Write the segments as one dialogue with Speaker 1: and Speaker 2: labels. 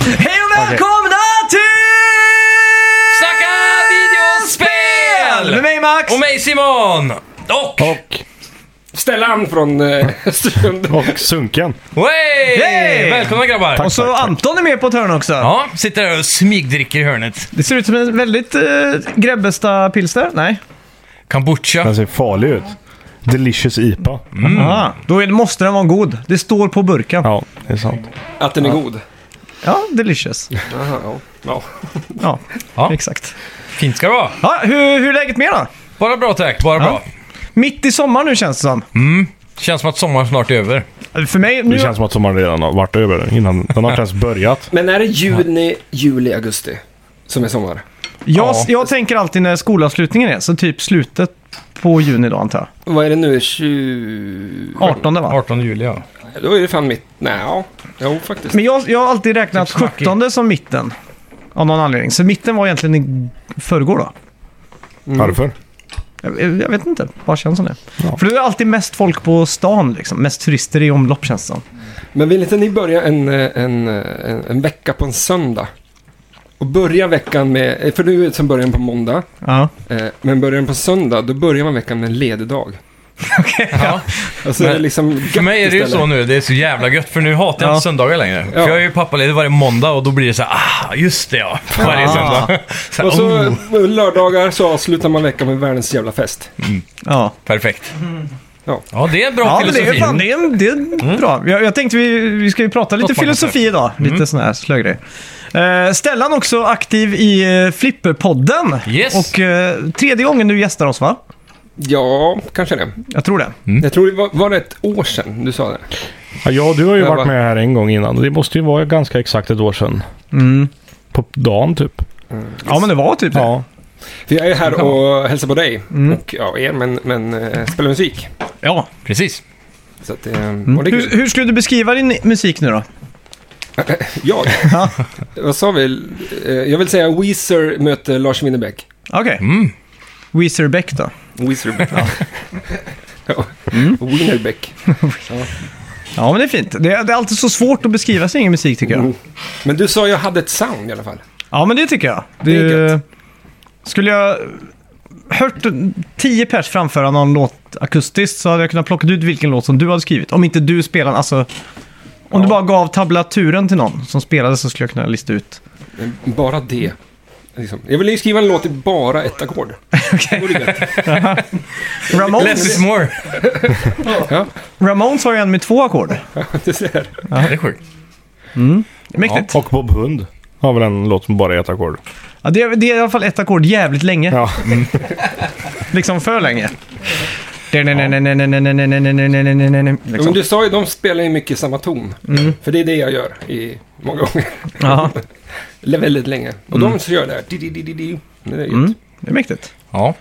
Speaker 1: Hej och välkomna till...
Speaker 2: Snacka videospel!
Speaker 1: Med mig Max!
Speaker 2: Och mig Simon! Och...
Speaker 3: Och,
Speaker 4: Stellan från eh, Strömden.
Speaker 3: och Sunken.
Speaker 2: Way!
Speaker 1: Yay!
Speaker 2: Välkomna grabbar!
Speaker 1: Och så Anton är med på ett hörn också.
Speaker 2: Ja, sitter där och smygdricker i hörnet.
Speaker 1: Det ser ut som en väldigt eh, Grebbestad pilsner. Nej.
Speaker 2: Kombucha.
Speaker 3: Den ser farlig ut. Delicious IPA.
Speaker 1: Aha. Då är, måste den vara god. Det står på burken. Ja,
Speaker 3: Ja, det är sant.
Speaker 4: Att den är god.
Speaker 1: delicious.
Speaker 4: Aha, ja. Ja.
Speaker 1: Ja,
Speaker 2: Ja.
Speaker 1: exakt.
Speaker 2: Fint ska det vara.
Speaker 1: Ja, hur, hur är läget med er då?
Speaker 2: Bara bra tack, bara bra.
Speaker 1: Mitt i sommar nu känns det som.
Speaker 2: Känns som att sommaren snart är över.
Speaker 1: För mig nu...
Speaker 3: Det känns som att sommaren redan har varit över innan. Den har inte ens börjat.
Speaker 4: Men är det juni, juli, augusti som är sommar?
Speaker 1: jag,
Speaker 2: Ja.
Speaker 1: jag tänker alltid när skolavslutningen är, så typ slutet på juni då antar jag.
Speaker 4: Vad är det nu? 20...
Speaker 1: 18 va?
Speaker 2: 18 juli ja.
Speaker 4: Då är det fan mitt... Nej, ja. Jo, faktiskt.
Speaker 1: Men jag, jag har alltid räknat
Speaker 2: Typ smack i.
Speaker 1: 17 som mitten. Av någon anledning. Så mitten var egentligen i förrgår då.
Speaker 4: Mm.
Speaker 3: Varför?
Speaker 1: Jag, jag vet inte. Bara känns som det.
Speaker 3: Ja.
Speaker 1: För det är alltid mest folk på stan liksom. Mest turister i omlopp känns det som.
Speaker 4: Men vill inte ni börja en, eh, en, eh, en, en vecka på en söndag? Och börja veckan med... eh, För nu är det som början på måndag.
Speaker 1: Ja.
Speaker 4: eh, Men början på söndag, då börjar man veckan med en ledig dag.
Speaker 2: ja.
Speaker 4: Alltså, det är
Speaker 2: Men
Speaker 4: liksom gött
Speaker 2: För mig är det ju
Speaker 4: istället.
Speaker 2: så nu, det är så jävla gött för nu hatar jag
Speaker 1: Ja.
Speaker 2: inte söndagar längre. För
Speaker 4: Ja.
Speaker 2: jag är ju pappaledig varje måndag och då blir det så här, ah, just det ja. Varje
Speaker 1: Ah.
Speaker 2: söndag. Så här,
Speaker 4: Och så
Speaker 2: oh, Mm.
Speaker 4: eh, lördagar så avslutar man veckan med världens jävla fest.
Speaker 1: Ja,
Speaker 2: perfekt.
Speaker 4: Ja.
Speaker 2: Ja, det är en bra
Speaker 1: ja men det
Speaker 2: filosofi.
Speaker 1: är, fan, det är, en- det är bra. Jag, jag tänkte vi, vi ska ju prata lite
Speaker 2: Något man kan
Speaker 1: filosofi idag. Lite sån här slögrej. Eh, Stellan också aktiv i eh, Flipperpodden.
Speaker 2: Yes.
Speaker 1: Och eh, tredje gången du gästar oss va?
Speaker 4: Ja, kanske det.
Speaker 1: Jag tror det.
Speaker 4: Jag tror det var, var det ett år sedan du sa det.
Speaker 3: Ja, Ja, du har ju
Speaker 4: Jag
Speaker 3: varit
Speaker 4: bara-
Speaker 3: med här en gång innan. Det måste ju vara ganska exakt ett år sedan.
Speaker 1: Mm.
Speaker 3: På dagen typ.
Speaker 1: Ja men det var typ det.
Speaker 3: Ja.
Speaker 4: För jag är här och hälsar på dig
Speaker 1: Mm.
Speaker 4: och ja, er, men, men eh, spelar musik.
Speaker 1: ja.
Speaker 2: Precis.
Speaker 4: Så att, eh, och det är
Speaker 1: Hur,
Speaker 4: kul.
Speaker 1: hur skulle Mm. du beskriva din musik nu då?
Speaker 4: Jag?
Speaker 1: Ja.
Speaker 4: Vad sa vi? Eh, Jag vill säga Weezer möter Lars Winnerbäck.
Speaker 1: Okej.
Speaker 2: Mm.
Speaker 1: Weezer Beck då.
Speaker 4: Weezer. ja.
Speaker 1: Mm.
Speaker 4: Winnerbäck.
Speaker 1: Ja, men det är fint. Det, det är alltid så svårt att beskriva sin egen musik tycker jag.
Speaker 4: Mm. Men du sa jag hade ett sound i alla fall.
Speaker 1: Ja, men det tycker jag.
Speaker 4: Det är
Speaker 1: Det, skulle jag hört tio pers framföra någon låt akustiskt så hade jag kunnat plocka ut vilken låt som du hade skrivit. Om inte du spelar, alltså... Om du
Speaker 4: Ja.
Speaker 1: bara gav tablaturen till någon som spelade så skulle jag kunna lista ut.
Speaker 4: Men Bara det. Liksom. Jag ville ju skriva en låt i bara ett ackord. Det vore gött.
Speaker 2: Less is
Speaker 1: Ramones,
Speaker 2: more.
Speaker 4: Ja,
Speaker 1: Ramones har ju en med två ackord.
Speaker 4: du ser.
Speaker 2: Det är sjukt.
Speaker 1: Mäktigt.
Speaker 3: Och Bob Hund har väl en låt som bara är ett ackord.
Speaker 1: Ja, det, är, det är i alla fall ett ackord jävligt länge.
Speaker 3: Ja.
Speaker 1: Liksom för länge.
Speaker 4: Ja, men
Speaker 1: Liksom.
Speaker 4: du sa ju de spelar ju mycket i samma ton.
Speaker 1: Mm.
Speaker 4: För det är det jag gör i många gånger.
Speaker 1: Ja,
Speaker 4: Eller väldigt länge. Och
Speaker 1: Mm.
Speaker 4: de som gör det här. Di, di, di, di, di. Det är gött.
Speaker 1: det är mäktigt.
Speaker 2: Ja.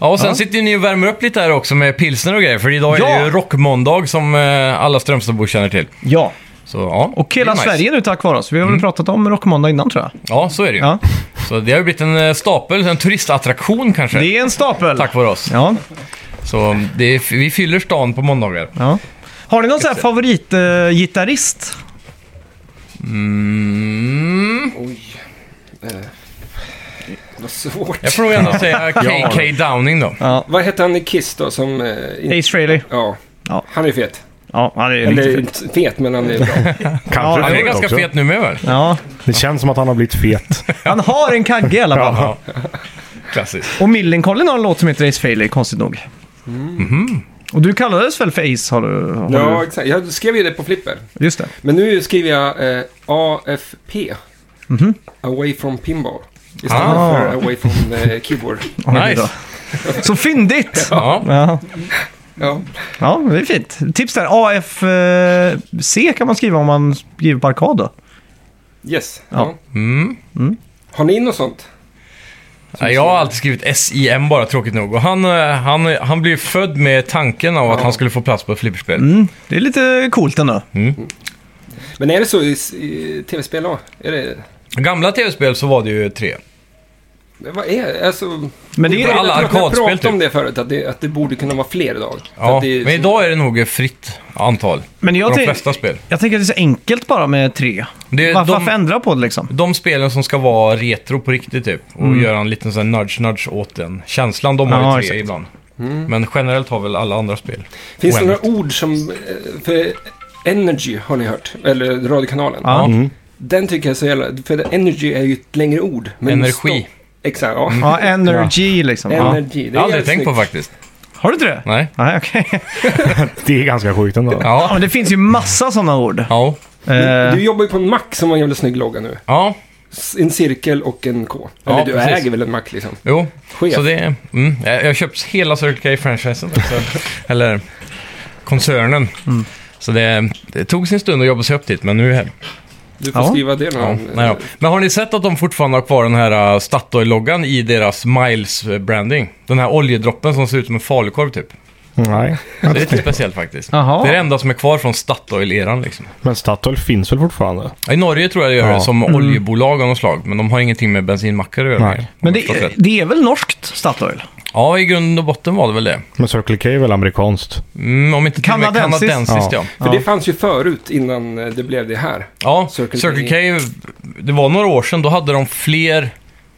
Speaker 2: ja, och sen
Speaker 1: Ja.
Speaker 2: sitter ju ni och värmer upp lite här också med pilsner och grejer. För idag är det
Speaker 1: Ja.
Speaker 2: ju rockmåndag som eh, alla Strömstadbor känner till.
Speaker 1: Ja,
Speaker 2: Så, ja,
Speaker 1: och
Speaker 2: det är
Speaker 1: hela
Speaker 2: nice.
Speaker 1: Sverige nu tack vare oss. Vi har väl pratat om Rockmåndag innan tror jag.
Speaker 2: Ja, så är det ju.
Speaker 1: Ja.
Speaker 2: Så det har ju blivit en eh, stapel, en turistattraktion kanske.
Speaker 1: Det är en stapel.
Speaker 2: Tack vare oss.
Speaker 1: Ja,
Speaker 2: Så det är, vi fyller stan på måndagar.
Speaker 1: ja. Har ni någon sån här favoritgitarrist?
Speaker 2: Mm,
Speaker 4: Oj. Eh, vad svårt.
Speaker 2: jag får nog ändå säga KK Downing då.
Speaker 1: ja.
Speaker 4: Vad hette han i Kiss då som... Eh, in...
Speaker 1: Ace Frehley.
Speaker 4: ja.
Speaker 1: Ja.
Speaker 4: Han är ju fet.
Speaker 1: Ja, han är
Speaker 4: Eller
Speaker 1: riktigt
Speaker 4: inte fet, men han är bra.
Speaker 1: Ja,
Speaker 3: Kanske
Speaker 2: Han är
Speaker 3: fet
Speaker 2: ganska
Speaker 3: också.
Speaker 2: fet nu med väl?
Speaker 1: Ja,
Speaker 3: Det känns som att han har blivit fet.
Speaker 1: han har en kagge i alla fall.
Speaker 2: Ja. Klassiskt.
Speaker 1: Och Millencolin har en låt som heter Ace Frehley, konstigt nog. Mm-hmm. Och du kallades väl för Ace? Har du, har
Speaker 4: ja, exakt. Jag skrev ju det på flipper.
Speaker 1: du? Just det.
Speaker 4: Men nu skriver jag eh, AFP.
Speaker 1: Mhm.
Speaker 4: Away from pinball. Istället
Speaker 2: Ah.
Speaker 4: för away from the keyboard.
Speaker 1: Oj då.
Speaker 2: Nice.
Speaker 1: Så fyndigt!
Speaker 2: Ja,
Speaker 1: Ja.
Speaker 4: Ja.
Speaker 1: ja, det är fint. Tips där. AFC kan man skriva om man skriver på arkad då.
Speaker 4: Yes. Ja.
Speaker 1: Ja.
Speaker 2: Mm.
Speaker 4: Har ni något sånt?
Speaker 2: Nej, Jag har alltid skrivit SIM bara, tråkigt nog. Och han, eh, han, han blev född med tanken av att han skulle få plats på ett flipperspel.
Speaker 1: Mm. Det är lite coolt ändå.
Speaker 4: Men är det så i, s- i tv-spel då? Är det...
Speaker 2: Gamla tv-spel så var det ju tre.
Speaker 4: Vad är alltså,
Speaker 1: Men det är
Speaker 2: alla
Speaker 4: jag tror att vi har
Speaker 2: arkadspel,
Speaker 4: pratat om
Speaker 2: typ.
Speaker 4: det förut, att det, att det borde kunna vara fler idag.
Speaker 2: Ja,
Speaker 4: Att det är-
Speaker 2: men idag är det nog ett fritt antal.
Speaker 1: Men jag,
Speaker 2: de
Speaker 1: tänk-
Speaker 2: flesta spel.
Speaker 1: jag tänker att det är så enkelt bara med tre.
Speaker 2: Det är
Speaker 1: Varför,
Speaker 2: Eh, de-
Speaker 1: varför ändra på det liksom?
Speaker 2: De spelen som ska vara retro på riktigt typ. Och göra en liten sån här nudge-nudge åt den. Känslan de har
Speaker 1: Mm. Ja,
Speaker 2: i tre
Speaker 1: exakt.
Speaker 2: ibland. Men generellt har väl alla andra spel.
Speaker 4: Finns Mm. det
Speaker 2: Oändligt.
Speaker 4: några ord som... eh, För Energy har ni hört, eller radiokanalen.
Speaker 1: Ja.
Speaker 2: Mm.
Speaker 4: Den tycker jag är så jävla... För Energy är ju ett längre ord. men
Speaker 2: Energi.
Speaker 4: Exakt, ja.
Speaker 1: Ja, energy liksom. Ja.
Speaker 4: Energy. Det
Speaker 2: Jag
Speaker 4: är
Speaker 2: har aldrig
Speaker 4: jävligt
Speaker 2: tänkt på
Speaker 4: snyggt.
Speaker 2: faktiskt.
Speaker 1: Har du inte det?
Speaker 2: Nej.
Speaker 1: Nej, okej.
Speaker 3: Det är ganska sjukt ändå.
Speaker 1: Ja,
Speaker 2: Ja.
Speaker 1: men det finns ju massa sådana ord.
Speaker 2: Ja.
Speaker 1: Eh,
Speaker 4: Du jobbar ju på en Mac som har en jävla snygg logga nu.
Speaker 2: Ja.
Speaker 4: S- En cirkel och en K. Eller
Speaker 2: Ja,
Speaker 4: du
Speaker 2: precis.
Speaker 4: äger väl en Mac liksom?
Speaker 2: Jo.
Speaker 4: Chef.
Speaker 2: Så det... Mm. Jag jag har köpt hela Circle K-franchisen. också. Eller koncernen.
Speaker 1: Mm.
Speaker 2: Så det, det tog sin stund att jobba sig upp dit, men nu är jag här.
Speaker 4: Du får
Speaker 1: Ja.
Speaker 4: skriva det
Speaker 2: Ja,
Speaker 4: någon...
Speaker 2: nej då. Men har ni sett att de fortfarande har kvar den här uh, Statoil-loggan i deras Miles-branding? Den här oljedroppen som ser ut som en falukorv typ.
Speaker 3: Nej.
Speaker 2: Det är lite speciellt faktiskt.
Speaker 1: Jaha.
Speaker 2: Det är det enda som är kvar från Statoil-eran liksom.
Speaker 3: Men Statoil finns väl fortfarande?
Speaker 2: I Norge tror jag det gör
Speaker 3: Ja.
Speaker 2: det som oljebolag av något slag, men de har ingenting med bensinmackar att göra.
Speaker 3: Nej.
Speaker 2: längre, om
Speaker 1: men
Speaker 2: jag förstått
Speaker 1: det,
Speaker 2: rätt.
Speaker 1: det är väl norskt, Statoil?
Speaker 2: Ja, i grund och botten var det väl det.
Speaker 3: Men Circle K är väl amerikanskt?
Speaker 2: Mm, om inte till och med
Speaker 1: Kanadensiskt.
Speaker 2: kanadensiskt ja.
Speaker 4: För det fanns ju förut innan eh, det blev det här.
Speaker 2: Ja,
Speaker 4: Circle
Speaker 2: Circle,
Speaker 4: K.
Speaker 2: K, det var några år sedan, då hade de fler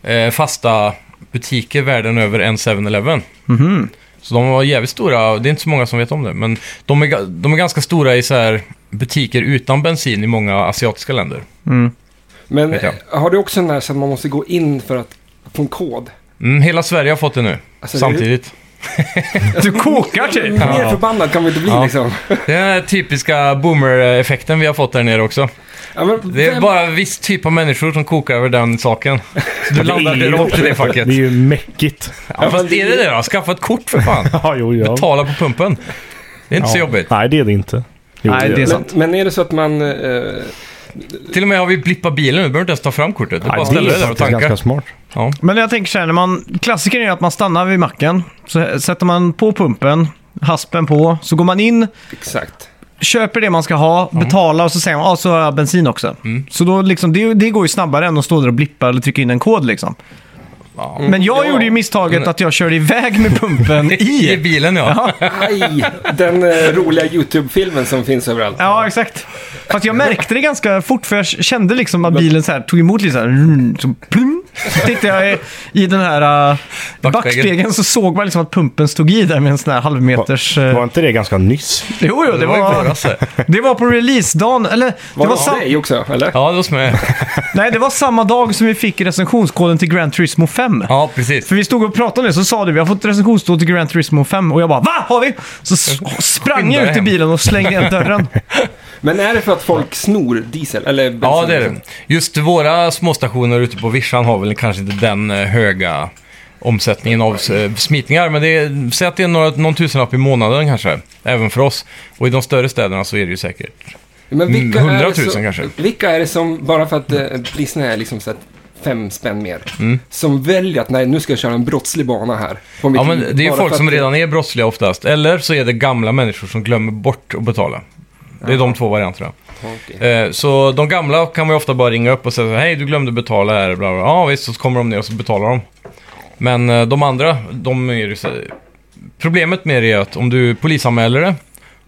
Speaker 2: eh, fasta butiker världen över än 7-Eleven.
Speaker 1: Mhm.
Speaker 2: Så de var jävligt stora, det är inte så många som vet om det, men de är, ga- de är ganska stora i så här butiker utan bensin i många asiatiska länder.
Speaker 1: Mm.
Speaker 4: Men
Speaker 2: Vet jag.
Speaker 4: eh, har du också den här så att man måste gå in för att få en kod?
Speaker 2: Mm, hela Sverige har fått det nu,
Speaker 4: Alltså, det-
Speaker 2: samtidigt.
Speaker 1: Du kokar typ!
Speaker 4: Mer förbannad kan man inte bli
Speaker 2: Ja.
Speaker 4: liksom.
Speaker 2: Det är den här typiska boomer-effekten vi har fått där nere också.
Speaker 4: Ja, men
Speaker 2: Det är
Speaker 4: vem-
Speaker 2: bara en viss typ av människor som kokar över den saken. Så du landar direkt i det facket.
Speaker 3: Det är ju mäckigt.
Speaker 2: Ja, fast är det det då? Skaffa ett kort för fan.
Speaker 3: Ja, jo, ja.
Speaker 2: Betala på pumpen. Det är inte så jobbigt.
Speaker 3: Nej, det är det inte. Jo,
Speaker 1: Nej, det är
Speaker 3: det.
Speaker 1: sant.
Speaker 4: men, men är det så att man... Eh,
Speaker 2: Till och med har vi blippat bilen nu. Du behöver inte ens ta fram kortet. Du bara
Speaker 3: Nej,
Speaker 2: ställer
Speaker 3: det
Speaker 2: dig
Speaker 3: är
Speaker 2: där och
Speaker 3: faktiskt
Speaker 2: tankar.
Speaker 3: ganska smart.
Speaker 2: Ja.
Speaker 1: Men jag tänker så här, när man, klassikern är att man stannar vid macken, så sätter man på pumpen, haspen på, så går man in,
Speaker 4: exakt.
Speaker 1: köper det man ska ha, betalar och så säger man ah, så har jag bensin också. Så då liksom, det, det går ju snabbare än att stå där och blippa eller trycka in en kod liksom.
Speaker 2: Mm. Ja.
Speaker 1: Men jag
Speaker 4: ja.
Speaker 1: gjorde ju misstaget att jag körde iväg med pumpen
Speaker 2: I
Speaker 1: i...
Speaker 2: bilen ja.
Speaker 4: Aj! Den eh, roliga YouTube-filmen som finns överallt.
Speaker 1: Ja, exakt. Fast jag märkte det ganska fort för jag kände liksom att bilen så här, tog emot lite så här. mm, Så, plum. så tänkte jag i, i den här uh,
Speaker 2: Backspegeln.
Speaker 1: backspegeln så såg man liksom att pumpen stod i där med en sån här halvmeters... eh,
Speaker 3: Var inte det ganska nyss?
Speaker 1: Jo, jo, det
Speaker 2: Det var ju
Speaker 1: var,
Speaker 2: våras det.
Speaker 1: det var på releasedagen. Eller, det
Speaker 4: Var
Speaker 1: var
Speaker 4: det
Speaker 1: sam-
Speaker 4: dig också, eller?
Speaker 2: Ja, det var med.
Speaker 1: nej, det var samma dag som vi fick recensionskoden till Gran Turismo 5.
Speaker 2: Ja, precis.
Speaker 1: För vi stod och pratade om det, så sa du vi har fått recensionskod till Gran Turismo 5. Och jag bara va? Har vi? Så s- sprang
Speaker 2: Skynda
Speaker 1: jag ut i
Speaker 2: hem.
Speaker 1: bilen och slängde igen dörren.
Speaker 4: Men är det för att folk snor diesel? Eller bensin?
Speaker 2: Ja, det är det. Just våra småstationer ute på vischan har väl kanske inte den eh, höga omsättningen av eh, smitningar. Men det är, säg att det är några, någon tusenlapp i månaden kanske. Även för oss. Och i de större städerna så är det ju säkert.
Speaker 4: Men vilka
Speaker 2: Mm,
Speaker 4: är det
Speaker 2: 100 000
Speaker 4: som,
Speaker 2: kanske.
Speaker 4: Vilka är det som, bara för att eh, priserna är liksom så här fem spänn mer,
Speaker 2: Mm.
Speaker 4: som väljer att nej, nu ska jag köra en brottslig bana här. På mitt
Speaker 2: Ja, men
Speaker 4: liv,
Speaker 2: det är ju
Speaker 4: bara
Speaker 2: folk
Speaker 4: för
Speaker 2: som
Speaker 4: att-
Speaker 2: redan är brottsliga oftast. Eller så är det gamla människor som glömmer bort att betala. Det är de två varianterna.
Speaker 4: Okej.
Speaker 2: Eh, Så de gamla kan vi ofta bara ringa upp och säga så här, hej du glömde betala här. Bla, bla. Ja visst, så kommer de ner och så betalar de. Men eh, de andra, de är ju så... Problemet med det är att om du polisanmäler det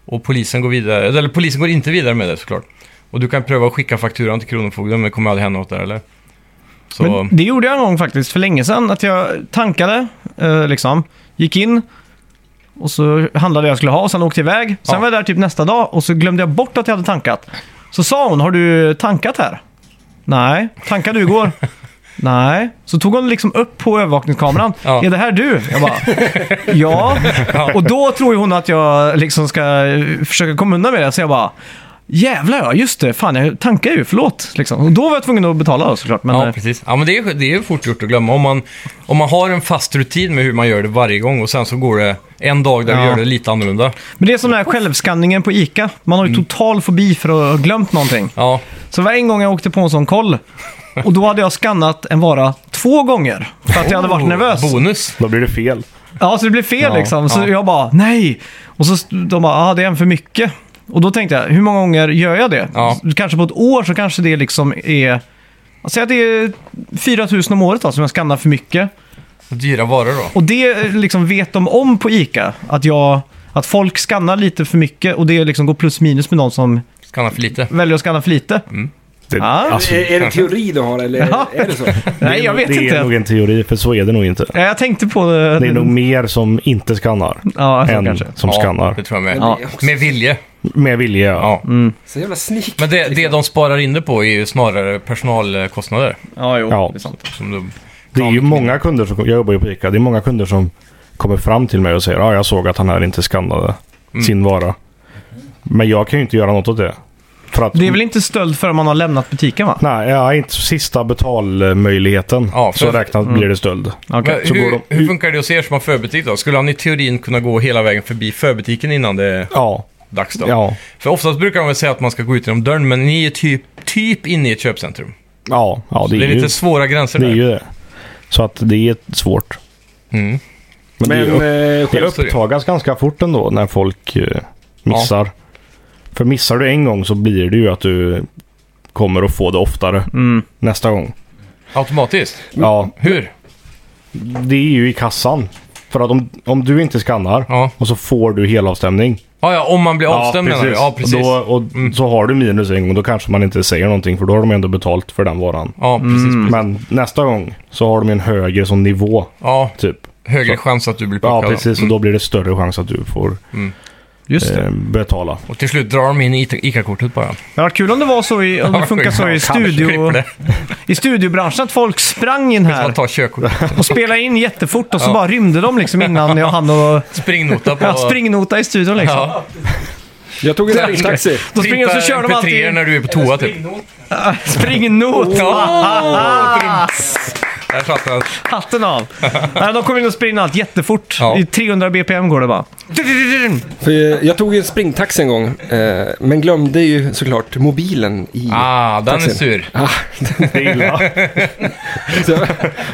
Speaker 2: och polisen går vidare, eller polisen går inte vidare med det såklart. Och du kan pröva att skicka fakturan till Kronofogden, men det kommer aldrig hända något där eller? Så,
Speaker 1: Men det gjorde jag en gång faktiskt för länge sedan. Att jag tankade, eh, liksom, gick in och så handlade jag skulle ha och sen åkte jag iväg. Sen
Speaker 2: Ja.
Speaker 1: var jag där typ nästa dag och så glömde jag bort att jag hade tankat. Så sa hon, har du tankat här? Nej. Tankade du igår? Nej. Så tog hon liksom upp på övervakningskameran.
Speaker 2: Ja.
Speaker 1: Är det här du? Jag bara, ja. Och då tror ju hon att jag liksom ska eh, försöka komma undan med det. Så jag bara, jävlar ja, just det. Fan, jag tankar ju. Förlåt. Liksom. Och då var jag tvungen att betala då, såklart. Men,
Speaker 2: Ja,
Speaker 1: eh,
Speaker 2: precis. Ja, men det är, det är ju fort gjort att glömma. Om man, om man har en fast rutin med hur man gör det varje gång och sen så går det en dag där
Speaker 1: Ja.
Speaker 2: vi gör det lite annorlunda.
Speaker 1: Men det är som den här självskanningen på ICA. Man har ju
Speaker 2: Mm.
Speaker 1: total fobi för att ha glömt någonting.
Speaker 2: Ja,
Speaker 1: Så varje gång jag åkte på en sån koll, och då hade jag skannat en vara två gånger. För att jag hade varit nervös.
Speaker 2: bonus.
Speaker 3: Då blir det fel.
Speaker 1: Ja, så det blev fel
Speaker 3: Ja,
Speaker 1: liksom. Så
Speaker 2: Oh, ja.
Speaker 1: jag bara, nej! Och så st- de bara, ah, det är en för mycket. Och då tänkte jag, hur många gånger gör jag det?
Speaker 2: Ja.
Speaker 1: Kanske på ett år så kanske det liksom är... Säg att det är 4 000 om året då, som jag skannar för mycket.
Speaker 2: Dyra varor då.
Speaker 1: Och det liksom vet de om på ICA. Att, jag, att folk skannar lite för mycket och det liksom går plus minus med någon som
Speaker 2: Skanna för lite.
Speaker 1: väljer att skanna för lite.
Speaker 3: Det,
Speaker 1: Ja.
Speaker 3: alltså,
Speaker 4: är, är det teori du har eller
Speaker 1: Ja.
Speaker 4: är det så?
Speaker 1: Nej, jag vet
Speaker 3: det
Speaker 1: inte.
Speaker 3: är nog en teori, för så är det nog inte.
Speaker 1: Ja, Jag tänkte på det.
Speaker 3: Det är nog mer som inte skannar
Speaker 1: ja, så
Speaker 3: än
Speaker 1: Alltså, kanske.
Speaker 3: som
Speaker 2: ja,
Speaker 3: skannar. Mm.
Speaker 2: Det tror jag med.
Speaker 1: Ja.
Speaker 4: Det är också
Speaker 2: Med vilje.
Speaker 3: Med vilja, ja.
Speaker 2: Ja.
Speaker 4: Så jävla sneak.
Speaker 2: Men det, det de sparar inne på är ju snarare personalkostnader.
Speaker 1: Ja, jo,
Speaker 3: Ja.
Speaker 1: det är sant.
Speaker 2: Som de,
Speaker 3: Det är ju många kunder som, jag jobbar ju på ICA, det är många kunder som kommer fram till mig och säger ja, jag såg att han här inte skannade
Speaker 1: Mm.
Speaker 3: sin vara. Men jag kan ju inte göra något åt det. För att,
Speaker 1: Det är väl inte stöld förrän man har lämnat butiken, va?
Speaker 3: Nej, ja, inte sista betalmöjligheten.
Speaker 2: Ja, för-
Speaker 3: Så räknat
Speaker 1: Mm.
Speaker 3: blir det stöld.
Speaker 1: Okej.
Speaker 2: Men
Speaker 3: så går
Speaker 2: hur,
Speaker 3: de-
Speaker 2: hur funkar det hos er som har förbutik då? Skulle han i teorin kunna gå hela vägen förbi förbutiken innan det är
Speaker 3: Ja,
Speaker 2: dags då?
Speaker 3: ja,
Speaker 2: För oftast brukar de väl säga att man ska gå ut genom dörren, men ni är typ, typ inne i ett köpcentrum.
Speaker 3: ja, ja det,
Speaker 2: Det är,
Speaker 3: är ju,
Speaker 2: lite svåra gränser
Speaker 3: det är
Speaker 2: där.
Speaker 3: ju det. Så att det är svårt.
Speaker 2: Mm.
Speaker 3: Men, det, är
Speaker 4: Men
Speaker 3: upp,
Speaker 4: eh,
Speaker 3: det
Speaker 4: själv,
Speaker 2: upp-
Speaker 3: upptagas ganska fort ändå när folk eh, missar. För missar du en gång så blir det ju att du kommer att få det oftare
Speaker 1: Mm.
Speaker 3: nästa gång.
Speaker 2: Automatiskt.
Speaker 3: Ja,
Speaker 2: Hur?
Speaker 3: det är ju i kassan. För att om, om du inte skannar
Speaker 2: Ja.
Speaker 3: och så får du helavstämning.
Speaker 2: Ja, ja, om man blir avstämd menar du? Ja, precis. Mm.
Speaker 3: Och, då, och så har du minus en gång då kanske man inte säger någonting för då har de ändå betalt för den varan.
Speaker 2: Ja, precis.
Speaker 3: Men nästa gång så har de en högre sån nivå
Speaker 2: Ja,
Speaker 3: typ.
Speaker 2: högre
Speaker 3: Så-
Speaker 2: chans att du blir
Speaker 3: Ja,
Speaker 2: plockad.
Speaker 3: precis. Och då blir det större chans att du får
Speaker 1: Just det.
Speaker 3: eh, betala.
Speaker 2: Och till slut drar de in Ica- ICA-kortet bara.
Speaker 1: Det hade varit kul om det var så i, om det funkar så i,
Speaker 2: Kanske
Speaker 1: studio,
Speaker 2: klipper det.
Speaker 1: i studiobranschen. Att folk sprang in
Speaker 2: Man
Speaker 1: här
Speaker 2: tar körkort.
Speaker 1: och spelade in jättefort och så bara rymde de liksom innan jag hann och
Speaker 2: Springnota på...
Speaker 1: ja, springnota i studion liksom.
Speaker 2: Ja,
Speaker 4: jag tog en springtaxi.
Speaker 1: Då springer de så kör de
Speaker 2: printa MP3-er
Speaker 1: alltid...
Speaker 2: när du är på toa typ.
Speaker 1: Springnot! Ah.
Speaker 2: Ja. Där satt den.
Speaker 1: Hatten av! Nej, de kommer in och springer allt jättefort.
Speaker 2: Ja.
Speaker 1: I 300 BPM går det bara.
Speaker 4: För eh, jag tog ju en springtaxi en gång, eh, men glömde ju såklart mobilen i...
Speaker 2: Ah, den är
Speaker 4: taxin.
Speaker 2: sur.
Speaker 4: Ah,
Speaker 3: Det är illa.
Speaker 4: så,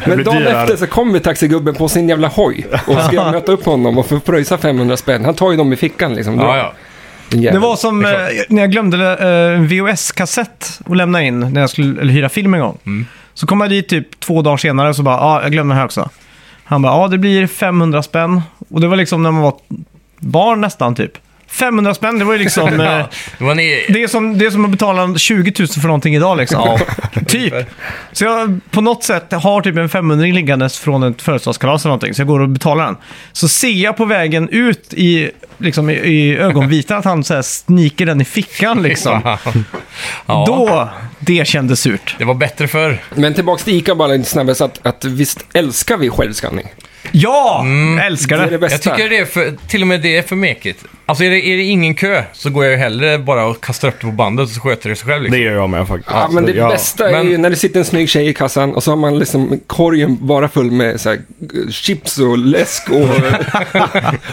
Speaker 4: men
Speaker 3: blir
Speaker 4: dagen
Speaker 3: dyrare.
Speaker 4: efter så kommer taxigubben på sin jävla hoj och ska möta upp honom och få pröjsa 500 spänn. Han tar ju dem i fickan liksom.
Speaker 2: Ja, ja.
Speaker 4: Den jäveln.
Speaker 1: Det var som
Speaker 2: Det
Speaker 1: eh,
Speaker 2: är
Speaker 1: när jag glömde eh, en VHS-kassett att lämna in när jag skulle eller hyra film en gång. Så kom jag dit typ två dagar senare och så bara, ja, ah, jag glömde den här också. Han bara, ja, ah, det blir 500 spänn. Och det var liksom när man var barn nästan typ. 500 spänn, det var ju liksom... Eh,
Speaker 2: ja. Det var ni...
Speaker 1: Det är, som, det är som att betala 20 000 för någonting idag liksom. typ. Så jag på något sätt har typ en 500 liggandes från ett födelsedagskalas eller någonting. Så jag går och betalar den. Så ser jag på vägen ut i, liksom, i, i ögonvitan att han så här sniker den i fickan liksom.
Speaker 2: Ja.
Speaker 1: Då, det kändes surt.
Speaker 2: Det var bättre förr.
Speaker 4: Men tillbaks till ICA bara lite snabbare, så att, att visst älskar vi självskanning?
Speaker 1: Ja! Älskar
Speaker 4: Mm. Det är det
Speaker 1: det.
Speaker 2: Jag
Speaker 4: bästa.
Speaker 2: tycker det är för, till och med det är för mekigt. Alltså är det, är det ingen kö så går jag ju hellre bara och kastar upp det på bandet och så sköter det sig själv.
Speaker 3: Det
Speaker 2: Liksom.
Speaker 3: gör jag med faktiskt.
Speaker 4: Ja, men det
Speaker 3: jag,
Speaker 4: bästa är
Speaker 2: Men-
Speaker 4: ju när det sitter en snygg tjej i kassan och så har man liksom korgen bara full med så här, eh, chips och läsk och...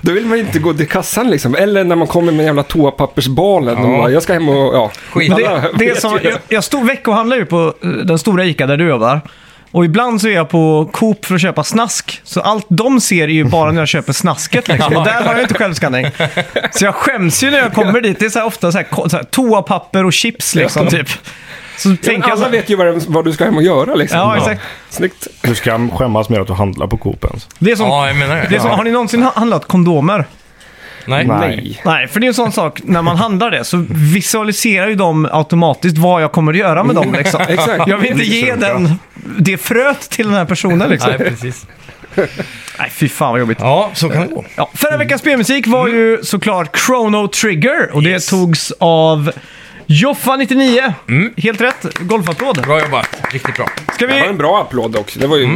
Speaker 4: då vill man ju inte gå till kassan liksom. Eller när man kommer med en jävla toapappersbalen och
Speaker 2: Ja.
Speaker 4: bara, jag ska hem och... Ja.
Speaker 2: Skit.
Speaker 1: Men
Speaker 4: Alla
Speaker 1: det, det är
Speaker 4: vet
Speaker 1: som,
Speaker 4: ju.
Speaker 1: jag, jag stod veckohandlar ju på eh, den stora ICA där du jobbar. Och ibland så är jag på Coop för att köpa snask. Så allt de ser är ju bara när jag köper snasket. Liksom. Och där har jag inte självskanning. Så jag skäms ju när jag kommer dit. Det är så här ofta så här, ko- så här, toapapper och chips liksom, typ. Så tänker jag så
Speaker 4: Alla
Speaker 1: här,
Speaker 4: vet ju vad, vad du ska hem och göra liksom.
Speaker 1: Ja, exakt.
Speaker 4: Snyggt.
Speaker 3: Du ska skämmas mer att du handlar på Coop ens.
Speaker 1: Det är som,
Speaker 2: Ja, jag menar det.
Speaker 1: det är som, har ni någonsin ha- handlat kondomer?
Speaker 2: Nej.
Speaker 3: Nej.
Speaker 4: Nej.
Speaker 1: Nej, för det är en sån sak. När man handlar det så visualiserar ju de automatiskt vad jag kommer att göra med dem. Liksom.
Speaker 4: Exakt.
Speaker 1: Jag vill inte ge den, det fröet till den här personen. Liksom.
Speaker 2: Nej, precis.
Speaker 1: Nej, fy fan vad jobbigt.
Speaker 2: Ja, så kan det gå.
Speaker 1: Ja, förra
Speaker 4: Mm.
Speaker 1: veckans spelmusik var ju såklart Chrono Trigger och
Speaker 2: Yes.
Speaker 1: det togs av Joffa99.
Speaker 4: Mm.
Speaker 1: Helt rätt, golfapplåd.
Speaker 2: Bra jobbat. Riktigt bra.
Speaker 1: Ska
Speaker 4: Det var
Speaker 1: vi...
Speaker 4: en bra applåd också. Det var ju...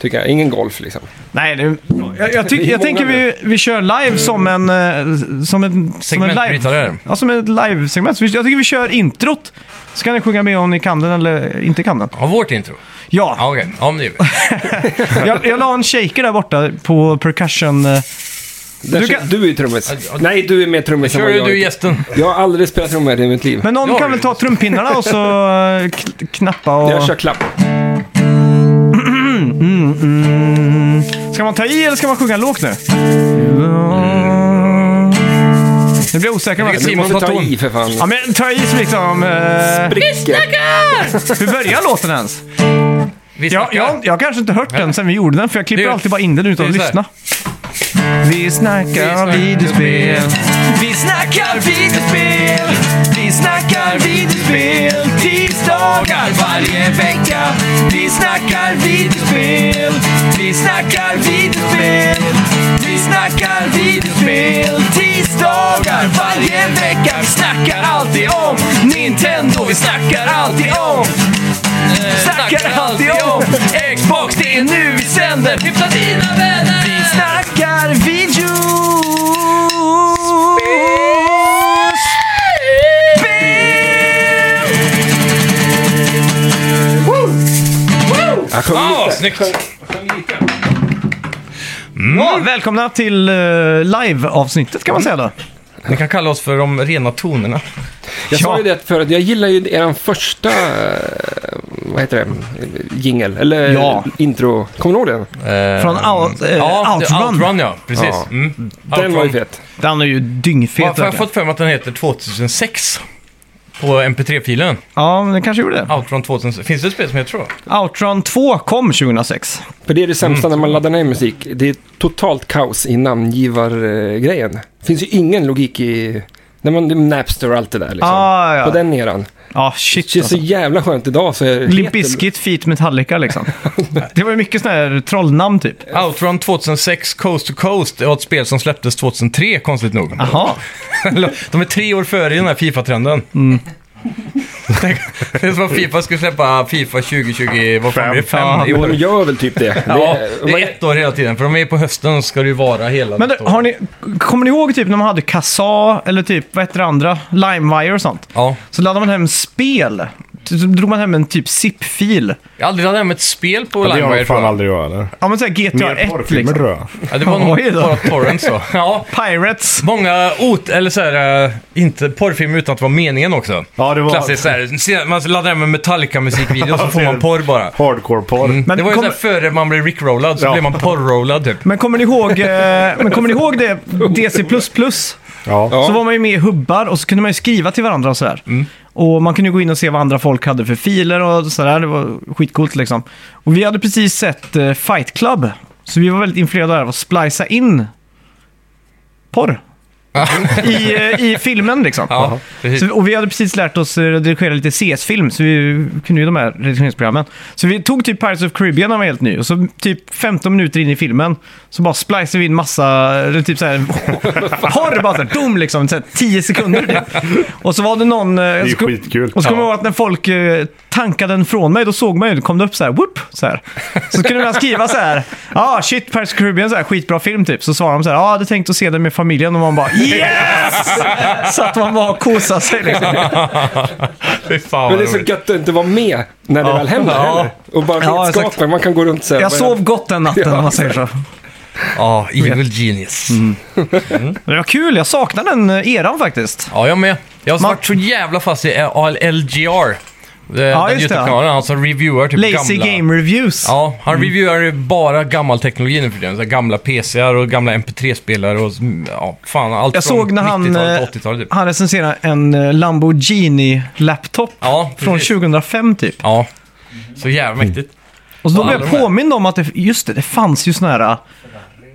Speaker 4: Tycker jag. Ingen golf liksom.
Speaker 1: Nej, det... jag, jag, tyck,
Speaker 4: Det är
Speaker 1: jag
Speaker 4: många
Speaker 1: tänker vi, vi kör live som en... eh, Som en som en
Speaker 2: Segmentbrytare.
Speaker 1: live, ja, som ett live-segment. Så vi- Jag tycker vi kör introt. Så kan ni sjunga med om ni kan den eller inte kan den.
Speaker 2: Ja, vårt intro.
Speaker 1: Ja,
Speaker 2: Ja, okej. Ja, men det gör vi.
Speaker 1: jag, jag la en shaker där borta på percussion. eh,
Speaker 4: Du,
Speaker 1: kan-
Speaker 4: du är ju trummis. Nej, du är mer trummis än
Speaker 2: Kör
Speaker 4: vad
Speaker 2: ju
Speaker 4: jag
Speaker 2: du
Speaker 4: är.
Speaker 2: gästen.
Speaker 4: Jag har aldrig spelat trummor i mitt liv.
Speaker 1: Men någon
Speaker 2: Ja,
Speaker 1: kan väl
Speaker 2: det-
Speaker 1: ta trumpinnarna och så eh, kn- knappa och...
Speaker 4: Jag kör klapp.
Speaker 1: Ska man ta i eller ska man sjunga lågt nu? Nu blir jag osäker.
Speaker 2: Jag
Speaker 1: om det.
Speaker 2: tycker
Speaker 4: Du
Speaker 2: Simon
Speaker 4: måste
Speaker 2: får
Speaker 4: ta
Speaker 2: ton.
Speaker 4: i för fan.
Speaker 1: Ja, men ta i som liksom... Eh,
Speaker 4: Spricker.
Speaker 1: hur börjar låten ens?
Speaker 2: Vi
Speaker 1: Jag,
Speaker 2: snackar.
Speaker 1: jag, jag har kanske inte hört den sen vi gjorde den, för jag klipper
Speaker 2: Det är-
Speaker 1: alltid bara in den utan att
Speaker 2: det är så
Speaker 1: lyssna. Vi snackar
Speaker 2: Vi snackar
Speaker 1: videospel. Vi snackar videospel. Vi snackar videospel. Tisdagar varje vecka. Vi snackar videospel. Vi snackar videospel. Vi snackar videospel. Tisdagar varje vecka. Vi snackar alltid om Nintendo. Vi snackar alltid om Snackar alltid om Xbox, det är nu vi sänder. Tipsa Typ dina vänner. Vi snackar video.
Speaker 4: Jag sjöng
Speaker 2: Ja,
Speaker 4: lite.
Speaker 2: Ah, snyggt!
Speaker 1: Ja, välkomna till eh, live-avsnittet kan man säga då.
Speaker 2: Ni kan kalla oss för de rena tonerna.
Speaker 4: Jag
Speaker 1: Ja.
Speaker 4: sa ju det förut, jag gillar ju eran första, eh, vad heter det, jingel, eller
Speaker 1: Ja.
Speaker 4: intro. Kommer du ihåg den?
Speaker 2: Eh,
Speaker 1: Från out, eh,
Speaker 2: ja,
Speaker 1: Outrun.
Speaker 2: Outrun, ja. Precis.
Speaker 4: Ja.
Speaker 2: Mm.
Speaker 4: Den var ju
Speaker 2: Outrun.
Speaker 4: fet.
Speaker 1: Den är ju
Speaker 2: Ja,
Speaker 1: dyngfet.
Speaker 2: för jag har
Speaker 1: verkligen.
Speaker 2: fått för mig att den heter 2006 på mp3-filen.
Speaker 1: Ja, men den kanske gjorde det.
Speaker 2: Outrun 2006. Finns det ett spel som heter så?
Speaker 1: Outrun 2 kom 2006.
Speaker 4: För det är det sämsta
Speaker 1: Mm.
Speaker 4: när man laddar ner musik. Det är totalt kaos i namngivargrejen. Det finns ju ingen logik i... När man, det är Napster och allt det där liksom.
Speaker 1: Ah, ja.
Speaker 4: På den eran.
Speaker 1: Ja,
Speaker 4: Det
Speaker 1: shit
Speaker 4: känns så
Speaker 1: alltså.
Speaker 4: jävla skönt idag så jag
Speaker 1: Limp
Speaker 4: heter-
Speaker 1: Bizkit, Feet Metallica liksom. Det var ju mycket sådana här trollnamn typ.
Speaker 2: Outrun 2006 Coast to Coast var ett spel som släpptes 2003, konstigt nog.
Speaker 1: Jaha.
Speaker 2: De är tre år före i den här Fifa-trenden. Tänk, det är som att Fifa skulle släppa Fifa 2020, vad fan blir det? Fem i
Speaker 4: Men de
Speaker 2: år.
Speaker 4: gör väl typ det.
Speaker 2: Ja,
Speaker 4: det
Speaker 2: det är ett år hela tiden, för de är på hösten ska det ju vara hela
Speaker 1: Men du,
Speaker 2: detta år.
Speaker 1: har ni, kommer ni ihåg typ när man hade Kassa eller typ, vad heter det andra? Limewire och sånt.
Speaker 2: Ja.
Speaker 1: Så laddade man hem spel. Så drog man hem en typ zip-fil.
Speaker 2: Jag har aldrig laddat hem ett spel på
Speaker 3: Det har
Speaker 2: LimeWire
Speaker 3: nog
Speaker 2: tror
Speaker 3: fan
Speaker 2: jag.
Speaker 3: aldrig jag eller?
Speaker 1: Ja men såhär GTA
Speaker 3: Mer
Speaker 1: 1
Speaker 3: porrfilmer tror
Speaker 1: liksom.
Speaker 3: jag.
Speaker 2: Ja, det var
Speaker 1: Oj
Speaker 2: nog
Speaker 1: då.
Speaker 2: bara torrent så. Ja.
Speaker 1: Pirates.
Speaker 2: Många ot eller så här, eh, inte porrfilmer utan att det var meningen också.
Speaker 3: Ja, det var-
Speaker 2: Klassiskt så här, se- man laddar hem en Metallica-musikvideo så får man porr bara.
Speaker 3: Hardcore-porr.
Speaker 1: Men
Speaker 2: det var ju
Speaker 1: kommer-
Speaker 2: så här, före man blev rickrollad så
Speaker 3: Ja.
Speaker 2: blev man porr-rollad typ.
Speaker 1: Men kommer ni ihåg, eh, men kommer ni ihåg det? DC++?
Speaker 3: Ja.
Speaker 4: Ja.
Speaker 1: Så var man ju med i hubbar och så kunde man ju skriva till varandra och sådär.
Speaker 2: Mm.
Speaker 1: Och man kunde ju gå in och se vad andra folk hade för filer och sådär. Det var skitcoolt liksom. Och vi hade precis sett eh, Fight Club. Så vi var väldigt influerade av att splicea in porr. I, eh, I filmen liksom.
Speaker 2: Ja, precis.
Speaker 1: Så, och vi hade precis lärt oss eh, redigera lite CS-film, så vi kunde ju de här redigeringsprogrammen. Så vi tog typ Pirates of Caribbean när den var helt ny, och så typ 15 minuter in i filmen så bara spliceade vi in massa, eller typ såhär, har bara såhär, dom liksom, såhär, 10 sekunder typ. Och så var det någon... Det är
Speaker 3: ju skitkul.
Speaker 1: Och så kommer jag
Speaker 2: Ja.
Speaker 1: ihåg att när folk eh, tankade den från mig, då såg man ju, då kom det upp såhär, whoop, såhär. Så kunde man skriva såhär, ja ah, shit, Pirates of Caribbean, såhär, skitbra film typ. Så svarade de såhär, ja ah, hade tänkt att se den med familjen, och man bara, yes! Så att man bara kosade sig liksom.
Speaker 2: Fy fan vad
Speaker 4: Men det är så
Speaker 2: roligt.
Speaker 4: gött att inte vara med när det väl händer
Speaker 2: Ja.
Speaker 4: heller. Och bara
Speaker 1: Ja, exakt.
Speaker 4: vetskapen, man kan gå runt så här.
Speaker 1: Jag
Speaker 4: bara-
Speaker 1: sov gott den natten om man säger så.
Speaker 2: Ja, evil genius.
Speaker 1: Men det var kul, jag saknar den eh, eran faktiskt.
Speaker 2: Ja, jag med. Jag har
Speaker 1: Man-
Speaker 2: varit så jävla fast i ALLGR. Ja, eh, den
Speaker 1: just det.
Speaker 2: YouTube-kanalen, han som reviewar typ
Speaker 1: Lazy Mm.
Speaker 2: gamla...
Speaker 1: Game Reviews.
Speaker 2: Ja, han reviewar ju bara gammal teknologi nu för tiden. Så här gamla PCar och gamla MP3-spelare och mm, ja, fan allt
Speaker 1: jag
Speaker 2: från
Speaker 1: såg när han,
Speaker 2: 90-talet
Speaker 1: eh,
Speaker 2: till 80-talet typ.
Speaker 1: han recenserade en eh, Lamborghini-laptop
Speaker 2: Ja,
Speaker 1: från Mm.
Speaker 2: precis.
Speaker 1: 2005 typ.
Speaker 2: Ja, så jävla mäktigt.
Speaker 1: Och så då
Speaker 2: Ja,
Speaker 1: blev jag
Speaker 2: de är-
Speaker 1: påmind om att det, just det, det fanns ju såna här... eh,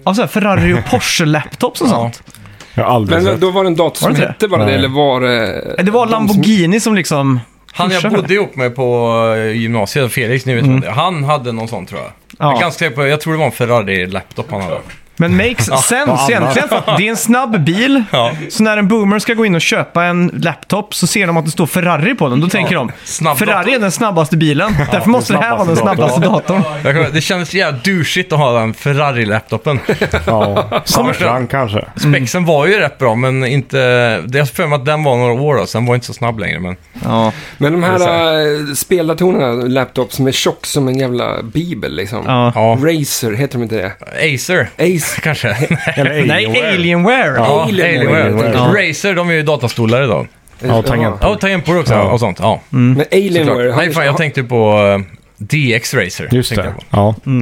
Speaker 1: Ja, så här Ferrari och Porsche-laptops och sånt.
Speaker 3: Jag har aldrig
Speaker 4: Men
Speaker 3: sett.
Speaker 4: då var det en dator
Speaker 1: Var
Speaker 4: som
Speaker 1: det inte?
Speaker 4: hette bara det,
Speaker 3: Nej.
Speaker 4: eller var eh, det...
Speaker 1: Eh, Det var Lamborghini som liksom...
Speaker 2: Han jag
Speaker 1: pushade.
Speaker 2: bodde ihop med på eh, gymnasiet, Felix, ni vet vem det är. Han hade någon sån tror jag.
Speaker 1: Mm. Ja.
Speaker 2: Jag, är ganska, säker på- jag tror det var en Ferrari-laptop han hade.
Speaker 1: Men makes sense
Speaker 3: annars?
Speaker 1: egentligen. För att det är en snabb bil.
Speaker 2: Ja.
Speaker 1: Så när en boomer ska gå in och köpa en laptop så ser de att det står Ferrari på den. Då tänker de
Speaker 2: Snabb
Speaker 1: Ferrari är den snabbaste bilen. Därför måste det här vara den
Speaker 3: snabbaste
Speaker 1: snabbaste datorn.
Speaker 2: Jag kommer- Det kändes jävla douchigt att ha den Ferrari-laptopen.
Speaker 3: Ja. Samklang kanske.
Speaker 2: Spexen var ju rätt bra, men inte... Det har för mig att den var några år då, sen var inte så snabb längre. Men...
Speaker 1: Ja.
Speaker 4: Men de
Speaker 2: Det är så
Speaker 4: här äh, speldatorerna, laptops, som är tjock som en jävla bibel liksom.
Speaker 1: Ja.
Speaker 2: Ja,
Speaker 4: Razer, heter de inte det?
Speaker 2: Acer
Speaker 4: Ace.
Speaker 2: kanske.
Speaker 3: Eller
Speaker 1: Nej, Alienware.
Speaker 2: Ja,
Speaker 4: Alienware.
Speaker 2: Alienware.
Speaker 1: Ja.
Speaker 2: Razer, de är ju datastolar idag.
Speaker 3: Ja, tangent.
Speaker 2: Ja, och tangentbord också
Speaker 3: Ja.
Speaker 2: och sånt. Ja,
Speaker 4: Men Alienware,
Speaker 2: såklart.
Speaker 4: har
Speaker 2: Nej,
Speaker 4: ni,
Speaker 2: fan, jag tänkte på eh, DX Racer.
Speaker 3: Just
Speaker 2: tänkte
Speaker 3: det.
Speaker 2: jag på.
Speaker 3: Ja.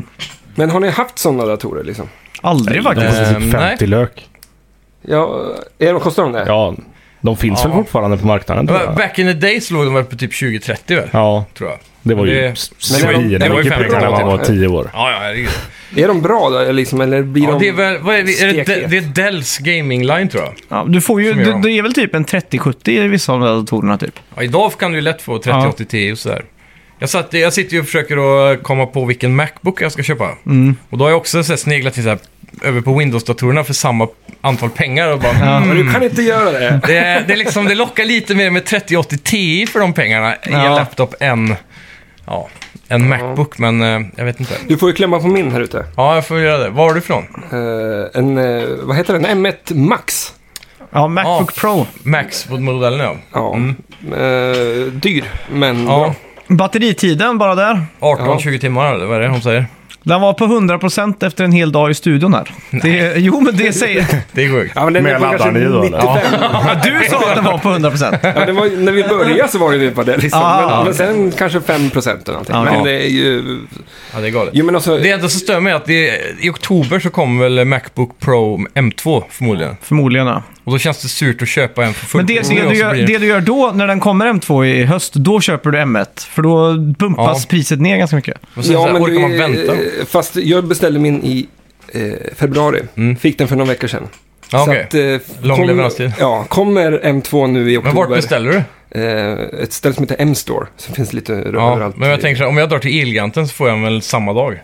Speaker 4: men har ni haft sådana datorer liksom?
Speaker 1: Aldrig faktiskt.
Speaker 3: Det
Speaker 2: Eh,
Speaker 3: är typ
Speaker 2: nej.
Speaker 3: 50 lök.
Speaker 4: Ja, är de, kostar de det?
Speaker 3: Ja, de finns
Speaker 2: Ja.
Speaker 3: väl fortfarande på marknaden tror jag.
Speaker 2: Back in the days låg de väl på typ 20-30 väl?
Speaker 3: Ja,
Speaker 2: Tror jag.
Speaker 3: det var
Speaker 2: Det-
Speaker 3: ju
Speaker 4: det var- det var ju
Speaker 3: svinmycket pengar
Speaker 4: femton
Speaker 3: när man
Speaker 4: år
Speaker 3: var
Speaker 4: typ.
Speaker 3: tio år.
Speaker 2: Ja, ja, herregud.
Speaker 4: Är de bra då, liksom, eller blir
Speaker 2: Ja,
Speaker 4: de...
Speaker 2: det är väl, vad är, det, är det,
Speaker 4: stekhet?
Speaker 2: det är Dells Gaming Line tror jag.
Speaker 1: Ja, du får ju,
Speaker 2: Som gör
Speaker 1: det,
Speaker 2: dem.
Speaker 1: det är väl typ en 30-70 i vissa av de där datorerna typ.
Speaker 2: Ja, idag kan du ju lätt få 30,
Speaker 1: Ja.
Speaker 2: 80, 10 och sådär. Jag, satt, jag sitter ju och försöker att komma på vilken Macbook jag ska köpa.
Speaker 1: Mm.
Speaker 2: Och då har jag också så här sneglat till så här, över på Windows-datorerna för samma antal pengar. Och bara, mm,
Speaker 4: Men du kan inte göra det.
Speaker 2: det, är- det, är liksom, det lockar lite mer med 30, 80 Ti för de pengarna i en
Speaker 1: Ja.
Speaker 2: laptop än ja, en Macbook. Men eh, jag vet inte.
Speaker 4: Du får ju klämma på min här ute.
Speaker 2: Ja, jag får göra det. Var är du ifrån?
Speaker 4: Eh, en, eh, vad heter den? M1 Max.
Speaker 1: Ja, Macbook
Speaker 2: Ja.
Speaker 1: Pro.
Speaker 2: Maxwood-modellen ja.
Speaker 4: Ja. Eh, dyr, men
Speaker 2: Mm. ja
Speaker 4: bra.
Speaker 1: Batteritiden bara där.
Speaker 2: 18-20 timmar eller vad är det de säger?
Speaker 1: Den var på 100% efter en hel dag i studion här. Det, jo, men det säger...
Speaker 2: Det är sjukt.
Speaker 4: Ja, men den
Speaker 3: Med
Speaker 4: är på kanske
Speaker 3: laddaren i då, eller?
Speaker 4: 95.
Speaker 1: Ja, du sa att den var på 100%.
Speaker 4: Ja, det var, ju- när vi började så var det ju på det liksom.
Speaker 1: Ah,
Speaker 4: men,
Speaker 1: ja.
Speaker 4: men sen kanske 5 procent eller någonting.
Speaker 1: Ja,
Speaker 4: men
Speaker 1: ja.
Speaker 4: det är ju...
Speaker 2: Ja, det är galet.
Speaker 4: Jo, men alltså...
Speaker 2: Det enda som stör mig är att det, i oktober så kommer väl Macbook Pro M2 förmodligen.
Speaker 1: Förmodligen, ja.
Speaker 2: Och då känns det surt att köpa en för full
Speaker 1: Men det,
Speaker 2: pris.
Speaker 1: det, du
Speaker 2: Och så
Speaker 1: gör,
Speaker 2: blir det-
Speaker 1: det du gör då, när den kommer M2 i höst, då köper du M1. För då bumpas
Speaker 2: Ja.
Speaker 1: priset ner ganska mycket.
Speaker 2: och sen så här, orkar man vänta?
Speaker 4: eh, Fast jag beställde min i eh, februari.
Speaker 2: Mm.
Speaker 4: Fick den för några veckor sedan.
Speaker 2: Ja,
Speaker 4: Så
Speaker 2: okej.
Speaker 4: att, eh,
Speaker 2: Lång
Speaker 4: kom-
Speaker 2: leveranstid.
Speaker 4: Ja, kommer M2 nu i
Speaker 2: Men
Speaker 4: oktober.
Speaker 2: vart beställer du?
Speaker 4: eh, Ett ställe som heter M-store. Som finns lite
Speaker 2: Ja,
Speaker 4: överallt.
Speaker 2: men jag tänker så här, om jag drar till Elgiganten så får jag den väl samma dag.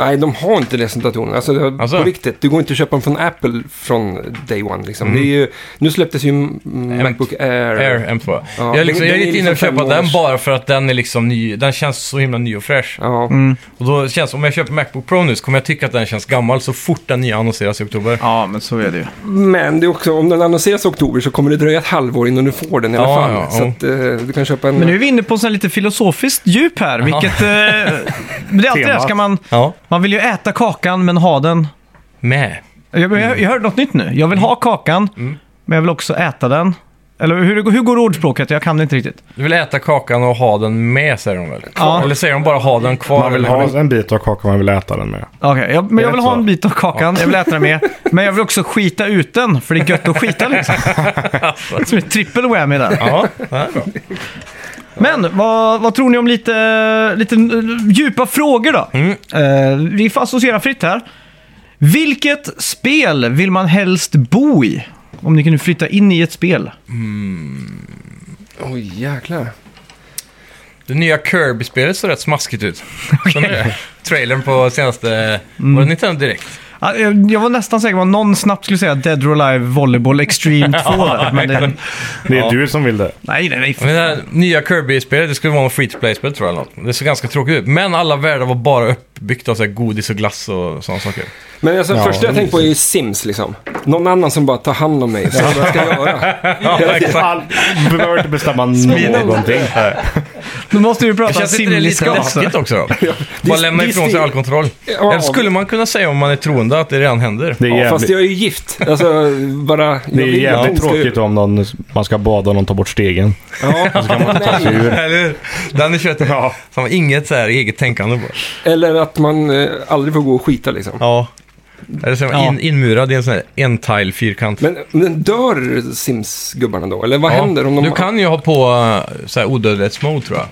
Speaker 4: Nej, de har inte det som datorerna. Alltså, det-
Speaker 2: Alltså?
Speaker 4: på riktigt. Det går inte att köpa dem från Apple från day one. Liksom. Det är ju, nu släpptes ju mm, Macbook Air.
Speaker 2: Air M2.
Speaker 4: Ja,
Speaker 2: jag, är
Speaker 4: den-
Speaker 2: liksom, jag är
Speaker 4: den är
Speaker 2: lite inne och
Speaker 4: liksom
Speaker 2: köpa
Speaker 4: fem
Speaker 2: den
Speaker 4: års-
Speaker 2: bara för att den är liksom ny. Den känns så himla ny och fräsch.
Speaker 4: Ja.
Speaker 1: Mm.
Speaker 2: Och då känns om jag köper Macbook Pro nu så kommer jag tycka att den känns gammal så fort den nya annonseras i oktober.
Speaker 1: Ja, men så är det ju.
Speaker 4: Men det är också, om den annonseras i oktober så kommer det dröja ett halvår innan du får den i alla
Speaker 2: Ja,
Speaker 4: fall.
Speaker 2: ja,
Speaker 4: så
Speaker 2: ja.
Speaker 4: att, eh, du kan köpa en...
Speaker 1: Men nu är vi inne på så här lite filosofiskt djup här, vilket... Eh, men det är alltid det, här, ska man...
Speaker 2: Ja.
Speaker 1: Man vill ju äta kakan, men ha den...
Speaker 2: Med.
Speaker 1: Jag, jag, jag hörde något nytt nu. Jag vill ha kakan, men jag vill också äta den. Eller hur, hur går ordspråket? Jag kan det inte riktigt.
Speaker 2: Du vill äta kakan och ha den med säger de väl?
Speaker 1: Ja.
Speaker 2: Eller säger de bara ha den kvar?
Speaker 3: Man vill
Speaker 2: eller-
Speaker 3: ha en bit av kakan man vill äta den med.
Speaker 1: Okej, jag, men jag
Speaker 3: det
Speaker 1: vill ha
Speaker 3: så?
Speaker 1: en bit av kakan, jag vill äta den med. Men jag vill också skita ut den, för det är gött att skita liksom. Som ett trippel whammy där.
Speaker 2: Ja, det här är bra.
Speaker 1: Men vad, vad tror ni om lite, lite djupa frågor då? Eh, vi får associera fritt här. Vilket spel vill man helst bo i? Om ni kunde flytta in i ett spel.
Speaker 4: Oj, jäklar.
Speaker 2: Det nya Kirby-spelet ser rätt smaskigt ut. Som det. Trailern på senaste...
Speaker 3: Mm.
Speaker 2: Var det Nintendo Direkt?
Speaker 1: Ja, eh, Jag jag var nästan säker på att någon snabbt skulle säga Dead or Alive Volleyball Extreme 2. där, men det,
Speaker 3: Det är
Speaker 2: Ja.
Speaker 3: du som vill det.
Speaker 1: nej, nej, nej.
Speaker 2: Men det här nya Kirby-spelet, det skulle vara en free-to-play-spel tror jag. eller något. Det ser ganska tråkigt ut. Men alla världar var bara uppbyggt av så här godis och glass och sådana saker.
Speaker 4: Men alltså,
Speaker 3: Ja,
Speaker 4: första jag
Speaker 3: det är
Speaker 4: tänker på är ju Sims liksom. Någon annan som bara tar hand om mig. Så vad jag ska göra.
Speaker 2: Ja, exakt.
Speaker 3: All, du behöver inte bestämma någonting.
Speaker 1: Nu måste vi prata
Speaker 2: Känns inte det lite
Speaker 1: simliska också.
Speaker 2: läskigt också då? Bara
Speaker 4: det-
Speaker 2: lämna
Speaker 4: det-
Speaker 2: ifrån sig all kontroll.
Speaker 4: Ja.
Speaker 2: Eller skulle man kunna säga om man är troende att det redan händer?
Speaker 3: Det är
Speaker 4: Ja, fast
Speaker 3: jävligt,
Speaker 4: jag är ju gift. Alltså, bara...
Speaker 3: det är jävligt tråkigt om någon, man ska bada och någon tar bort stegen.
Speaker 4: Ja.
Speaker 3: Alltså,
Speaker 4: Nej.
Speaker 2: Eller hur? Den är kött.
Speaker 3: Ja.
Speaker 2: Som har inget så här eget tänkande på.
Speaker 4: Eller att man eh, aldrig får gå och skita liksom.
Speaker 2: Ja. Eller så är man
Speaker 1: Ja.
Speaker 2: in, inmurad i en sån här en-tile-fyrkant.
Speaker 4: Men, men dör Sims-gubbarna då? Eller vad
Speaker 2: Ja,
Speaker 4: händer om de...
Speaker 2: Du kan ju ha på eh, så här odödlighetsmode tror jag.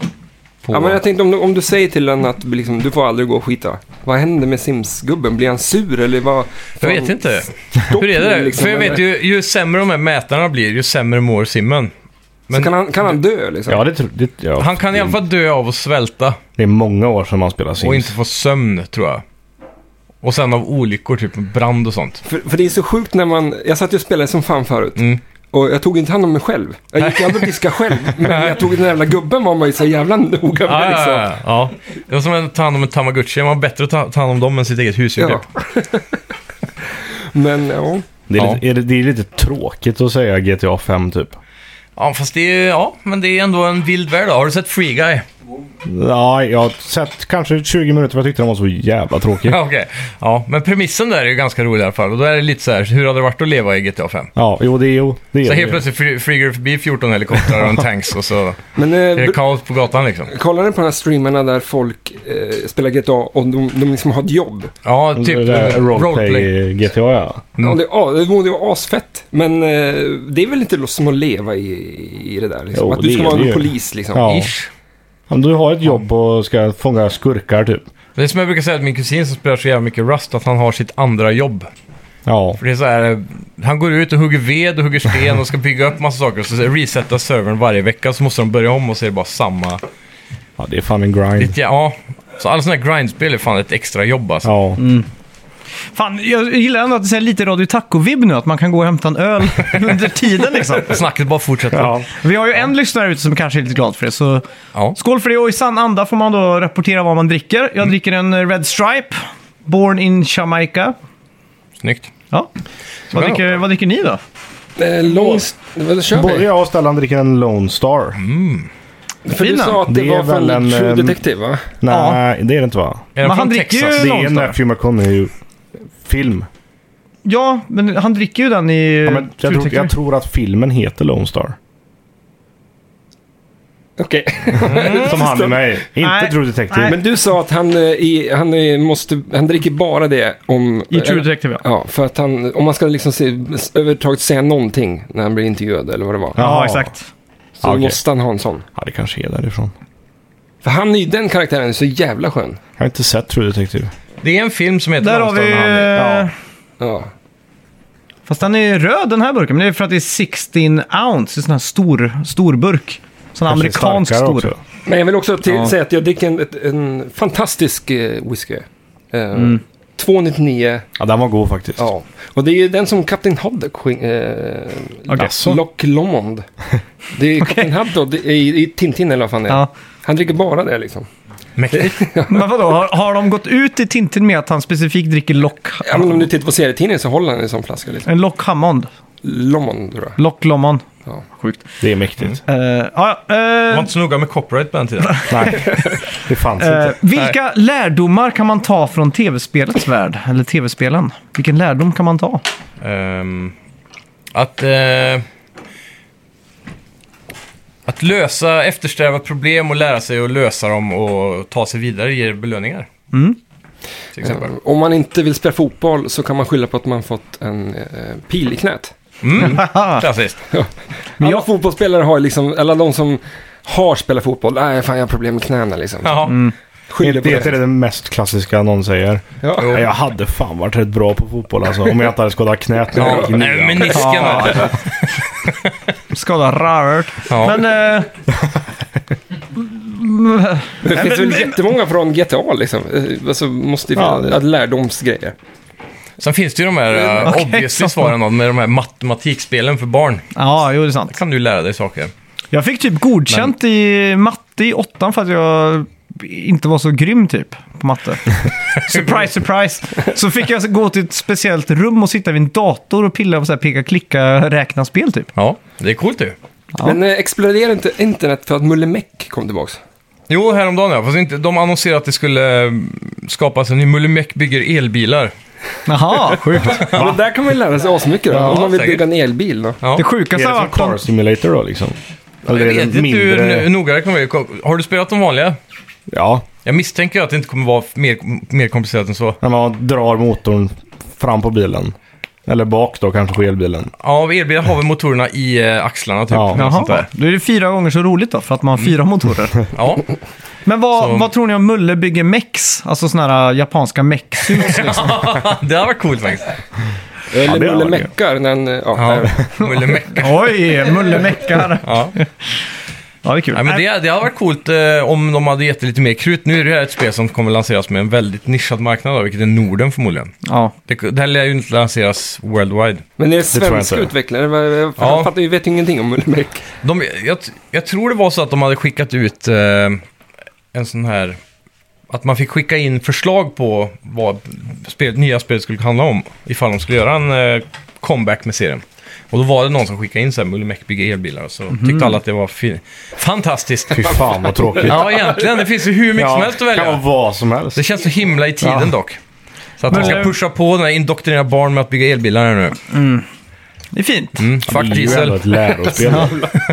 Speaker 2: På...
Speaker 4: Ja, men jag tänkte om du, om du säger till den att liksom, du får aldrig gå och skita. Vad händer med Sims-gubben? Blir han sur eller vad?
Speaker 2: Jag
Speaker 4: får
Speaker 2: vet
Speaker 4: han
Speaker 2: inte.
Speaker 4: stopp
Speaker 2: Hur är det? där?
Speaker 4: liksom,
Speaker 2: För jag vet
Speaker 4: eller?
Speaker 2: ju, ju sämre de här mätarna blir, ju sämre mår simmen.
Speaker 4: Så kan han, kan han dö liksom?
Speaker 3: Ja, det, tro- det, ja.
Speaker 2: Han kan i alla fall dö av att svälta
Speaker 3: det är många år som man spelar Sims.
Speaker 2: och inte få sömn, tror jag. Och sen av olyckor, typ brand och sånt.
Speaker 4: För, för det är så sjukt när man... Jag satt ju och spelade som fan förut.
Speaker 2: Mm.
Speaker 4: Och jag tog inte hand om mig själv. Jag gick aldrig och diskade själv. Men när jag tog den där jävla gubben var man ju så jävla noga
Speaker 2: Ja,
Speaker 4: med
Speaker 2: ja,
Speaker 4: liksom.
Speaker 2: Ah, ja, ja. Det var som att ta hand om en tamagotchi. Man var bättre att ta, ta hand om dem än sitt eget husdjur,
Speaker 4: Ja.
Speaker 2: typ.
Speaker 4: Men ja.
Speaker 3: Det, är
Speaker 2: Ja.
Speaker 3: lite, är det, det är lite tråkigt att säga GTA 5 typ.
Speaker 2: Ja, fast det är, ja, men det är ändå en vild värld. då. Har du sett Free Guy?
Speaker 3: Ja, jag har sett kanske 20 minuter för jag tyckte den var så jävla tråkig.
Speaker 2: Ja, okej. Ja, men premissen där är ju ganska rolig i alla fall. Och då är det lite så här, hur hade det varit att leva i GTA 5?
Speaker 3: Ja, jo det är ju... Det är
Speaker 2: Så
Speaker 3: det.
Speaker 2: helt plötsligt fly- flyger det förbi 14 helikoptrar och en tanks och så
Speaker 4: Men eh,
Speaker 2: är det
Speaker 4: br-
Speaker 2: kaos på gatan liksom.
Speaker 4: kollar ni på de här streamarna där folk eh, spelar GTA och de, de liksom har ett jobb?
Speaker 2: Ja,
Speaker 3: Det
Speaker 2: typ
Speaker 3: där
Speaker 2: eh, roleplay.
Speaker 3: roleplay GTA ja.
Speaker 2: Mm.
Speaker 4: Ja, det, ja, det må- det var asfett. Men eh, det är väl inte lo- som att leva i, i det där. Liksom.
Speaker 3: Jo,
Speaker 4: att du
Speaker 3: det
Speaker 4: ska
Speaker 3: är
Speaker 4: vara
Speaker 3: det
Speaker 4: en
Speaker 3: ju.
Speaker 4: polis liksom.
Speaker 3: Ja.
Speaker 2: Ish.
Speaker 3: Om du har ett jobb och ska fånga skurkar typ.
Speaker 2: Det är som jag brukar säga till min kusin som spelar så jävla mycket Rust, att han har sitt andra jobb.
Speaker 3: Ja.
Speaker 2: För det är så här, eh, han går ut och hugger ved och hugger sten och ska bygga upp massa saker och så resetar servern varje vecka så måste de börja om och så är det bara samma.
Speaker 3: ja, det är fan en grind.
Speaker 2: Lite, ja. Så alla sådana här grindspel är fan ett extra jobb alltså.
Speaker 3: Ja.
Speaker 1: Fan, jag gillar ändå att det är lite Radio Taco-vibb nu, att man kan gå och hämta en öl under tiden liksom.
Speaker 2: Snacket bara fortsätter.
Speaker 3: ja.
Speaker 1: Vi har ju en lyssnare ute som kanske är lite glad för det, så
Speaker 2: Ja.
Speaker 1: skål för det. Och i sann anda får man då rapportera vad man dricker. Jag
Speaker 2: Mm.
Speaker 1: dricker en eh, Red Stripe, Born in Jamaica.
Speaker 2: Snyggt.
Speaker 1: Ja. Vad dricker, vad dricker ni då?
Speaker 4: Eh, lång...
Speaker 1: Mm.
Speaker 4: Vad kör
Speaker 3: Både
Speaker 4: vi?
Speaker 3: jag och Stellan dricker en Lone Star.
Speaker 4: För du
Speaker 1: Fina.
Speaker 4: sa att det,
Speaker 3: Det är
Speaker 4: var från
Speaker 3: väl en,
Speaker 4: True
Speaker 3: ehm,
Speaker 4: Detective va?
Speaker 3: Nej, det är det inte va?
Speaker 2: Är den
Speaker 1: Men
Speaker 2: från
Speaker 1: han dricker ju-
Speaker 2: Texas?
Speaker 3: Det
Speaker 1: Lone
Speaker 3: är en
Speaker 1: Star.
Speaker 3: Matthew McConaughey-film.
Speaker 1: Ja, men han dricker ju den i...
Speaker 3: Ja, men jag, tror, jag tror att filmen heter Lone Star.
Speaker 4: Okej.
Speaker 3: Som han är med i. Inte
Speaker 1: Nej.
Speaker 3: True Detective.
Speaker 1: Nej.
Speaker 4: Men du sa att han, eh, i, han, eh, måste, han dricker bara det om...
Speaker 1: I True
Speaker 4: eller-
Speaker 1: Detective, ja.
Speaker 4: Ja, för att han, om man ska liksom se, överhuvudtaget säga någonting när han blir intervjuad eller vad det var.
Speaker 3: Ja.
Speaker 1: Ja, exakt.
Speaker 4: Så
Speaker 3: Ja, okej.
Speaker 4: måste han ha en sån.
Speaker 3: Ja, det kanske är därifrån.
Speaker 4: För han är ju den karaktären, är så jävla skön.
Speaker 3: Jag har inte sett True Detective.
Speaker 2: Det är en film som heter
Speaker 1: Där har vi... eh,
Speaker 2: Landstaden, han är-
Speaker 3: Ja.
Speaker 4: Ja.
Speaker 1: Fast den är röd den här burken, men det är för att det är 16 ounce. Det är sån här stor, stor burk. Sån
Speaker 3: Kanske
Speaker 1: amerikansk
Speaker 3: starkare
Speaker 1: stor.
Speaker 3: också.
Speaker 4: Men jag vill också till,
Speaker 1: Ja.
Speaker 4: säga att jag dricker en, ett- en fantastisk eh, whisky. Eh, 299.
Speaker 3: Ja, den var god faktiskt.
Speaker 4: Ja. Och det är ju den som Kapten Haddock skink- eh,
Speaker 1: Okej.
Speaker 4: Lock Lomond. Det är Kapten Haddock det är i, i Tintin eller vad fan det är.
Speaker 1: Ja.
Speaker 4: Han dricker bara det liksom.
Speaker 2: Mäktigt.
Speaker 1: Men vadå, har, har de gått ut i Tintin med att han specifikt dricker Lock...
Speaker 4: Ja, men om du tittar på serietidningen så håller han en sån flaska. Liksom.
Speaker 1: En Lock Hammond?
Speaker 4: Lomond tror jag.
Speaker 1: Lock Lomond?
Speaker 4: Ja.
Speaker 1: Sjukt.
Speaker 3: Det är mäktigt.
Speaker 1: Eh, ja, ja,
Speaker 2: Jag
Speaker 1: eh,
Speaker 2: var inte så noga med copyright på den tiden.
Speaker 3: Nej, det fanns
Speaker 1: eh,
Speaker 3: inte.
Speaker 1: vilka lärdomar kan man ta från tv-spelets värld? Eller tv-spelen? Vilken lärdom kan man ta?
Speaker 2: Ehm, att... eh, att lösa, eftersträva problem och lära sig att lösa dem och ta sig vidare ger belöningar. Till exempel.
Speaker 4: Eh, Om man inte vill spela fotboll så kan man skylla på att man fått en eh, pil i knät.
Speaker 2: Mm. Klassiskt.
Speaker 4: Alla fotbollsspelare har liksom, alla de som har spelat fotboll, nej fan jag har problem med knäna liksom.
Speaker 2: Jaha.
Speaker 4: Skyller på
Speaker 3: Det är
Speaker 4: det.
Speaker 3: det mest klassiska någon säger.
Speaker 4: Ja.
Speaker 3: Nej, Jag hade fan varit rätt bra på fotboll alltså. Om jag inte hade skadat knät. när jag
Speaker 2: Ja,
Speaker 3: gick i
Speaker 2: nej,
Speaker 3: nian.
Speaker 2: menisken.
Speaker 1: Ja. Skada rört.
Speaker 2: Ja.
Speaker 1: Men... Eh,
Speaker 4: Det finns väl jättemånga från GTA liksom. Eh, Alltså måste ju
Speaker 3: Ja,
Speaker 4: finnas
Speaker 3: det-
Speaker 4: att lärdomsgrejer.
Speaker 2: Sen finns det ju de här uh,
Speaker 1: Okej,
Speaker 2: obviously
Speaker 1: så.
Speaker 2: svaren då, med de här matematikspelen för barn.
Speaker 1: ja, jo det är sant.
Speaker 2: kan du lära dig saker.
Speaker 1: Jag fick typ godkänt i matte i åttan för att jag inte var så grym typ på matte. surprise, surprise! Så fick jag gå till ett speciellt rum och sitta vid en dator och pilla på så här peka, klicka, räkna spel typ.
Speaker 2: Ja, det är coolt ju.
Speaker 4: Men eh, exploderar inte internet för att Mulle Meck kom tillbaks?
Speaker 2: Jo, häromdagen ja. Fast inte, de anonserade att det skulle eh, skapas en ny Mullimek bygger elbilar.
Speaker 1: Jaha, sjukt.
Speaker 4: Men där kan man ju lära sig asmycket då. Om man vill
Speaker 2: säkert.
Speaker 4: bygga en elbil då.
Speaker 2: Ja.
Speaker 1: Det
Speaker 3: Är det
Speaker 1: sjukaste har
Speaker 3: som
Speaker 1: varit... de-
Speaker 3: Car Simulator då liksom? Eller
Speaker 2: Jag
Speaker 3: är
Speaker 2: vet
Speaker 3: det
Speaker 2: inte
Speaker 3: mindre...
Speaker 2: hur noga det kommer bli. Har du spelat de vanliga?
Speaker 3: Ja,
Speaker 2: Jag misstänker att det inte kommer vara mer, mer komplicerat än så.
Speaker 3: när man drar motorn fram på bilen. Eller bak då kanske på elbilen.
Speaker 2: Ja, elbilar har vi motorerna i eh, axlarna typ.
Speaker 3: Ja.
Speaker 2: Något sånt
Speaker 1: Jaha,
Speaker 2: där.
Speaker 1: då är det fyra gånger så roligt då för att man har fyra motorer.
Speaker 2: ja.
Speaker 1: Men
Speaker 2: Så-
Speaker 1: vad, vad tror ni om Mulle bygger mex? Alltså sådana här japanska mex liksom.
Speaker 2: det hade varit coolt faktiskt.
Speaker 4: Eller
Speaker 3: det är
Speaker 4: Mulle
Speaker 3: det.
Speaker 4: Meckar när han, eh, ja,
Speaker 2: Ja.
Speaker 4: nej.
Speaker 2: Mullimek.
Speaker 1: Oj, Mulle meckar.
Speaker 2: Ja.
Speaker 1: Ja, det är kul.
Speaker 2: Nej, men det, det hade varit coolt eh, om de hade gett det lite mer krut. Nu är det här ett spel som kommer lanseras med en väldigt nischad marknad, då, vilket är Norden förmodligen.
Speaker 1: Ja.
Speaker 2: Det, det här lär ju inte lanseras worldwide.
Speaker 4: Men det är
Speaker 3: tror jag
Speaker 4: svenska
Speaker 3: inte.
Speaker 4: utvecklare. Vad- Jag
Speaker 2: Ja.
Speaker 4: fattar ju, vet ju ingenting om Mulle Meck.
Speaker 2: De, jag, jag tror det var så att de hade skickat ut eh, en sån här... Att man fick skicka in förslag på vad spel, nya spelet skulle handla om. Ifall de skulle göra en eh, comeback med serien. Och då var det någon som skickade in så här Mullimäckbygga elbilar och så
Speaker 3: Mhm.
Speaker 2: tyckte alla att det var fi- fantastiskt.
Speaker 3: Fy fan vad tråkigt.
Speaker 2: ja, egentligen. Det finns ju hur mycket som helst att välja.
Speaker 3: kan vara vad som helst.
Speaker 2: Det känns så himla i tiden
Speaker 3: Ja. eh,
Speaker 2: dock. Så att man
Speaker 1: Men-
Speaker 2: ska pusha på den här indoktrinera barn med att bygga elbilar här nu.
Speaker 1: Det är fint.
Speaker 2: Mm,
Speaker 3: Det är
Speaker 2: fuck
Speaker 3: ju ändå
Speaker 2: diesel.
Speaker 3: ett lärospel.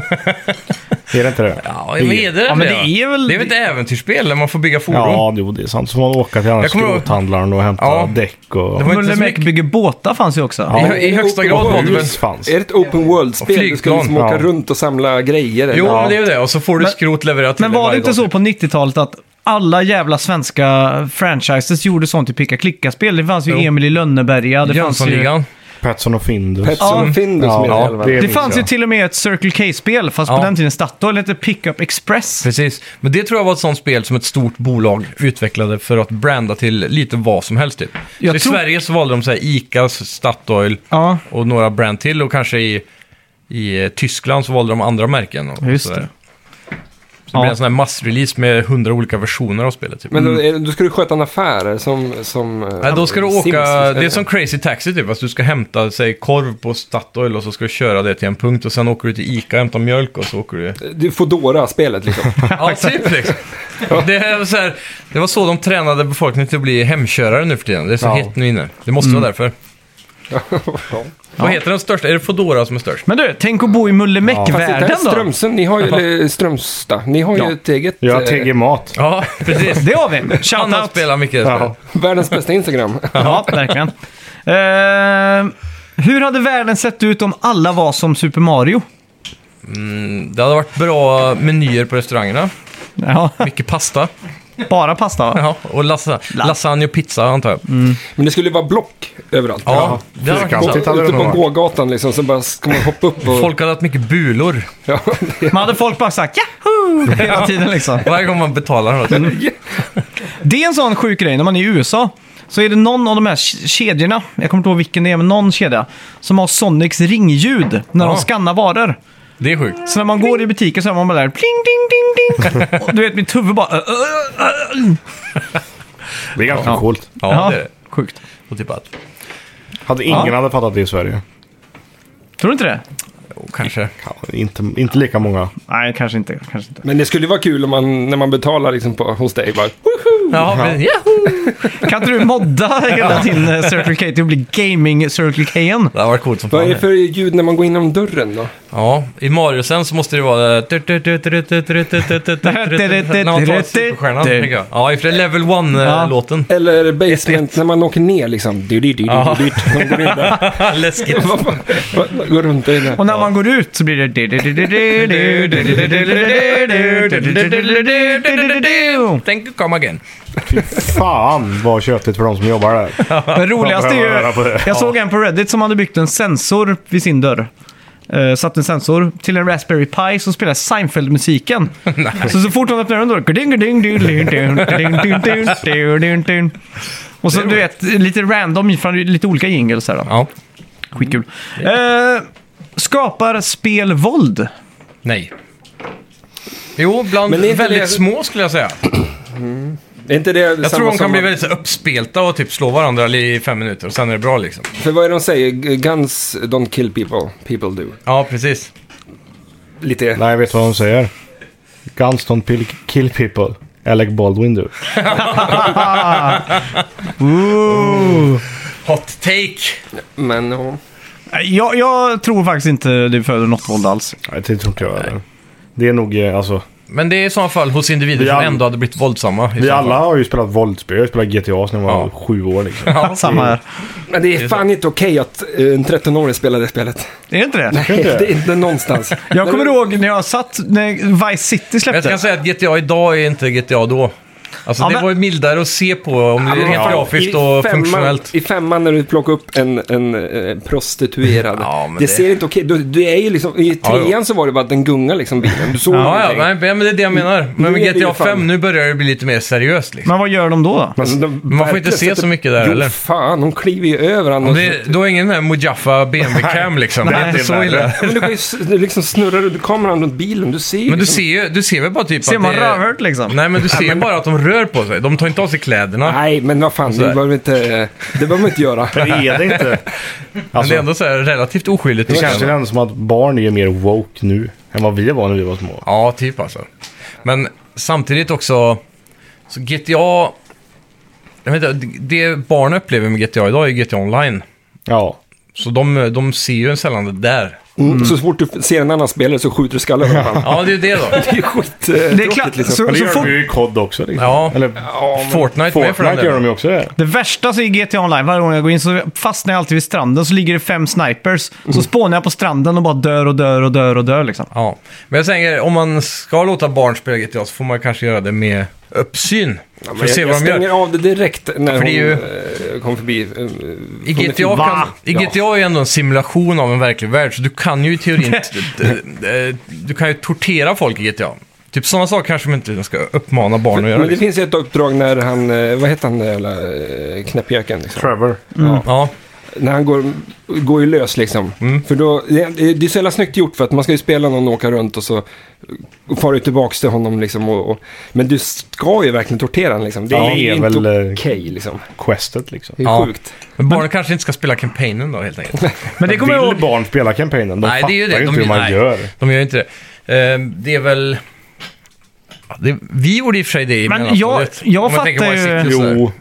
Speaker 3: är det inte det?
Speaker 2: Ja, men är det
Speaker 1: Ja, men
Speaker 2: det?
Speaker 1: det är väl-
Speaker 2: det är väl ett äventyrsspel där man får bygga fordon?
Speaker 3: Ja, jo, det är sant. Så får man åka till den här
Speaker 2: Jag kommer ihåg-
Speaker 3: skrothandlaren och hämta
Speaker 2: Ja.
Speaker 3: däck och...
Speaker 2: Det var inte så
Speaker 1: Mullemäck
Speaker 2: mycket-
Speaker 1: bygger båtar fanns ju också.
Speaker 2: I, hö- I högsta grad var det väl...
Speaker 3: Hus fanns.
Speaker 4: Är det ett open world-spel? Du ska
Speaker 2: flygplan.
Speaker 4: liksom åka
Speaker 3: Ja.
Speaker 4: runt och samla grejer. eller?
Speaker 2: Jo, men det är ju det. Och så får du skrot levererat till
Speaker 1: Men
Speaker 2: dig
Speaker 1: var det
Speaker 2: varje
Speaker 1: inte
Speaker 2: dag,
Speaker 1: så
Speaker 2: typ.
Speaker 1: på 90-talet att alla jävla svenska franchises gjorde sånt i picka-klicka-spel? Det fanns ju
Speaker 2: Jo.
Speaker 1: Emil i Lönneberga. Det fanns, ju,
Speaker 2: Jönssonligan.
Speaker 3: Petson och Findus.
Speaker 4: Petson
Speaker 1: Ja.
Speaker 4: Findus
Speaker 3: Ja,
Speaker 4: med
Speaker 3: ja,
Speaker 4: elva.
Speaker 3: det-
Speaker 1: det
Speaker 3: minns
Speaker 1: fanns ju
Speaker 3: jag.
Speaker 1: till och med ett Circle K-spel, fast
Speaker 2: Ja.
Speaker 1: på den tiden Statoil hette Pickup Express.
Speaker 2: Precis. Men det tror jag var ett sånt spel som ett stort bolag utvecklade för att branda till lite vad som helst typ.
Speaker 1: Jag
Speaker 2: så i
Speaker 1: tror-
Speaker 2: Sverige så valde de så här Ica, Statoil
Speaker 1: Ja,
Speaker 2: och några brand till. Och kanske i, i eh, Tyskland så valde de andra märken. Och
Speaker 1: Just
Speaker 2: sådär.
Speaker 1: det.
Speaker 2: Så det blev
Speaker 1: Ja.
Speaker 2: en sån här massrelease med hundra olika versioner av spelet. Typ.
Speaker 4: Men då, är- då ska du sköta en affär som... som eh,
Speaker 2: Nej, då ska du åka,
Speaker 4: Sims, liksom.
Speaker 2: det är som Crazy Taxi typ, alltså du ska hämta sig korv på Statoil och så ska du köra det till en punkt och sen åker du till Ica och hämtar mjölk och så åker du...
Speaker 4: Det är Foodora-spelet liksom.
Speaker 2: Ja, typ liksom. Det, är så här, det var så de tränade befolkningen till att bli hemkörare nu för tiden. Det är så
Speaker 3: Ja.
Speaker 2: hett nu inne. Det måste vara därför. Vad heter den största? Är det Foodora som är störst?
Speaker 1: Men du, tänk att bo i
Speaker 4: Fast inte
Speaker 1: Mullemäck-världen
Speaker 4: ens
Speaker 1: då.
Speaker 4: Strömsund, ni har ju, eller Strömstad, ni har ju
Speaker 1: Ja.
Speaker 4: ett eget...
Speaker 3: Jag har
Speaker 4: eh,
Speaker 3: TG Mat.
Speaker 2: Ja, precis.
Speaker 1: Det har vi. Shout
Speaker 2: Anna
Speaker 1: out.
Speaker 2: spelar mycket.
Speaker 3: Ja.
Speaker 4: Världens bästa Instagram.
Speaker 1: Ja, verkligen. Eh, hur hade världen sett ut om alla var som Super Mario?
Speaker 2: Mm, Det hade varit bra menyer på restaurangerna.
Speaker 1: Ja,
Speaker 2: Mycket pasta.
Speaker 1: bara pasta va?
Speaker 2: Ja, och lassa, lasagne och pizza antar jag.
Speaker 4: Men det skulle ju vara block överallt.
Speaker 2: Mm. Ja, det hade varit
Speaker 3: Fyrkant.
Speaker 2: intressant.
Speaker 3: Alltid hade
Speaker 4: Ute
Speaker 3: det
Speaker 4: på
Speaker 3: nog
Speaker 4: gågatan liksom, så bara ska man hoppa upp och...
Speaker 2: Folk hade haft mycket bulor.
Speaker 4: Ja, det-
Speaker 1: Man hade folk bara sagt Yahoo! hela tiden liksom.
Speaker 2: Varje gång man betalar något.
Speaker 1: Det är en sån sjuk grej, när man är i USA så är det någon av de här ke- kedjorna, jag kommer inte ihåg vilken det är, men någon kedja, som har Sonics ringljud när
Speaker 2: Ja.
Speaker 1: de skannar varor.
Speaker 2: Det är sjukt.
Speaker 1: Så när man går i butiken så är man bara där, pling, ding, ding, ding. Och du vet, mitt huvud bara... "Ö, ö, ö, ö."
Speaker 3: Det är ganska
Speaker 1: Ja.
Speaker 3: coolt.
Speaker 2: Ja, det är det.
Speaker 1: Sjukt.
Speaker 2: Och typ att,
Speaker 3: Hade ingen hade fattat det i Sverige.
Speaker 1: Tror du inte det?
Speaker 2: och kanske.
Speaker 3: Ja, inte, inte lika många.
Speaker 1: Nej, kanske inte. Kanske inte.
Speaker 4: Men det skulle ju vara kul om man, när man betalar liksom på, hos dig. Bara,
Speaker 2: Ja, men, yahoo!
Speaker 1: Kan inte du modda hela din eh, Circle K till att bli gaming Circle K? -en?
Speaker 2: Det hade varit coolt som
Speaker 4: vad är
Speaker 2: fan.
Speaker 4: det för ljud när man går in genom dörren då?
Speaker 2: Ja, i Mario sen så måste det vara... När man tar superstjärnan, tänker jag. Ja, för det är Level 1-låten.
Speaker 4: Eller basement, när man åker ner liksom. Du, du, du, du,
Speaker 2: Ja.
Speaker 4: du, du. Man går in där.
Speaker 2: Läskigt.
Speaker 4: Vad fan? Vad- vad- Går runt där inne.
Speaker 1: Och när man går ut så blir det...
Speaker 2: Tänk att komma igen.
Speaker 3: Fy fan vad köttigt för de som jobbar där.
Speaker 1: Men roligast är
Speaker 3: Bara höra på
Speaker 1: ju...
Speaker 3: det.
Speaker 1: Jag såg en på Reddit som hade byggt en sensor vid sin dörr. Eh, satt en sensor till en Raspberry Pi som spelar Seinfeld-musiken. Så så fort hon öppnar den dörren... ding, ding, ding, ding, ding, ding, ding, ding, ding, ding, ding. Och så du vet, lite random från lite olika jingles här då.
Speaker 2: Ja.
Speaker 1: Skitkul. Eh, skapar spel våld?
Speaker 2: Nej. Jo, bland
Speaker 4: Men det är inte
Speaker 2: väldigt
Speaker 4: det-
Speaker 2: små skulle jag säga.
Speaker 4: Är inte det
Speaker 2: Jag
Speaker 4: samma
Speaker 2: tror de
Speaker 4: som
Speaker 2: kan bli
Speaker 4: att-
Speaker 2: väldigt så här uppspelta och typ slå varandra i fem minuter och sen är det bra liksom.
Speaker 4: För vad är det de säger? Guns don't kill people, people do.
Speaker 2: Ja, precis.
Speaker 4: Lite...
Speaker 3: Nej, vet du vad de säger? Guns don't pill- kill people. Alec Baldwin du. Oh.
Speaker 2: Hot take!
Speaker 4: Men ja.
Speaker 1: Nej, Jag, jag tror faktiskt inte det föder något våld alls.
Speaker 3: Nej, det tror inte jag heller. Det är nog eh, alltså.
Speaker 2: Men det är i sådana fall hos individer
Speaker 3: Vi
Speaker 2: som
Speaker 3: all-
Speaker 2: ändå hade blivit våldsamma. i
Speaker 3: Vi
Speaker 2: så fall.
Speaker 3: alla har ju spelat våldsspel. Jag spelade GTA sen jag var sju år liksom.
Speaker 1: Samma här.
Speaker 4: Men det är fan inte okej att eh, en 13-åring spelar det spelet.
Speaker 1: Är det inte det?
Speaker 4: Nej, det är inte någonstans.
Speaker 1: Jag kommer ihåg när jag satt när Vice City
Speaker 2: Men Jag
Speaker 1: släpptes.
Speaker 2: kan säga att GTA idag är inte GTA då. Alltså
Speaker 1: Ja,
Speaker 2: det
Speaker 1: men-
Speaker 2: var ju mildare att se på om det är rent grafiskt och funktionellt.
Speaker 4: I femman när du plockar upp en, en eh, prostituerad.
Speaker 2: Ja, men
Speaker 4: det,
Speaker 2: det-
Speaker 4: ser inte okej du, du är ju liksom, I
Speaker 2: Ja, jo.
Speaker 4: trean så var det bara att den gungade liksom bilen. Du såg
Speaker 2: Ja, ja,
Speaker 4: ingenting.
Speaker 2: nej, men det är det jag menar. Men
Speaker 4: Nu
Speaker 2: med
Speaker 4: är det ju
Speaker 2: GTA 5,
Speaker 4: fan-
Speaker 2: nu börjar det bli lite mer seriöst liksom.
Speaker 1: Men vad gör de då? då?
Speaker 4: Alltså, de,
Speaker 2: Men man får
Speaker 4: verkligen
Speaker 2: inte se
Speaker 4: sätter-
Speaker 2: så mycket där,
Speaker 4: jo,
Speaker 2: eller?
Speaker 4: fan, de kliver ju över
Speaker 2: Om
Speaker 4: annars.
Speaker 2: det, då är ingen den här Mujaffa BMW-cam liksom. Det är inte så illa.
Speaker 4: Men du kan ju s- du liksom snurra runt kameran runt bilen, du ser ju
Speaker 2: Men du
Speaker 4: liksom,
Speaker 2: ser ju, du ser väl bara typ
Speaker 1: Ser
Speaker 2: att
Speaker 1: man
Speaker 2: det är...
Speaker 1: rövhört liksom?
Speaker 2: Nej, men du ser ju bara att de rör rör på sig. De tar inte av sig kläderna.
Speaker 4: Nej, men vad fan, det
Speaker 2: Sådär.
Speaker 4: behöver, vi inte, det behöver man inte göra.
Speaker 3: Det är det inte.
Speaker 2: men det
Speaker 3: Alltså,
Speaker 2: är ändå så här relativt oskyldigt.
Speaker 3: det
Speaker 2: tycker
Speaker 3: känns
Speaker 2: jag.
Speaker 3: ju ändå som att barn är mer woke nu än vad vi var när vi var små.
Speaker 2: Ja, typ alltså. Men samtidigt också, så GTA... Jag vet inte, det barn upplever med GTA idag är GTA Online.
Speaker 3: Ja.
Speaker 2: Så de, de ser ju en sällan det där.
Speaker 4: Mm. Så fort du ser en annan spelare så skjuter du skallen av honom.
Speaker 2: Mm. Ja, det är ju det då.
Speaker 4: Det är skit eh,
Speaker 1: Det är
Speaker 4: tråkigt,
Speaker 1: klart,
Speaker 4: liksom.
Speaker 1: så,
Speaker 3: Men det
Speaker 1: så
Speaker 3: gör
Speaker 1: fort,
Speaker 3: de ju i COD också. Liksom.
Speaker 2: Ja.
Speaker 3: Eller
Speaker 2: Fortnite, med för den
Speaker 3: Fortnite gör de
Speaker 2: delen.
Speaker 3: ju också det.
Speaker 1: Det värsta så i GTA Online, varje gång jag går in så fastnar jag alltid vid stranden. Så ligger det fem snipers. Så spånar jag på stranden och bara dör och dör och dör och dör liksom.
Speaker 2: Ja, men jag tänker om man ska låta barn spela GTA så får man kanske göra det med uppsyn. för
Speaker 4: Men
Speaker 2: att
Speaker 4: jag,
Speaker 2: se
Speaker 4: jag
Speaker 2: vad de
Speaker 4: stänger
Speaker 2: gör.
Speaker 4: av det direkt när
Speaker 2: för
Speaker 4: hon
Speaker 2: det är ju-
Speaker 4: eh, kom förbi. eh,
Speaker 2: I
Speaker 4: från ett-
Speaker 2: GTA, kan,
Speaker 4: Va?
Speaker 2: I GTA är ju ändå en simulation av en verklig värld, så du kan ju i teorin... d- d- du kan ju tortera folk i GTA. Typ sådana saker kanske man inte ska uppmana barn att göra.
Speaker 4: Men det
Speaker 2: Liksom.
Speaker 4: finns ju ett uppdrag när han, eh, vad heter han den jävla eh, knäppjöken? Liksom.
Speaker 3: Trevor.
Speaker 2: Ja,
Speaker 4: När han går, går ju lös liksom.
Speaker 2: Mm.
Speaker 4: För då, det, det är så jävla snyggt gjort för att man ska ju spela någon och åka runt och så far du tillbaks till honom liksom. Och, och, men du ska ju verkligen tortera honom liksom. Det är
Speaker 3: Ja, det
Speaker 4: ju
Speaker 3: är
Speaker 4: inte
Speaker 3: väl,
Speaker 4: okej
Speaker 3: eh,
Speaker 4: liksom.
Speaker 3: Questet liksom.
Speaker 4: Det är
Speaker 2: Ja.
Speaker 4: sjukt.
Speaker 2: men barnen kanske inte ska spela kampanjen då helt enkelt.
Speaker 1: Men det kommer jag
Speaker 3: Vill
Speaker 1: ihåg.
Speaker 3: barn spela kampanjen? De
Speaker 2: Nej,
Speaker 3: fattar
Speaker 2: det är ju
Speaker 3: ju
Speaker 2: det.
Speaker 3: inte
Speaker 2: De-
Speaker 3: hur man
Speaker 2: nej.
Speaker 3: gör.
Speaker 2: De gör ju inte det. Ehm, det är väl... Ja, Det, vi gjorde i och för sig det i
Speaker 1: Men
Speaker 2: mellanstadiet.
Speaker 1: jag- jag
Speaker 2: Om tänker
Speaker 1: fattar
Speaker 2: på
Speaker 1: ju-
Speaker 2: City och sådär.
Speaker 3: Jo,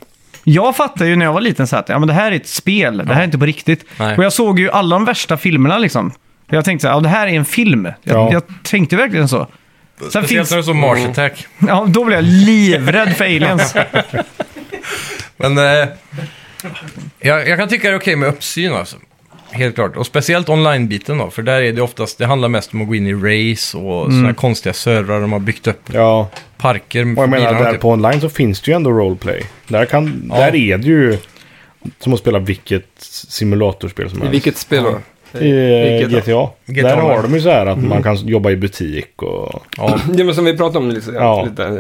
Speaker 1: Jag fattade ju när jag var liten så här att ja, men det här är ett spel. Det här är inte på riktigt.
Speaker 2: Nej.
Speaker 1: Och jag såg ju alla de värsta filmerna liksom. Jag tänkte så här, ja, det här är en film. Jag,
Speaker 3: Ja.
Speaker 1: jag tänkte verkligen så. Sen
Speaker 2: Speciellt
Speaker 1: finns,
Speaker 2: när det är som Mars Attack.
Speaker 1: ja, då blev jag livrädd för aliens.
Speaker 2: Men eh, jag, jag kan tycka det är okej med uppsyn alltså. Helt klart. Och speciellt online-biten då. För där är det oftast, det handlar mest om att gå in i race och såna
Speaker 3: Mm.
Speaker 2: sådana här konstiga servrar de har byggt upp.
Speaker 3: ja.
Speaker 2: Parker med
Speaker 3: Och jag menar,
Speaker 2: bilarna,
Speaker 3: där
Speaker 2: typ.
Speaker 3: på online så finns det ju ändå roleplay. Där, kan,
Speaker 2: Ja.
Speaker 3: där är det ju som att spela vilket simulatorspel som
Speaker 4: I
Speaker 3: helst.
Speaker 4: vilket spel då?
Speaker 3: I eh,
Speaker 4: vilket Mm. då?
Speaker 3: GTA.
Speaker 2: GTA,
Speaker 3: Där har
Speaker 2: ja.
Speaker 3: de ju så här att man kan jobba i butik och...
Speaker 2: Ja.
Speaker 4: Ja, men som vi pratade om liksom,
Speaker 3: Ja.
Speaker 4: lite, eh,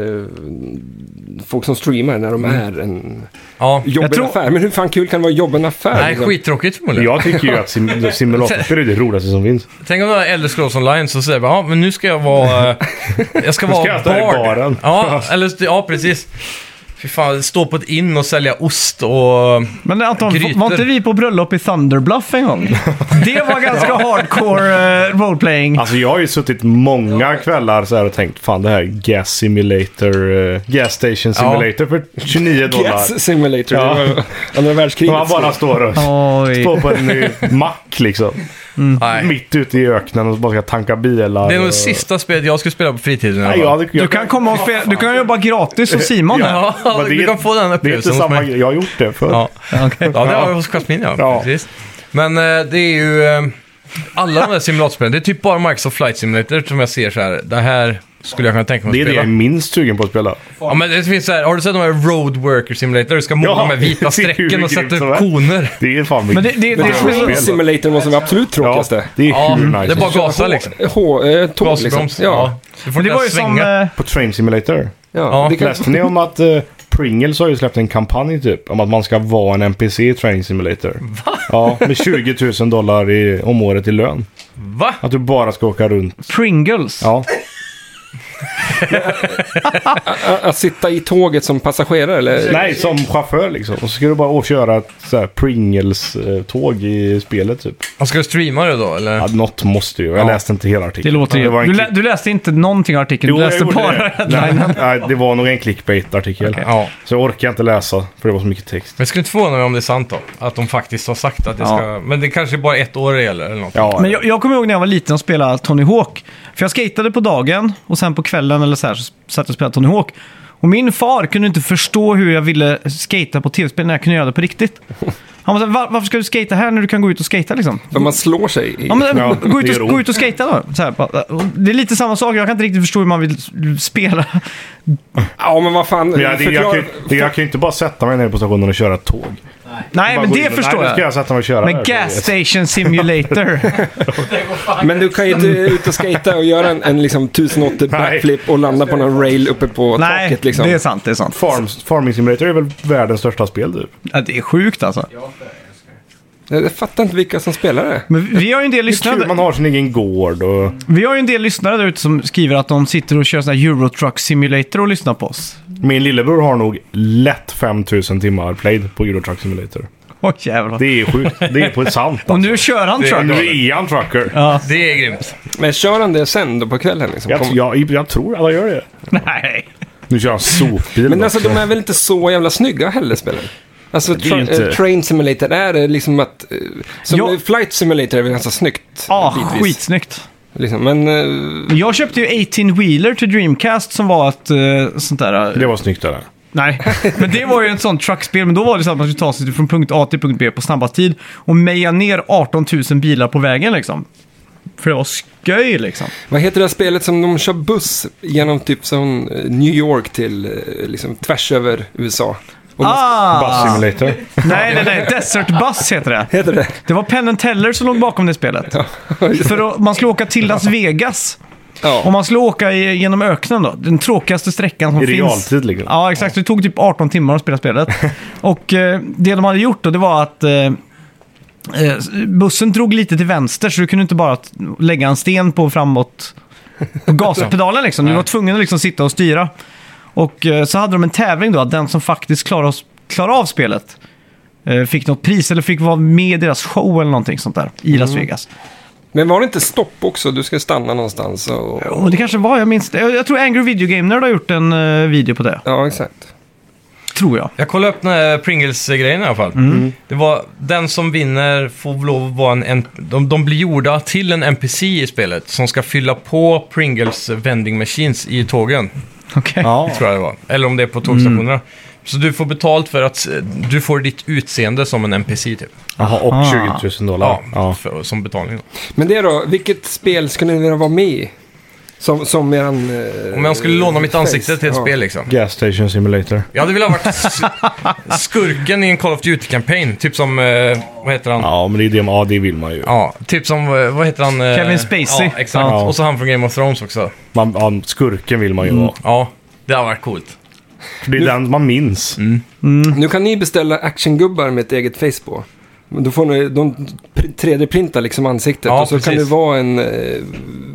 Speaker 4: folk som streamar när de är en
Speaker 2: ja.
Speaker 4: jobben
Speaker 1: tror-
Speaker 4: affär. Men hur fan kul kan det vara jobben affär?
Speaker 2: Nej,
Speaker 4: liksom?
Speaker 2: skittråkigt förmodligen.
Speaker 3: Jag tycker ju att sim- simulatorspel är det roligaste som finns.
Speaker 2: Tänk om det var Elder Scrolls Online så säger jag bara, ja men nu ska jag vara... eh, Jag ska vara
Speaker 3: jag stå här i baren."
Speaker 2: Ja, eller, ja, precis. Fy fan, stå på ett inn och sälja ost
Speaker 3: Mm.
Speaker 2: och...
Speaker 1: Men Anton,
Speaker 2: Grytor.
Speaker 1: var inte vi på bröllop i Thunderbluff en gång? Det var ganska hardcore uh, roleplaying.
Speaker 3: Alltså jag har ju suttit många kvällar så här och tänkt fan det här är gas simulator, eh, gas station simulator för 29 dollar.
Speaker 4: Gas Simulator,
Speaker 3: Ja.
Speaker 4: det var andra
Speaker 3: Och han
Speaker 4: världskriget.
Speaker 3: bara står och
Speaker 1: Oj.
Speaker 3: står på en eh, mack liksom.
Speaker 2: Nej.
Speaker 3: Mitt ute i öknen och bara ska tanka bilar.
Speaker 2: Det är nog det
Speaker 3: och-
Speaker 2: sista spelet jag skulle spela på fritiden. i alla
Speaker 3: Nej,
Speaker 2: fall.
Speaker 3: jag, hade- jag,
Speaker 1: Du kan komma och spela, du kan jobba gratis hos Simon här.
Speaker 2: Ja,
Speaker 3: Men det
Speaker 2: du
Speaker 3: är-
Speaker 2: kan få den
Speaker 3: Det är inte
Speaker 2: upplevelsen hos
Speaker 3: samma
Speaker 2: mig.
Speaker 3: grej. Jag har gjort det förr.
Speaker 2: Ja.
Speaker 1: Okej.
Speaker 2: ja, det har jag hos Jasmine ja.
Speaker 3: Ja.
Speaker 2: Precis. Men eh, det är ju... Eh, alla de där simulatorspelen, det är typ bara Microsoft Flight Simulator som jag ser så här. Det här skulle jag kunna tänka mig
Speaker 3: Det är
Speaker 2: att
Speaker 3: det jag är
Speaker 2: spela.
Speaker 3: minst sugen på att spela.
Speaker 2: Ja, men det finns så här, har du sett de här Road Worker Simulator? Du ska måla
Speaker 3: Ja,
Speaker 2: med vita
Speaker 3: det är hur
Speaker 2: strecken och
Speaker 3: grymt
Speaker 2: sätta
Speaker 3: som
Speaker 2: upp
Speaker 3: helst.
Speaker 2: koner.
Speaker 3: Det är fan
Speaker 1: Men det, det, det, som är
Speaker 4: Gas
Speaker 1: så,
Speaker 4: Simulator var som det absolut
Speaker 3: ja,
Speaker 4: tråkigaste.
Speaker 3: det är
Speaker 2: Ja,
Speaker 1: mm.
Speaker 3: hur nice.
Speaker 2: det är bara att gasa liksom.
Speaker 4: H, eh, tåg liksom.
Speaker 2: Gasbroms.
Speaker 4: Ja.
Speaker 2: Ja. Du får
Speaker 1: det
Speaker 2: inte
Speaker 1: var ju
Speaker 2: ens
Speaker 1: som...
Speaker 2: svänga.
Speaker 1: eh,
Speaker 3: På Train Simulator.
Speaker 4: Ja,
Speaker 2: Ja.
Speaker 4: det kan-
Speaker 3: Läste ni om att eh, Pringles har ju släppt en kampanj typ om att man ska vara en NPC i Train Simulator? Va? Ja, med 20 000 dollar i, om året i lön.
Speaker 2: Va?
Speaker 3: Att du bara ska åka runt.
Speaker 1: Pringles.
Speaker 3: Ja,
Speaker 4: Att, att sitta i tåget som passagerare eller?
Speaker 3: nej som chaufför liksom. Och så ska du bara å- köra ett så här Pringles-tåg i spelet typ.
Speaker 2: Och Ska du streama det då eller?
Speaker 3: Ja, något måste ju. Jag
Speaker 2: Ja.
Speaker 3: läste inte hela
Speaker 1: Det
Speaker 3: artikeln.
Speaker 1: låter ju...
Speaker 3: Det var en
Speaker 1: Du, lä,
Speaker 3: klick-
Speaker 1: du läste inte någonting av artikeln,
Speaker 3: Jo,
Speaker 1: du
Speaker 3: jag
Speaker 1: läste
Speaker 3: gjorde
Speaker 1: bara
Speaker 3: det.
Speaker 1: headlinen.
Speaker 3: Nej, nej, det var nog en clickbait-artikel.
Speaker 2: Ja.
Speaker 3: Så jag orkar inte läsa för det var så mycket text.
Speaker 2: Men jag skulle inte förvåna mig om det är sant då. Att de faktiskt har sagt att det
Speaker 1: Ja.
Speaker 2: ska... Men det kanske är bara ett år det gäller eller något.
Speaker 3: Ja,
Speaker 1: Men jag, jag kommer ihåg när jag var liten och spelade Tony Hawk. För jag skatade på dagen och sen på kvällen eller så här så satt jag och spelade Tony Hawk. Och min far kunde inte förstå hur jag ville skata på tv-spel när jag kunde göra det på riktigt. Han var så här, "Va- varför ska du skata här när du kan gå ut och skata liksom?
Speaker 4: För man slår sig i...
Speaker 1: Ja, men,
Speaker 3: Ja,
Speaker 1: gå,
Speaker 3: det
Speaker 1: ut
Speaker 3: gör
Speaker 1: och, gå
Speaker 3: ont.
Speaker 1: ut och skata då. Så här, bara, och det är lite samma sak, jag kan inte riktigt förstå hur man vill s- spela.
Speaker 4: Ja, men vad fan.
Speaker 3: Men jag, det, jag,
Speaker 4: förklara-
Speaker 3: kan, ju- det, jag kan ju inte bara sätta mig ner på stationen och köra ett tåg.
Speaker 1: Nej,
Speaker 3: Bara
Speaker 1: men
Speaker 3: gå
Speaker 1: det
Speaker 3: in och-
Speaker 1: förstår
Speaker 3: nej, nu ska
Speaker 1: jag.
Speaker 3: jag sätta mig och köra.
Speaker 1: Men
Speaker 3: här.
Speaker 1: Gas Station Simulator.
Speaker 4: Men du kan ju inte ut och skata och göra en, en liksom 1080 backflip och landa på någon rail uppe på
Speaker 1: Nej,
Speaker 4: taket liksom.
Speaker 1: det är sant. Det är sant.
Speaker 3: typ. Farms, farming Simulator är väl världens största spel du?
Speaker 1: Ja, det är sjukt alltså.
Speaker 4: Jag jag fattar inte vilka som spelar det.
Speaker 1: Men vi har ju en del
Speaker 3: Det är kul,
Speaker 1: lyssnare.
Speaker 3: man har sin egen gård och...
Speaker 1: Vi har ju en del lyssnare där ute som skriver att de sitter och kör sån här Eurotruck Simulator och lyssnar på oss.
Speaker 3: Min lillebror har nog lätt 5000 timmar played på Euro Truck Simulator.
Speaker 1: Åh jävlar.
Speaker 3: Det är sjukt. Det är på ett sant
Speaker 1: Och
Speaker 3: alltså.
Speaker 1: nu kör han
Speaker 2: Det-
Speaker 1: truck.
Speaker 3: Nu är han trucker.
Speaker 1: Ja,
Speaker 2: Det är grymt.
Speaker 4: Men kör han det sen då på kvällen? Liksom?
Speaker 3: Jag,
Speaker 4: Kom-
Speaker 3: jag, jag tror alla gör det.
Speaker 1: nej.
Speaker 3: Nu kör han sopbil
Speaker 4: Men alltså
Speaker 3: också.
Speaker 4: de är väl inte så jävla snygga heller spelen? Alltså
Speaker 3: är ju
Speaker 4: tra-
Speaker 3: inte-
Speaker 4: eh, Train Simulator är det liksom att... eh, Som
Speaker 1: Ja.
Speaker 4: eh, Flight Simulator är väl ganska snyggt?
Speaker 3: Ah,
Speaker 1: Ja,
Speaker 4: bitvis,
Speaker 1: Ah, skitsnyggt.
Speaker 4: Liksom. Men eh,
Speaker 1: Jag köpte ju 18-wheeler till Dreamcast som var ett eh, sånt där...
Speaker 3: Det var snyggt det där.
Speaker 1: Nej, men det var ju ett sånt truckspel. Men då var det så att man skulle ta sig till- från punkt A till punkt B på snabbast tid och meja ner 18 000 bilar på vägen liksom. För det var sköj liksom.
Speaker 4: vad heter det här spelet som de kör buss genom typ som eh, New York till eh, liksom tvärs över USA? Och man-
Speaker 3: Bus
Speaker 1: Ah!
Speaker 3: Simulator.
Speaker 1: Nej, nej, nej. Desert Bus heter det.
Speaker 4: Heter det
Speaker 1: Det var Penn Teller som låg bakom det spelet. För att man skulle åka till Las Vegas. Om
Speaker 4: Ja.
Speaker 1: man skulle åka i- genom öknen då, den tråkigaste sträckan som
Speaker 3: I
Speaker 1: finns.
Speaker 3: realtid liksom.
Speaker 1: Ja, exakt. Det tog typ 18 timmar att spela spelet. och eh, det de hade gjort då, det var att eh, eh, bussen drog lite till vänster så du kunde inte bara t- lägga en sten på framåt på gaspedalen liksom. Du var tvungen att liksom sitta och styra. Och eh, så hade de en tävling då, att den som faktiskt klarade, oss, klarade av spelet eh, fick något pris eller fick vara med i deras show eller någonting sånt där i Las Vegas.
Speaker 4: Men var det inte stopp också? Du ska stanna någonstans och...
Speaker 1: Och det kanske var, jag minns det. Jag, jag tror Angry Video Game Nerd har gjort en eh, video på det.
Speaker 4: Ja, exakt.
Speaker 1: Tror jag.
Speaker 2: Jag kollade upp den här Pringles-grejen i alla fall.
Speaker 3: Mm.
Speaker 2: Det var den som vinner får väl lov att vara en... en de, de blir gjorda till en NPC i spelet som ska fylla på Pringles vending machines i tågen.
Speaker 1: Okej.
Speaker 3: Ja. Mm.
Speaker 2: Tror jag det var. Eller om det är på tågstationerna. Så du får betalt för att eh, du får ditt utseende som en NPC typ.
Speaker 3: Jaha,
Speaker 1: Ah.
Speaker 3: och 20 000 dollar. Ja.
Speaker 2: För, som betalning. Då.
Speaker 4: Men det då, vilket spel skulle ni vilja vara med i? Som, som eran... eh,
Speaker 2: Om jag skulle låna mitt
Speaker 4: face.
Speaker 2: ansikte till ett
Speaker 4: Ja.
Speaker 2: spel liksom.
Speaker 3: Gas Station Simulator.
Speaker 2: Jag hade velat ha varit s- skurken i en Call of Duty-kampanj. Typ som, eh, vad heter han? Ja.
Speaker 3: Ja, men det är det, ja, det vill man ju.
Speaker 2: typ som, eh, vad heter han? eh,
Speaker 1: Kevin Spacey.
Speaker 2: Ja, exakt.
Speaker 3: Ja.
Speaker 2: Och så han från Game of Thrones också.
Speaker 3: Man, ja, skurken vill man ju vara.
Speaker 2: Ja, det har varit coolt.
Speaker 3: Det är den man minns.
Speaker 4: Mm. Nu kan ni beställa actiongubbar med ett eget face på. Men Då får ni, de pr- 3D-printar liksom ansiktet
Speaker 2: Ja,
Speaker 4: och så kan
Speaker 2: precis.
Speaker 4: det vara en, eh,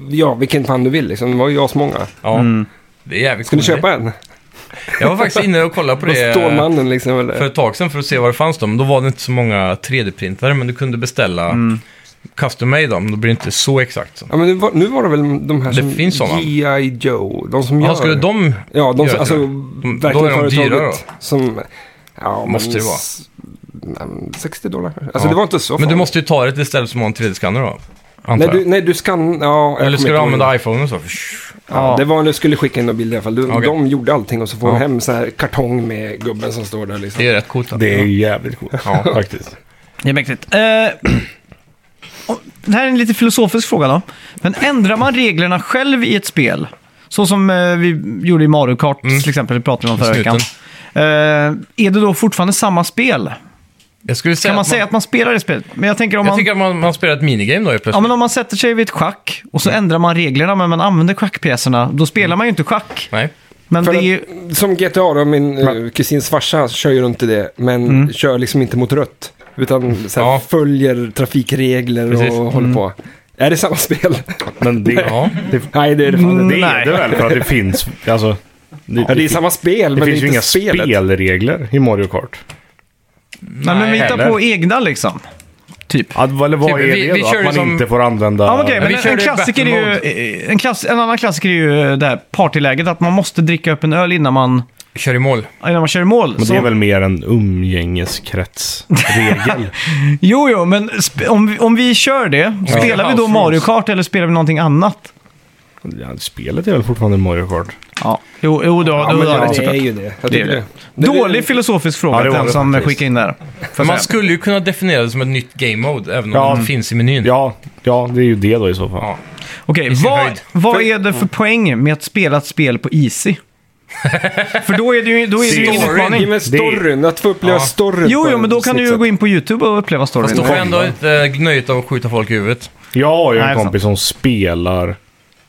Speaker 4: ja vilken fan du vill liksom. Det var ju asmånga.
Speaker 2: Ja, det är jävligt
Speaker 4: Mm. Ska ni
Speaker 2: coolt.
Speaker 4: köpa en?
Speaker 2: Jag var faktiskt inne och kollade på
Speaker 4: Då
Speaker 2: det eh,
Speaker 4: står mannen liksom. Eller?
Speaker 2: för ett tag sedan för att se vad det fanns då. Men då var det inte så många 3D-printare, men du kunde beställa
Speaker 4: Mm.
Speaker 2: custom made dem. Då blir det inte så exakt. Så.
Speaker 4: Ja, men nu, var, nu var det väl de här
Speaker 2: Det
Speaker 4: som
Speaker 2: finns såna.
Speaker 4: G.I. Joe, de som
Speaker 2: Ja,
Speaker 4: gör...
Speaker 2: skulle de...
Speaker 4: Ja,
Speaker 2: göra
Speaker 4: de som,
Speaker 2: det?
Speaker 4: alltså
Speaker 2: De- då är de
Speaker 4: verkligen
Speaker 2: dyra då.
Speaker 4: företaget som... Ja,
Speaker 2: Måste det vara.
Speaker 4: vara. 60 dollar kanske. Alltså
Speaker 2: Ja.
Speaker 4: det var inte så
Speaker 2: Men du
Speaker 4: farligt.
Speaker 2: måste ju ta det istället som att ha en 3D-skanner då. Antar
Speaker 4: Nej
Speaker 2: jag.
Speaker 4: du, nej, du skan... Ja, jag
Speaker 2: Eller
Speaker 4: kommer
Speaker 2: ska
Speaker 4: inte
Speaker 2: du
Speaker 4: ihåg.
Speaker 2: använda iPhone och så?
Speaker 4: Ja, det var när du skulle skicka in några bilder i alla fall. Du,
Speaker 2: Okej.
Speaker 4: De gjorde allting och så får
Speaker 2: Ja.
Speaker 4: de hem så här kartong med gubben som står där liksom.
Speaker 2: Det är rätt coolt. då.
Speaker 3: Det är ju jävligt coolt
Speaker 2: Ja.
Speaker 3: faktiskt.
Speaker 1: Det är mäktigt. Eh, och det här är en lite filosofisk fråga då. Men ändrar man reglerna själv i ett spel? Så som eh, vi gjorde i Mario Kart till exempel, det pratade vi om förra
Speaker 2: Snuten.
Speaker 1: veckan. Eh, är det då fortfarande samma spel?
Speaker 2: Jag skulle säga
Speaker 1: Kan man
Speaker 2: att
Speaker 1: säga att man spelar det spelet? Men jag tänker om
Speaker 2: Jag
Speaker 1: man...
Speaker 2: tycker att man, man spelar ett minigame då helt
Speaker 1: Ja,
Speaker 2: plötsligt.
Speaker 1: men om man sätter sig vid ett schack och så ändrar man reglerna men man använder schackpjäserna, då spelar man ju inte schack.
Speaker 2: Nej.
Speaker 1: Men
Speaker 4: För
Speaker 1: det är ju...
Speaker 4: att, som GTA då, min eh, kusins farsa kör ju runt i det, men kör liksom inte mot rött. Utan så här,
Speaker 2: Mm. Ja.
Speaker 4: följer trafikregler
Speaker 2: Precis. Mm.
Speaker 4: och håller på. Är det samma spel?
Speaker 3: Men det,
Speaker 2: Ja.
Speaker 3: det,
Speaker 4: Nej, det är det
Speaker 1: Mm.
Speaker 4: fan
Speaker 3: det
Speaker 1: Nej.
Speaker 3: är det väl för att det finns... Alltså, det,
Speaker 4: Ja, det är samma spel,
Speaker 3: det
Speaker 4: men
Speaker 3: finns
Speaker 4: det
Speaker 3: ju
Speaker 4: är
Speaker 3: inga
Speaker 4: inte spelet.
Speaker 3: spelregler i Mario Kart.
Speaker 1: Nej, men vi hittar
Speaker 3: heller.
Speaker 1: på egna liksom. Typ.
Speaker 3: Att, eller vad
Speaker 2: Typ,
Speaker 3: är
Speaker 2: vi-
Speaker 3: det
Speaker 2: vi
Speaker 3: då?
Speaker 2: kör ju
Speaker 3: Att man
Speaker 2: som-
Speaker 3: inte får använda...
Speaker 1: Ja, men okej,
Speaker 2: vi
Speaker 1: men en,
Speaker 2: körde
Speaker 1: en klassiker är
Speaker 2: battle
Speaker 1: ju... En, klass, en annan klassiker är ju eh, det här partyläget, att man måste dricka upp en öl innan man,
Speaker 2: Kör i mål.
Speaker 1: innan man kör i mål.
Speaker 3: Men
Speaker 1: Så-
Speaker 3: det är väl mer en umgängeskretsregel?
Speaker 1: Jo, jo, men sp- om, vi, om vi kör det, spelar vi då
Speaker 2: House
Speaker 1: Mario
Speaker 2: rules.
Speaker 1: Kart eller spelar vi någonting annat?
Speaker 3: ja, spelet är väl fortfarande Mario Kart?
Speaker 1: Ja, jo, jo då,
Speaker 4: Ja,
Speaker 1: då,
Speaker 4: men
Speaker 1: då,
Speaker 4: ja,
Speaker 1: det
Speaker 4: det är
Speaker 1: såklart.
Speaker 4: ju det. Jag
Speaker 1: Det är
Speaker 4: tycker
Speaker 1: det.
Speaker 4: det. Det är
Speaker 1: Dålig
Speaker 4: väl-
Speaker 1: filosofisk fråga
Speaker 3: Ja, det
Speaker 1: till
Speaker 3: var
Speaker 1: den
Speaker 3: det
Speaker 1: som
Speaker 3: faktiskt.
Speaker 1: skickade in där.
Speaker 2: Men man skulle ju kunna definiera det som ett nytt game mode, även om
Speaker 3: Ja.
Speaker 2: det finns i menyn.
Speaker 3: Ja, ja, det är ju det då i så fall.
Speaker 2: Ja.
Speaker 1: Okej,
Speaker 2: sin
Speaker 1: vad,
Speaker 2: höjd.
Speaker 1: vad är det för poäng med att spela ett spel på Easy? för då är det ju, då är det ju ingen
Speaker 2: Storyn.
Speaker 4: Ge
Speaker 1: utmaning.
Speaker 4: mig storyn, att få uppleva
Speaker 2: Ja.
Speaker 4: storyn.
Speaker 1: Jo,
Speaker 4: på
Speaker 1: jo,
Speaker 4: ett
Speaker 1: men då kan du
Speaker 4: snyggt
Speaker 1: ju
Speaker 4: sätt.
Speaker 1: gå in på YouTube och uppleva storyn.
Speaker 2: Fast då får jag
Speaker 3: Mm.
Speaker 2: ändå inte nöjet av att skjuta folk i huvudet.
Speaker 3: Jag har ju en
Speaker 1: Nej,
Speaker 3: kompis som spelar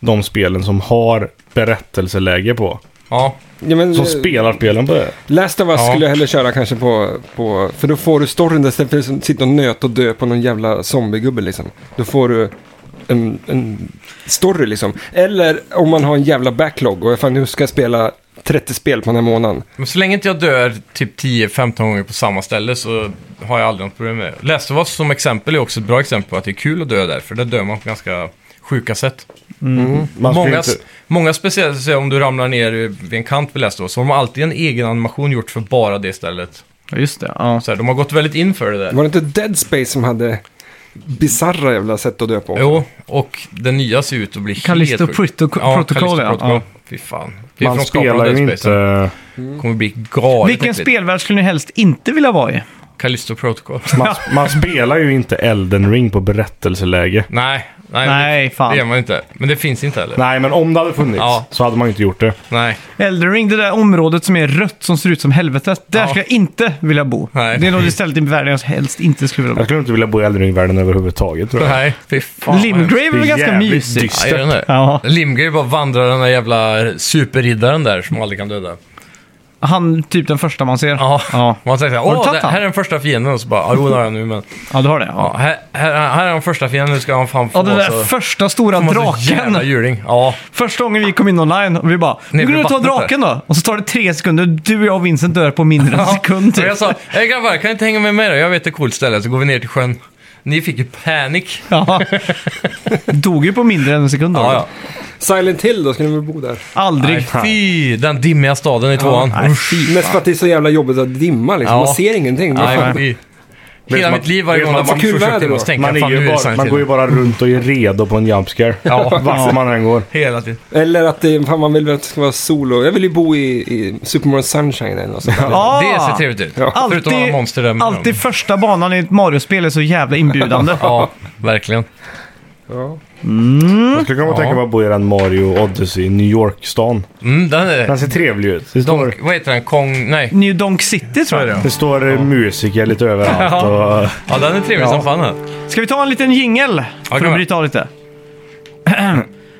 Speaker 3: de spelen som har berättelseläge på.
Speaker 2: Ja,
Speaker 4: Ja, men,
Speaker 3: Som
Speaker 4: eh,
Speaker 3: spelar spelen på det.
Speaker 4: Last of Us
Speaker 2: Ja.
Speaker 4: skulle jag hellre köra kanske på, på... För då får du storyn där istället för att sitta och nöta och dö på någon jävla zombiegubbe liksom. Då får du en, en story liksom. Eller om man har en jävla backlog och jag fan nu ska jag spela 30 spel på den här månaden.
Speaker 2: men så länge inte jag dör typ 10-15 gånger på samma ställe så har jag aldrig något problem med det. Last of Us som exempel är också ett bra exempel på att det är kul att dö där, för där dör man på ganska sjuka sätt.
Speaker 3: Man ska ju
Speaker 2: Många,
Speaker 3: inte...
Speaker 2: många speciellt, så om du ramlar ner vid en kant vid Last of Us, så har de alltid en egen animation gjort för bara det stället.
Speaker 1: Ja, just det. Ja.
Speaker 2: Så här, de har gått väldigt in för det där.
Speaker 4: Var det inte Dead Space som hade bisarra jävla sätt att dö på?
Speaker 2: Jo, och den nya ser ut att bli
Speaker 1: Callisto
Speaker 2: helt sjuk.
Speaker 1: Proto- Protocol, ja.
Speaker 2: Callisto Protocol.
Speaker 1: ja.
Speaker 2: Fy fan. Det är
Speaker 3: Man
Speaker 2: från skaparna
Speaker 3: spelar
Speaker 2: av
Speaker 3: ju
Speaker 2: Dead Space.
Speaker 3: inte...
Speaker 2: Det kommer bli galet
Speaker 1: Vilken
Speaker 2: äckligt.
Speaker 1: spelvärld skulle ni helst inte vilja vara i?
Speaker 2: Callisto Protocol.
Speaker 3: Man, man spelar ju inte Elden Ring på berättelseläge.
Speaker 2: nej, nej,
Speaker 1: Nej,
Speaker 2: det gör
Speaker 1: fan.
Speaker 2: man ju inte. Men det finns inte heller.
Speaker 3: Nej, men om det hade funnits
Speaker 2: Ja.
Speaker 3: så hade man ju inte gjort det.
Speaker 2: Nej.
Speaker 1: Eldering, det där området som är rött som ser ut som helvetet. Där
Speaker 2: Ja.
Speaker 1: skulle jag inte vilja bo.
Speaker 2: Nej.
Speaker 1: Det är nog det stället i världen jag helst inte skulle vilja bo.
Speaker 3: Jag skulle inte vilja bo i Elden Ring-världen överhuvudtaget tror jag.
Speaker 2: Nej, fy fan.
Speaker 1: Limgrave är
Speaker 3: Det
Speaker 1: väl
Speaker 3: är
Speaker 1: ganska
Speaker 3: jävligt
Speaker 1: mysigt?
Speaker 3: dystert.
Speaker 2: Nej, jag vet inte.
Speaker 1: Ja.
Speaker 2: Limgrave bara vandrar den där jävla superriddaren där som aldrig kan döda.
Speaker 1: Han, typ den första man ser.
Speaker 2: Ja.
Speaker 1: Ja,
Speaker 2: Man säger
Speaker 1: Har du
Speaker 2: såhär, åh,
Speaker 1: tagit
Speaker 2: det, här
Speaker 1: han?"
Speaker 2: är den första fienden. Och så bara, "Ja, jo, det har jag nu, men...
Speaker 1: ja du har det. Ja.
Speaker 2: Ja, här, här, här är den första fienden, nu ska han fan få...
Speaker 1: Ja, den där
Speaker 2: så-
Speaker 1: första stora
Speaker 2: får man så Jävla
Speaker 1: draken.
Speaker 2: juring. Ja,
Speaker 1: Första gången vi kom in online och vi bara
Speaker 2: Ner
Speaker 1: “Nu går
Speaker 2: vid
Speaker 1: du ta
Speaker 2: vattnet där."
Speaker 1: draken då!” Och så tar det tre sekunder. Du, jag och Vincent dör på mindre än en sekund.
Speaker 2: Och
Speaker 1: typ.
Speaker 2: jag sa, hej grabbar, kan ni inte hänga med mig då? Jag vet ett coolt ställe, så går vi ner till sjön. Ni fick ju panik.
Speaker 1: Ja. Dog ju på mindre än en sekund då.
Speaker 2: Ja, ja.
Speaker 4: Silent Hill då, skulle ni väl bo där?
Speaker 1: Aldrig.
Speaker 2: Nej, fy, den dimmiga staden i tvåan.
Speaker 1: Nej, fy fan.
Speaker 4: Mest för att det är så jävla jobbigt att dimma liksom.
Speaker 2: Ja.
Speaker 4: Man ser ingenting. Men
Speaker 2: Nej,
Speaker 4: fan,
Speaker 2: fy.
Speaker 3: Vet
Speaker 2: Hela
Speaker 3: man-
Speaker 2: mitt liv varje
Speaker 3: vet
Speaker 2: gång
Speaker 3: man-
Speaker 2: man
Speaker 3: vad
Speaker 4: kul
Speaker 2: försöker
Speaker 4: väder
Speaker 2: till
Speaker 4: det
Speaker 2: att
Speaker 4: var.
Speaker 2: tänka,
Speaker 3: Man, är
Speaker 2: fan nu
Speaker 3: ju
Speaker 2: är det
Speaker 3: bara, man
Speaker 2: Silent
Speaker 3: går ju
Speaker 2: Hill.
Speaker 3: bara runt och är redo på en jumpscare.
Speaker 2: Ja.
Speaker 3: Vart man än går.
Speaker 2: Hela tiden.
Speaker 4: Eller att det, fan, man vill att det ska vara sol och... Jag vill ju bo i, i Super Mario Sunshine eller något sånt där.
Speaker 1: Ah! Ja.
Speaker 2: Det ser trevligt ut.
Speaker 4: Ja.
Speaker 2: Förutom alla monster där. med
Speaker 1: alltid
Speaker 2: dem.
Speaker 1: första banan i ett Mario-spel är så jävla inbjudande.
Speaker 2: Ja, verkligen.
Speaker 4: Ja.
Speaker 3: Jag skulle kunna
Speaker 2: Ja.
Speaker 3: tänka mig att bo i den Mario Odyssey i New York-stan.
Speaker 2: Mm, den är...
Speaker 3: Den ser trevlig ut. Det står,
Speaker 2: Donk, vad heter den? Kong... Nej.
Speaker 1: New Donk City tror jag.
Speaker 3: det står eh, musiker lite överallt.
Speaker 2: Ja.
Speaker 3: Och,
Speaker 2: Ja, den är trevlig som fan. den.
Speaker 1: Ska vi ta en liten jingel? För
Speaker 2: kan
Speaker 1: att
Speaker 2: vi.
Speaker 1: bryta av lite.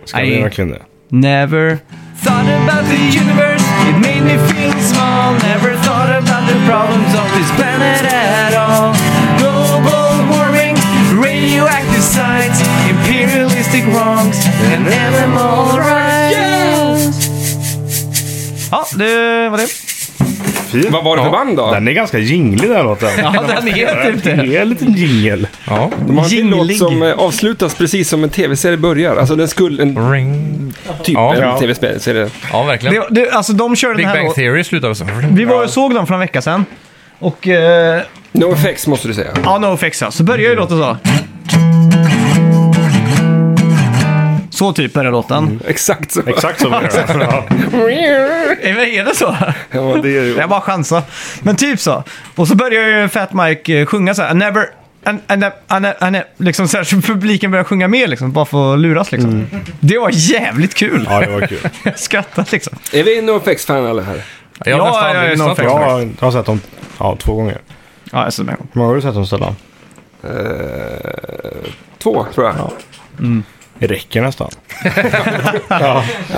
Speaker 3: ska vi
Speaker 1: Nej.
Speaker 3: verkligen det?
Speaker 1: Never thought about the universe, it made me feel small. Never thought about the problems of this planet at all. Global warming, radioactive sites, imperialistic wrongs, and animal rights. Ja, det var det.
Speaker 3: Fint.
Speaker 4: Vad var det för
Speaker 2: Ja.
Speaker 4: band då?
Speaker 3: Den är ganska jinglig den låten.
Speaker 1: Ja, den är typ
Speaker 3: Det är en liten jingel.
Speaker 2: Ja.
Speaker 4: De har alltid en låt
Speaker 1: Jingling.
Speaker 4: som eh, avslutas precis som en tv-serie börjar. Alltså den skulle, en
Speaker 2: Ring.
Speaker 4: typ
Speaker 2: Ja.
Speaker 4: en
Speaker 3: Ja.
Speaker 4: tv-serie.
Speaker 2: Ja, verkligen.
Speaker 1: det, det alltså de kör
Speaker 2: Big
Speaker 1: den här
Speaker 2: Bang
Speaker 1: låten.
Speaker 2: Theory slutar väl så.
Speaker 1: Vi var och såg dem för en vecka sedan. Och... eh,
Speaker 4: No effects måste du säga.
Speaker 1: Ja, NoFX ja. Så
Speaker 2: Mm.
Speaker 1: börjar ju låten så. Så typ börjar låten.
Speaker 2: Mm.
Speaker 4: Exakt så.
Speaker 3: Exakt så var det. Ja.
Speaker 1: Är, är det så?
Speaker 4: Ja, det är ju-
Speaker 1: Jag bara chansar. Men typ så. Och så börjar ju Fat Mike eh, sjunga så här. I never... I, I, I, I, I, liksom så, här, så publiken börjar sjunga med liksom, bara för att luras liksom.
Speaker 2: Mm.
Speaker 1: Det var jävligt kul.
Speaker 3: ja, det var kul.
Speaker 1: Jag skrattade liksom.
Speaker 4: Är vi no effects-fan alla här?
Speaker 2: Jag har
Speaker 1: Ja,
Speaker 2: nästan
Speaker 1: ja,
Speaker 2: aldrig
Speaker 1: ja,
Speaker 2: lyssnat
Speaker 1: någon
Speaker 2: på
Speaker 1: faktiskt.
Speaker 2: den.
Speaker 3: Ja, jag har sett dem ja, två gånger.
Speaker 1: Ja, jag ser med.
Speaker 3: Hur många har du sett dem Stellan?
Speaker 4: Eh, två, tror jag. Ja,
Speaker 3: Det räcker nästan.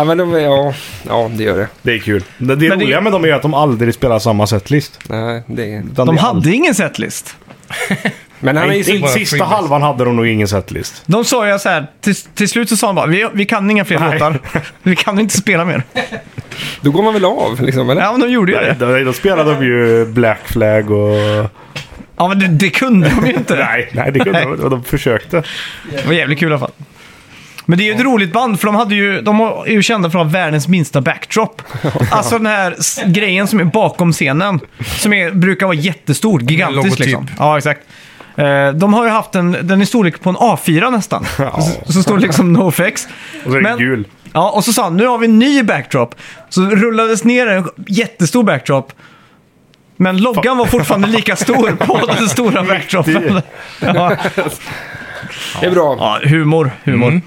Speaker 4: men de, är- ja, ja det gör det.
Speaker 3: Det är kul. Det, det
Speaker 1: Men det-
Speaker 3: roliga med dem är att de aldrig spelar samma setlist.
Speaker 4: Nej, det är...
Speaker 3: Utan
Speaker 1: De
Speaker 3: det är all-
Speaker 1: hade ingen setlist.
Speaker 4: Men han är ju
Speaker 3: Nej,
Speaker 4: så...
Speaker 3: inte-
Speaker 2: bara
Speaker 3: sista
Speaker 2: freelance.
Speaker 3: halvan hade de nog ingen setlist.
Speaker 1: De sa ju så här, till, till slut så sa de bara, vi, vi kan inga fler
Speaker 3: Nej.
Speaker 1: låtar. Vi kan inte spela mer.
Speaker 4: Då går man väl av, liksom, eller?
Speaker 1: Ja, men de gjorde ju det.
Speaker 3: Nej, de, de spelade de ju Black Flag och...
Speaker 1: Ja, men det, det kunde de ju inte.
Speaker 3: Nej, nej det kunde de. De försökte.
Speaker 1: Det var jävligt kul i alla fall. Men det är ju ett roligt band, för de, hade ju, de är ju kända för att ha världens minsta backdrop. Alltså den här s- grejen som är bakom scenen, som är, brukar vara jättestor, gigantisk
Speaker 2: Logotyp.
Speaker 1: liksom. Ja, exakt. Eh, De har ju haft en, den i storlek på en A4 nästan. Så, så står det liksom NoFX.
Speaker 3: Och så är det gul.
Speaker 1: Ja, och så sa han nu har vi en ny backdrop. Så rullades ner en jättestor backdrop. Men loggan var fortfarande lika stor på den stora backdropen. Ja,
Speaker 4: Det är bra.
Speaker 1: ja humor, humor.
Speaker 4: Mm.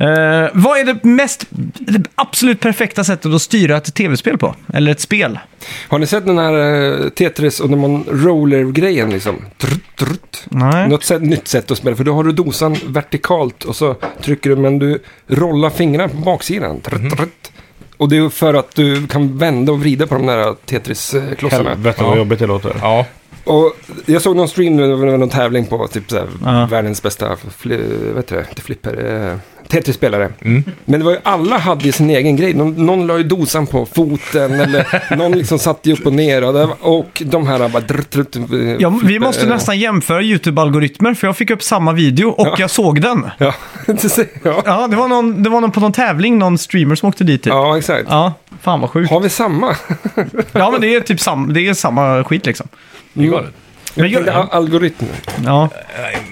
Speaker 1: Eh, vad är det mest, det absolut perfekta sättet att styra ett tv-spel på? Eller ett spel?
Speaker 4: Har ni sett den här eh, Tetris och när man roller-grejen liksom? Trutt, trutt.
Speaker 1: Nej.
Speaker 4: Något sätt, nytt sätt att spela, för då har du dosan
Speaker 3: Mhm.
Speaker 4: vertikalt och så trycker du, men du rollar fingrarna på baksidan. Trutt, trutt. Och det är för att du kan vända och vrida på de där eh, Tetris-klossarna.
Speaker 3: Helvete
Speaker 2: Ja.
Speaker 3: vad jobbigt det låter.
Speaker 2: Ja,
Speaker 4: Och jag såg någon stream, det var någon tävling på typ så här,
Speaker 1: Ja.
Speaker 4: världens bästa fli- vad heter det? Inte flipper, eh, Tetris-spelare.
Speaker 2: Mm.
Speaker 4: Men det var ju, alla hade ju sin egen grej. Någon, någon la ju dosan på foten eller någon liksom satt ju upp och ner. Och, det, var- och de här bara... Drr, drr, drr, eh,
Speaker 1: Ja, vi
Speaker 4: flipper,
Speaker 1: måste
Speaker 4: eh,
Speaker 1: nästan jämföra YouTube-algoritmer, för jag fick upp samma video och
Speaker 4: Ja.
Speaker 1: jag såg den.
Speaker 4: Ja, det ser- ja.
Speaker 1: Ja, det var, någon, det var någon på någon tävling, någon streamer som åkte dit typ. Ja.
Speaker 4: ja exakt.
Speaker 1: fan vad sjukt.
Speaker 4: Har vi samma?
Speaker 1: Ja, men det är typ sam, det är samma skit liksom.
Speaker 2: det är galet.
Speaker 1: Men
Speaker 4: Jag
Speaker 1: jag-
Speaker 4: tänkte al- algoritmer.
Speaker 1: Ja.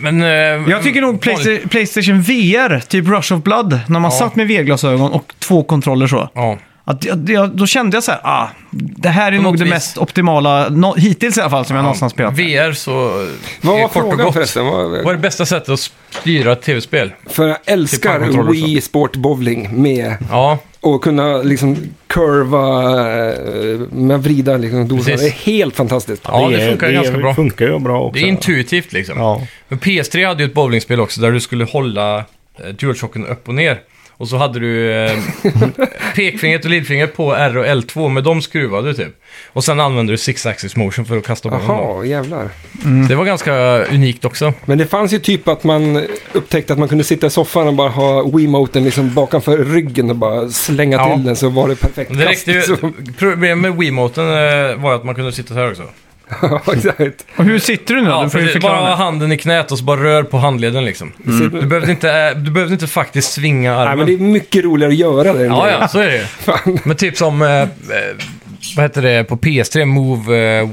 Speaker 2: Men... eh,
Speaker 1: Jag tycker nog
Speaker 2: vanligt-
Speaker 1: Playsta- Playstation VR, typ Rush of Blood, när man satt med VR-glasögon och två kontroller så.
Speaker 2: Ja.
Speaker 1: Att jag, jag, då kände jag så här, ah, det här är
Speaker 2: På
Speaker 1: nog
Speaker 2: något
Speaker 1: det
Speaker 2: vis.
Speaker 1: mest optimala, no, hittills i alla fall, som jag någonsin spelat.
Speaker 2: VR så... eh,
Speaker 4: Vad
Speaker 2: är
Speaker 4: var
Speaker 2: kort och
Speaker 4: frågan
Speaker 2: gott.
Speaker 4: förresten? Vad-
Speaker 2: Vad är det bästa sättet att styra ett tv-spel?
Speaker 4: För jag
Speaker 2: Typ handkontroller
Speaker 4: älskar
Speaker 2: och
Speaker 4: Wii Sport Bowling med
Speaker 2: Ja,
Speaker 4: att kunna liksom kurva, eh, med vrida liksom dosan.
Speaker 2: Precis.
Speaker 4: Det är helt fantastiskt.
Speaker 2: ja det,
Speaker 3: är-
Speaker 2: funkar ganska
Speaker 3: är-
Speaker 2: bra.
Speaker 3: funkar ju bra också.
Speaker 2: Det är intuitivt liksom.
Speaker 3: Ja.
Speaker 2: Men PS3 hade ju ett bowlingspel också där du skulle hålla eh, DualShocken upp och ner. Och så hade du eh, pekfingret och lillfingret på R och L2, med dem skruvade du typ. Och sen använde du six axis motion för att kasta bollen. då.
Speaker 4: Jaha, jävlar.
Speaker 2: Det var ganska unikt också.
Speaker 4: Men det fanns ju typ att man upptäckte att man kunde sitta i soffan och bara ha Wiimoten liksom bakanför ryggen och bara slänga
Speaker 2: Ja.
Speaker 4: till den så var det perfekt.
Speaker 2: Men Det räckte ju,
Speaker 4: kast, liksom.
Speaker 2: problemet med Wiimoten eh, var att man kunde sitta så här också.
Speaker 4: ja,
Speaker 2: Mm.
Speaker 4: exakt.
Speaker 1: Och hur sitter du nu då?
Speaker 2: Ja,
Speaker 1: Du får ju
Speaker 2: precis.
Speaker 1: förklara.
Speaker 2: bara ha handen i knät och så bara rör på handleden liksom.
Speaker 4: Sitter-
Speaker 2: Du behövde inte, eh, du behövde inte faktiskt svinga armen.
Speaker 4: Nej, men det är mycket roligare att göra det. än
Speaker 2: Ja,
Speaker 4: det.
Speaker 2: ja, så är det ju. Men typ som, eh, eh, vad heter det på PS3, Move, eh,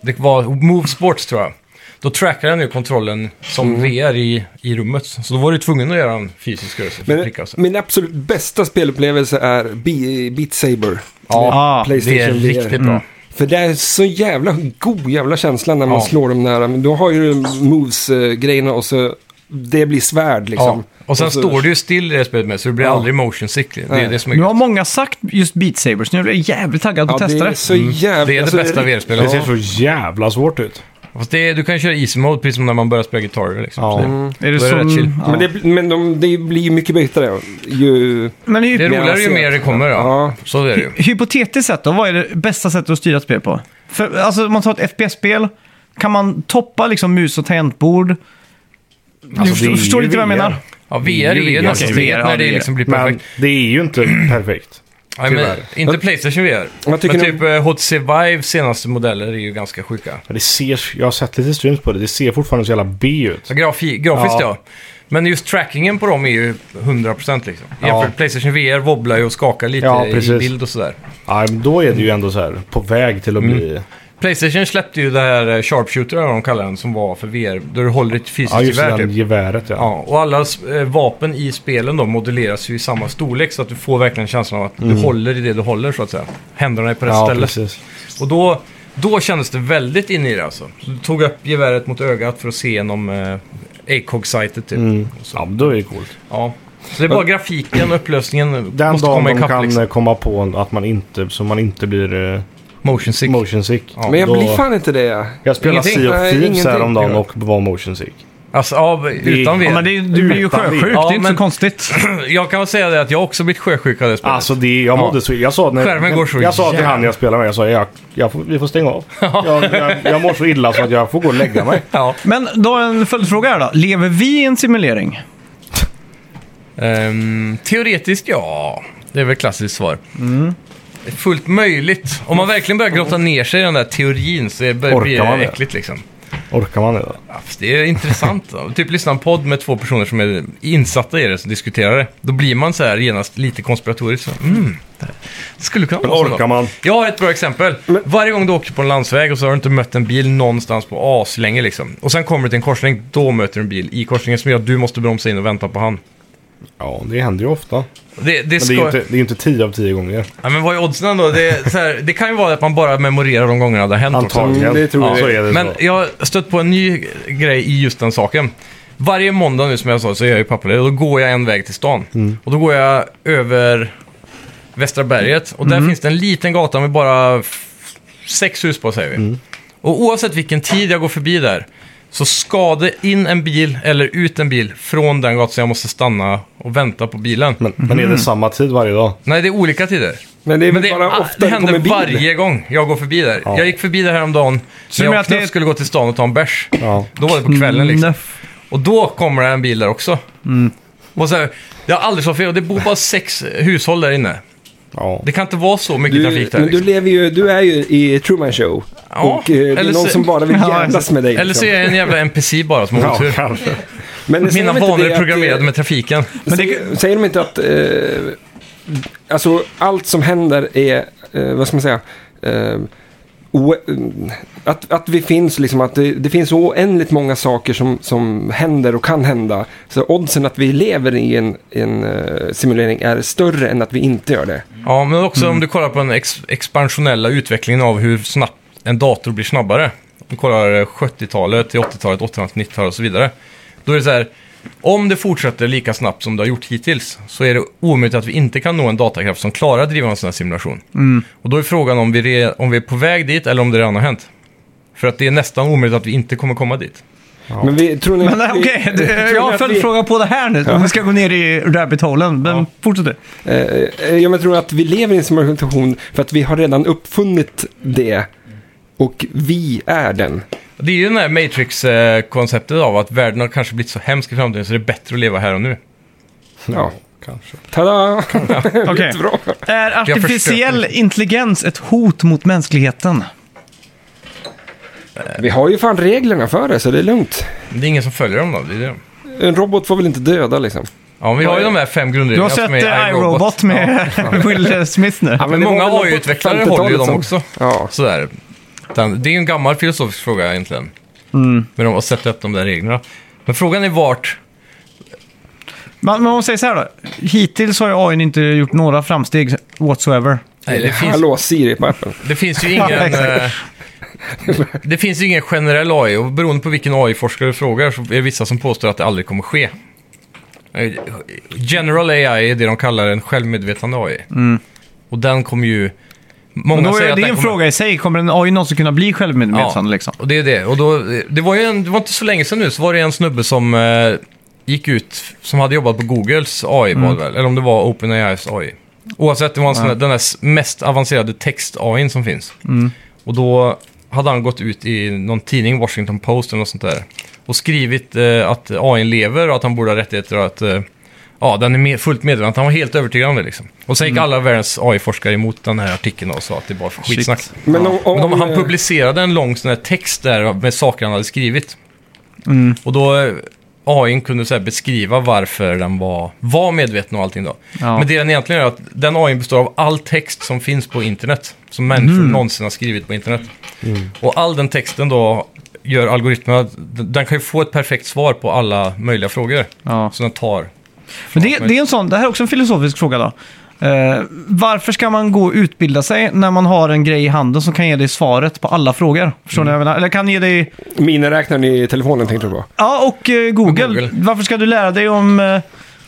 Speaker 2: det var Move Sports tror jag. Då trackade den ju kontrollen som
Speaker 4: Mm.
Speaker 2: VR i, i rummet. Så då var du tvungen att göra en fysisk rörelse för att
Speaker 4: Men
Speaker 2: pricka och så.
Speaker 4: min absolut bästa spelupplevelse är Be- Beat Saber.
Speaker 1: Ah,
Speaker 4: PlayStation mm,
Speaker 2: Det är
Speaker 4: VR.
Speaker 2: riktigt bra.
Speaker 4: För det är så jävla god jävla känsla när man
Speaker 2: Ja.
Speaker 4: slår dem nära. Men då har ju moves-grejerna och så det blir svärd liksom.
Speaker 2: Ja. Och sen
Speaker 4: så-
Speaker 2: står du ju still i det spelet med, så du blir
Speaker 4: Ja.
Speaker 2: aldrig motion sick. Det
Speaker 4: Nej.
Speaker 2: är det som är
Speaker 1: Nu har många sagt just Beat Saber, så nu blir jag jävligt taggad på
Speaker 4: Ja,
Speaker 1: att
Speaker 4: det
Speaker 1: testa
Speaker 4: är
Speaker 1: det.
Speaker 4: så jävla...
Speaker 2: Det är det
Speaker 4: alltså,
Speaker 2: bästa
Speaker 3: Det
Speaker 2: VR-spelet.
Speaker 3: ser så jävla svårt ut.
Speaker 2: Fast det, du kan ju köra easy mode, precis som när man börjar spela gitarrer. Liksom.
Speaker 3: Ja.
Speaker 2: Så det-
Speaker 3: Mm.
Speaker 1: Är det
Speaker 2: Då är det rätt chill.
Speaker 1: som... Ja.
Speaker 4: Men, det, men de, det blir ju mycket bättre ju...
Speaker 1: Men hy-
Speaker 2: Det är roligare ju mer det kommer. Ja.
Speaker 4: Ja.
Speaker 2: Så är det ju.
Speaker 1: hypotetiskt sett då, vad är det bästa sättet att styra ett spel på? För, alltså, om man tar ett FPS-spel, kan man toppa liksom mus och tangentbord?
Speaker 2: Alltså,
Speaker 1: du
Speaker 3: det är
Speaker 1: förstår, förstår
Speaker 3: ju
Speaker 1: lite vad jag
Speaker 3: VR.
Speaker 1: menar?
Speaker 2: Ja, VR är ju
Speaker 3: Okej,
Speaker 2: nästan
Speaker 1: VR,
Speaker 2: steget
Speaker 1: ja,
Speaker 2: när
Speaker 1: det
Speaker 2: det
Speaker 1: är-
Speaker 2: liksom blir perfekt.
Speaker 3: Men det är ju inte perfekt.
Speaker 2: Nej, men
Speaker 3: Tyvärr.
Speaker 2: inte Playstation VR.
Speaker 4: Vad tycker
Speaker 2: men
Speaker 4: ni om-
Speaker 2: typ eh, HTC Vive senaste modeller är ju ganska sjuka.
Speaker 3: Men det ser, jag har sett lite streams på det. Det ser fortfarande så jävla B ut.
Speaker 2: Så grafi, grafiskt ja.
Speaker 3: Ja.
Speaker 2: Men just trackingen på dem är ju 100% liksom.
Speaker 3: Ja.
Speaker 2: Jämfört med Playstation VR wobblar ju och skakar lite
Speaker 3: Ja,
Speaker 2: i
Speaker 3: precis.
Speaker 2: bild och sådär.
Speaker 3: Ja, men då är det ju ändå så här på väg till att
Speaker 2: Mm.
Speaker 3: bli...
Speaker 2: Playstation släppte ju det här eh, Sharpshooter, eller vad de kallar den, som var för VR. Där du håller ett
Speaker 3: Ja,
Speaker 2: fysiskt
Speaker 3: just
Speaker 2: gevär
Speaker 3: det
Speaker 2: typ.
Speaker 3: där geväret ja.
Speaker 2: Ja, och alla eh, vapen i spelen då modelleras ju i samma storlek så att du får verkligen känslan av att du håller i det du håller så att säga. Händerna är på rätt
Speaker 3: Mm. Ja,
Speaker 2: ställe.
Speaker 3: precis.
Speaker 2: Och då, då kändes det väldigt in i det alltså. Så du tog upp geväret mot ögat för att se genom eh, ACOG-sajtet typ. Och Så,
Speaker 3: Ja, men då är det coolt.
Speaker 2: ja. så det är bara grafiken och upplösningen
Speaker 3: Den
Speaker 2: måste
Speaker 3: dagen
Speaker 2: komma
Speaker 3: de
Speaker 2: ikapp
Speaker 3: kan
Speaker 2: liksom.
Speaker 3: eh, komma på en- att man inte, så man inte blir eh,
Speaker 2: Motion sick.
Speaker 3: motion sick.
Speaker 2: Ja.
Speaker 4: Men jag
Speaker 3: då-
Speaker 4: blir fan inte det.
Speaker 3: Jag spelade
Speaker 2: Ingenting.
Speaker 3: Sea of
Speaker 4: Nej,
Speaker 3: Thieves
Speaker 4: ingenting.
Speaker 3: häromdagen och var motion sick.
Speaker 2: Alltså, ja, utan VR.
Speaker 1: Ja, men det, är- du blir ju
Speaker 3: Utan
Speaker 1: sjösjuk,
Speaker 3: VR.
Speaker 1: det
Speaker 2: Ja,
Speaker 1: är inte
Speaker 2: men-
Speaker 1: så konstigt.
Speaker 2: Jag kan väl säga det att jag har också blivit sjösjuk av det spelet.
Speaker 3: Alltså det, jag mådde
Speaker 2: Ja.
Speaker 3: så... Jag sa, när,
Speaker 2: Skärmen går så
Speaker 3: jag sa till
Speaker 2: jävla-
Speaker 3: han jag spelade med, jag sa jag, jag får, vi får stänga av. Jag, jag, jag mår så illa så att jag får gå och lägga mig.
Speaker 2: Ja.
Speaker 1: Men då har jag en följdfråga här då. Lever vi i en simulering?
Speaker 2: Ehm, teoretiskt ja. Det är väl klassiskt svar.
Speaker 3: Mm.
Speaker 2: Det är Fullt möjligt. Om man verkligen börjar grotta ner sig i den där teorin så är- börjar
Speaker 3: Orkar
Speaker 2: blir
Speaker 3: man
Speaker 2: det
Speaker 3: det?
Speaker 2: äckligt liksom.
Speaker 3: Orkar man det då?
Speaker 2: Ja, fast det är intressant. Då. typ lyssna på en podd med två personer som är insatta i det, som diskuterar det. Då blir man så här genast lite konspiratoriskt. Så, mm, det här skulle kunna
Speaker 3: Men
Speaker 2: vara så.
Speaker 3: orkar man?
Speaker 2: Jag har ett bra exempel. Varje gång du åker på en landsväg och så har du inte mött en bil någonstans på aslänge liksom. Och sen kommer du till en korsning, då möter du en bil i korsningen som gör att du måste bromsa in och vänta på han.
Speaker 3: Ja, det händer ju ofta. Mm,
Speaker 2: Det, det,
Speaker 3: Men
Speaker 2: ska...
Speaker 3: det är ju inte, det är ju inte 10 av 10 gånger.
Speaker 2: Ja, men vad är oddsen då? Det, är så här, det kan ju vara att man bara memorerar de gångerna det har hänt också.
Speaker 3: Antagligen.
Speaker 4: det tror jag.
Speaker 3: Så är det
Speaker 2: Men
Speaker 3: så.
Speaker 2: jag har stött på en ny grej i just den saken. Varje måndag nu som jag sa så är jag ju pappaledig och då går jag en väg till stan.
Speaker 3: Mm.
Speaker 2: Och då går jag över Västra berget och där
Speaker 3: Mm.
Speaker 2: finns det en liten gata med bara f- sex hus på säger vi.
Speaker 3: Mm.
Speaker 2: Och oavsett vilken tid jag går förbi där så ska det in en bil eller ut en bil från den gatan så jag måste stanna och vänta på bilen.
Speaker 3: Men, men är
Speaker 2: Mm.
Speaker 3: det samma tid varje dag?
Speaker 2: Nej, det är olika tider.
Speaker 4: Men det är
Speaker 2: Men
Speaker 4: väl
Speaker 2: det,
Speaker 4: bara
Speaker 2: ah,
Speaker 4: ofta
Speaker 2: det
Speaker 4: du kommer
Speaker 2: händer
Speaker 4: bil.
Speaker 2: varje gång jag går förbi där.
Speaker 3: Ja.
Speaker 2: Jag gick förbi där häromdagen
Speaker 1: du
Speaker 2: när
Speaker 1: menar
Speaker 2: jag
Speaker 1: att det- Mm.
Speaker 2: knappt skulle gå till stan och ta en bärs.
Speaker 3: Ja.
Speaker 2: Då var det på kvällen liksom.
Speaker 1: Nöff.
Speaker 2: Och då kommer det en bil där också.
Speaker 1: Mm.
Speaker 2: Och så här, jag har aldrig så fel. Det bor bara sex hushåll där inne.
Speaker 3: ja.
Speaker 2: Det kan inte vara så mycket
Speaker 4: Du,
Speaker 2: trafik där.
Speaker 4: men du
Speaker 2: Liksom.
Speaker 4: lever ju, du är ju i Truman Show.
Speaker 2: Ja,
Speaker 4: och eh, det är
Speaker 2: eller
Speaker 4: någon
Speaker 2: så-
Speaker 4: som bara vill
Speaker 1: Ja,
Speaker 4: jävlas med dig. liksom.
Speaker 2: Eller så är jag en jävla NPC bara som har
Speaker 3: Ja,
Speaker 2: otur.
Speaker 3: kanske.
Speaker 4: Men säger
Speaker 2: Mina
Speaker 4: de inte
Speaker 2: vanor
Speaker 4: det
Speaker 2: är
Speaker 4: att,
Speaker 2: programmerade
Speaker 4: eh,
Speaker 2: med trafiken.
Speaker 4: Men det... Säger de inte att eh, alltså, allt som händer är, eh, vad ska man säga, eh, oe- eh, att, att vi finns, liksom, att det, det finns oändligt många saker som, som händer och kan hända. Så oddsen att vi lever i en, en eh, simulering är större än att vi inte gör det.
Speaker 2: Ja, men också om du kollar på den ex expansionella utvecklingen av hur snabbt en dator blir snabbare. Om du kollar eh, 70-talet till 80-talet, 80-talet, 90-talet och så vidare. Då är det så här, om det fortsätter lika snabbt som det har gjort hittills så är det omöjligt att vi inte kan nå en datakraft som klarar att driva en sån här simulation. Och då är frågan om vi, re- om vi är på väg dit eller om det redan har hänt. För att det är nästan omöjligt att vi inte kommer komma dit.
Speaker 4: Men vi, tror ni,
Speaker 1: Men nej,
Speaker 4: vi-
Speaker 1: okej,
Speaker 4: tror
Speaker 1: det-
Speaker 4: ni
Speaker 1: jag har en
Speaker 4: att vi-
Speaker 1: följdfråga på det här nu. Om vi ska gå ner i rabbit-holen. Men fortsätt du.
Speaker 4: Eh, jag tror att vi lever i en simulation för att vi har redan uppfunnit det. Och vi är den.
Speaker 2: Det är ju den här Matrix-konceptet av att världen har kanske blivit så hemsk i framtiden så det är bättre att leva här och nu.
Speaker 4: Ja.
Speaker 3: Kanske.
Speaker 4: Tada!
Speaker 1: Okej.
Speaker 4: Jättebra.
Speaker 1: Är
Speaker 2: förstört
Speaker 1: artificiell intelligens ett hot mot mänskligheten?
Speaker 4: Vi har ju fan reglerna för det, så det är lugnt.
Speaker 2: Det är ingen som följer dem då, det är det.
Speaker 4: En robot får väl inte döda liksom.
Speaker 2: Ja, vi har ju de här
Speaker 1: Du
Speaker 2: fem
Speaker 1: har
Speaker 2: grundreglerna
Speaker 1: sett eh, iRobot med Will Smith nu.
Speaker 2: Ja, men
Speaker 4: det var
Speaker 2: många
Speaker 4: väl något på
Speaker 2: AI-utvecklare
Speaker 4: 50-talet
Speaker 2: håller ju dem
Speaker 4: som-
Speaker 2: också.
Speaker 4: Ja.
Speaker 2: Sådär. Den, det är ju en gammal filosofisk fråga egentligen.
Speaker 1: Mm.
Speaker 2: Men de har sett upp de där reglerna. Men frågan är vart...
Speaker 1: Men men om man säger så här då. Hittills har ju AI inte gjort några framsteg whatsoever.
Speaker 2: Nej, det, finns,
Speaker 4: Hallå Siri på appen.
Speaker 2: det finns ju
Speaker 1: Ja,
Speaker 2: ingen...
Speaker 1: exakt.
Speaker 2: eh, det finns ju ingen generell AI och beroende på vilken AI-forskare du frågar så är det vissa som påstår att det aldrig kommer ske. Eh, General AI är det de kallar en självmedvetande AI. Och den kommer ju... Många
Speaker 1: Mm. Men då är
Speaker 2: säger att
Speaker 1: det
Speaker 2: den
Speaker 1: en
Speaker 2: kommer...
Speaker 1: fråga i sig. Kommer en AI någonsin kunna bli självmedveten? Liksom?
Speaker 2: och det är det. Och då, det, var ju en, det var inte så länge sedan nu, så var det en snubbe som eh, gick ut, som hade jobbat på Googles AI, var det väl, eller om det var OpenAI's AI. Oavsett, det var en sån där, den där s- mest avancerade text-AIn som finns. Och då hade han gått ut i någon tidning, Washington Post eller något sånt där, och skrivit eh, att AIn lever och att han borde ha rättigheter och att eh, ja, den är med, fullt medveten. Han var helt övertygad om det liksom. Och sen gick alla världens AI-forskare emot den här artikeln och sa att det bara var skitsnack.
Speaker 4: Men om, om,
Speaker 2: Men de, han
Speaker 4: eh,
Speaker 2: publicerade en lång sån här text där med saker han hade skrivit.
Speaker 1: Mm.
Speaker 2: Och då eh, AIn kunde så här beskriva varför den var, var medveten och allting då.
Speaker 1: Ja.
Speaker 2: Men det den egentligen gör är att den AIn består av all text som finns på internet. Som människor
Speaker 1: Mm.
Speaker 2: någonsin har skrivit på internet. Och all den texten då gör algoritmen att den kan ju få ett perfekt svar på alla möjliga frågor.
Speaker 1: Ja.
Speaker 2: Så den tar.
Speaker 1: Men det, det är en sån, det här är också en filosofisk fråga då. Eh, varför ska man gå och utbilda sig när man har en grej i handen som kan ge dig svaret på alla frågor? Förstår ni vad jag menar? Eller kan ge dig...
Speaker 4: miniräknaren i telefonen tänkte du på.
Speaker 1: Ja, och eh, Google.
Speaker 2: Och Google.
Speaker 1: Varför ska du lära dig om eh,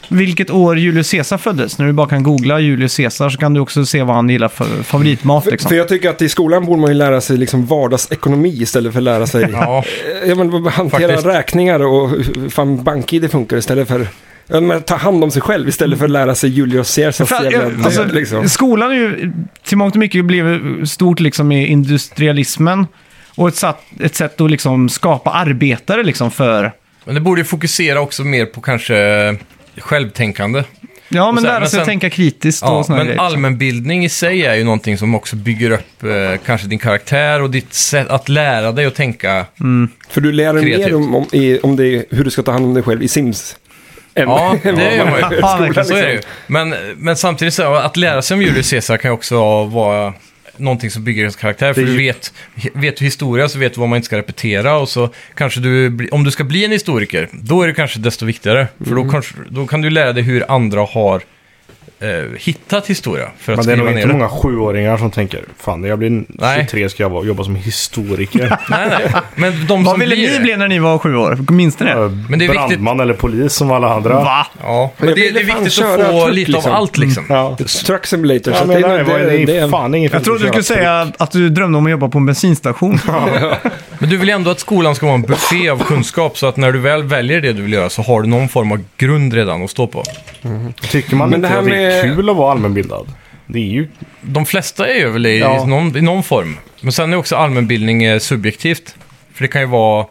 Speaker 1: vilket år Julius Caesar föddes? När du bara kan googla Julius Caesar så kan du också se vad han gillar för favoritmat.
Speaker 4: För,
Speaker 1: Liksom.
Speaker 4: för jag tycker att i skolan borde man ju lära sig liksom vardagsekonomi istället för att lära sig
Speaker 2: Ja.
Speaker 4: eh, ja, men, hantera
Speaker 2: Faktiskt.
Speaker 4: räkningar och hur hur fan bank-id funkar istället för ja, men, ta hand om sig själv istället för att lära sig Julius Caesars
Speaker 1: För,
Speaker 4: jävla
Speaker 1: jag, alltså,
Speaker 4: död, liksom.
Speaker 1: Skolan är ju till mångt och mycket blev stort liksom i industrialismen. Och ett, satt, ett sätt att liksom skapa arbetare liksom för...
Speaker 2: Men det borde ju fokusera också mer på kanske självtänkande.
Speaker 1: Ja, men
Speaker 2: så här,
Speaker 1: lära
Speaker 2: men
Speaker 1: sig att
Speaker 2: sen-
Speaker 1: tänka kritiskt
Speaker 2: Ja,
Speaker 1: och såna
Speaker 2: men
Speaker 1: här grejer.
Speaker 2: allmänbildning i sig är ju någonting som också bygger upp eh, kanske din karaktär och ditt sätt att lära dig att tänka.
Speaker 4: För du lär dig mer
Speaker 2: kreativt.
Speaker 4: om, om, i, om det, hur du ska ta hand om dig själv i Sims. än-
Speaker 2: Ja,
Speaker 4: än vad
Speaker 2: det gör
Speaker 4: man
Speaker 2: man ju.
Speaker 4: gör i
Speaker 1: Ja,
Speaker 4: skolan,
Speaker 1: verkligen,
Speaker 2: Så är det ju.
Speaker 4: liksom.
Speaker 2: Men, men samtidigt, så, här, att lära sig om Julius Caesar kan ju också vara någonting som bygger ens karaktär. För
Speaker 4: Det är
Speaker 2: du
Speaker 4: ju-
Speaker 2: vet, vet du historia så vet du vad man inte ska repetera. Och så kanske du, bli- om du ska bli en historiker, då är det kanske desto viktigare. För då, kanske, då kan du lära dig hur andra har eh, hittat historia för att
Speaker 3: Men det är
Speaker 2: skriva
Speaker 3: nog
Speaker 2: ner
Speaker 3: inte
Speaker 2: det.
Speaker 3: många sjuåringar som tänker fan när jag blir
Speaker 2: Nej.
Speaker 3: 23 ska jag vara- jobba som historiker.
Speaker 2: Nej, nej. Men de
Speaker 1: Vad
Speaker 2: som
Speaker 1: ville
Speaker 2: blir
Speaker 1: ni
Speaker 2: det-
Speaker 1: bli när ni var sju år? Minns ni det?
Speaker 3: Men
Speaker 2: Men det är
Speaker 3: Brandman
Speaker 2: viktigt-
Speaker 3: eller polis som alla andra.
Speaker 1: Va?
Speaker 2: Ja, men
Speaker 4: Jag
Speaker 2: det,
Speaker 4: ville
Speaker 2: det är
Speaker 4: fan
Speaker 2: viktigt
Speaker 4: köra
Speaker 2: att få
Speaker 4: truck,
Speaker 2: lite
Speaker 4: liksom.
Speaker 2: av allt liksom.
Speaker 3: Ja.
Speaker 4: Truck simulator. så
Speaker 3: Jag
Speaker 4: att det är
Speaker 3: menar det,
Speaker 4: nog-
Speaker 3: vad är det,
Speaker 4: det är-
Speaker 3: fan ingen
Speaker 1: Jag trodde du skulle säga att du drömde om att jobba på en bensinstation.
Speaker 2: Men du vill ändå att skolan ska vara en buffé av kunskap så att när du väl väljer det du vill göra så har du någon form av grund redan att stå på.
Speaker 3: Tycker man
Speaker 4: Men
Speaker 3: inte
Speaker 4: det här
Speaker 3: att det är
Speaker 4: med-
Speaker 3: kul att vara allmänbildad? Det är ju...
Speaker 2: De flesta är ju väl i,
Speaker 3: Ja.
Speaker 2: i, någon, i någon form. Men sen är också allmänbildning eh, subjektivt. För det kan ju vara,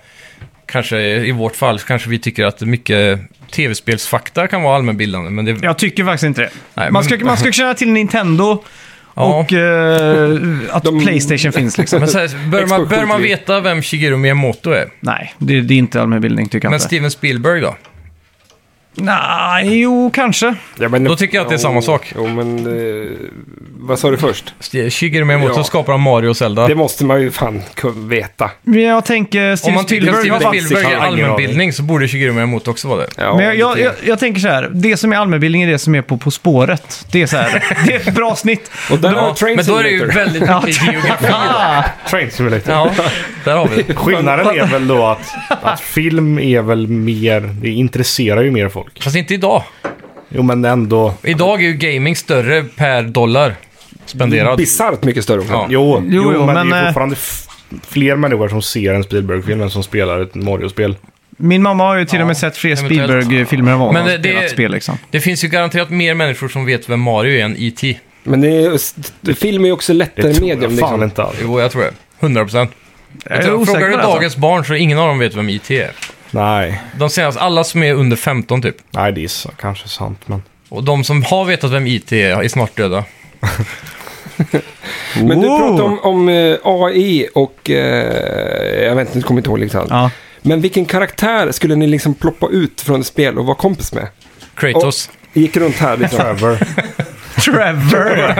Speaker 2: kanske i vårt fall, så kanske vi tycker att mycket tv-spelsfakta kan vara allmänbildande. Men det,
Speaker 1: Jag tycker faktiskt inte det.
Speaker 2: Nej,
Speaker 1: Man ska,
Speaker 2: men-
Speaker 1: man ska känna till Nintendo
Speaker 2: Ja.
Speaker 1: och eh, att
Speaker 4: De-
Speaker 1: Playstation finns liksom.
Speaker 2: men så här, bör, man, bör man veta vem Shigeru Miyamoto är?
Speaker 1: Nej, det, det är inte allmänbildning tycker jag
Speaker 2: Men
Speaker 1: inte.
Speaker 2: Steven Spielberg då?
Speaker 1: Nej, jo kanske.
Speaker 4: Ja, men-
Speaker 2: Då tycker jag att det är samma sak.
Speaker 4: Jo, men... eh, vad sa du först?
Speaker 2: St- Shigeru Miyamoto
Speaker 4: Ja.
Speaker 2: skapar Mario och Zelda.
Speaker 4: Det måste man ju fan ku- veta.
Speaker 1: Men jag tänker
Speaker 2: Om
Speaker 1: Steven
Speaker 2: man tycker att
Speaker 1: Spielberg. Jag,
Speaker 2: Steven
Speaker 4: faktiskt
Speaker 2: Spielberg är
Speaker 3: ingen aning.
Speaker 2: allmänbildning så borde Shigeru Miyamoto också vara det.
Speaker 4: Ja,
Speaker 1: men jag, jag,
Speaker 4: lite
Speaker 1: jag,
Speaker 4: grann.
Speaker 1: jag tänker så här, det som är allmänbildning är det som är på På spåret. Det är så här, det är ett bra snitt.
Speaker 4: Och där har
Speaker 2: Ja,
Speaker 4: du Train
Speaker 2: men då är det ju
Speaker 4: Simulator.
Speaker 2: väldigt
Speaker 1: Ja.
Speaker 2: mycket geografi.
Speaker 1: Ah,
Speaker 3: Train Simulator.
Speaker 2: Ja, där har vi det.
Speaker 3: Skillnaden är väl då att, att film är väl mer... Det intresserar ju mer folk.
Speaker 2: Fast inte idag.
Speaker 3: Jo men ändå...
Speaker 2: Idag är ju gaming större per dollar spenderad.
Speaker 4: Bisarrt mycket större också.
Speaker 2: Ja.
Speaker 3: Jo, jo,
Speaker 1: jo,
Speaker 3: men, det är
Speaker 1: men,
Speaker 3: ju
Speaker 1: eh,
Speaker 3: fortfarande f- fler människor som ser en Spielberg-film än som spelar ett Mario-spel.
Speaker 1: Min mamma har ju till och med
Speaker 2: Ja,
Speaker 1: sett fler
Speaker 2: eventuellt.
Speaker 1: Spielberg-filmer än vad hon
Speaker 2: Men
Speaker 1: har
Speaker 2: det- det-
Speaker 1: spelat spel liksom.
Speaker 2: Det finns ju garanterat mer människor som vet vem Mario är än E E.T.
Speaker 4: Men det är, film är ju också
Speaker 3: Det
Speaker 4: lättare
Speaker 3: tror jag
Speaker 4: medium.
Speaker 3: fan
Speaker 4: Liksom.
Speaker 3: inte alls.
Speaker 2: Jo, jag tror det. 100 procent.
Speaker 1: Jag är osäker
Speaker 2: Frågar du
Speaker 1: där, alltså.
Speaker 2: dagens barn så ingen av dem vet vem E.T. är.
Speaker 3: Nej.
Speaker 2: De senaste, alla som är under 15 typ.
Speaker 3: Nej, det är s- kanske sant men...
Speaker 2: Och de som har vetat vem E.T. är är snart döda.
Speaker 4: Men du
Speaker 1: Wow.
Speaker 4: pratade om, om eh, AI och... Eh, jag vet inte, kommer inte ihåg liksom.
Speaker 1: Ja.
Speaker 4: Men vilken karaktär skulle ni liksom ploppa ut från ett spel och vara kompis med?
Speaker 2: Kratos.
Speaker 4: Gick runt här liksom.
Speaker 3: Trevor.
Speaker 1: Trevor!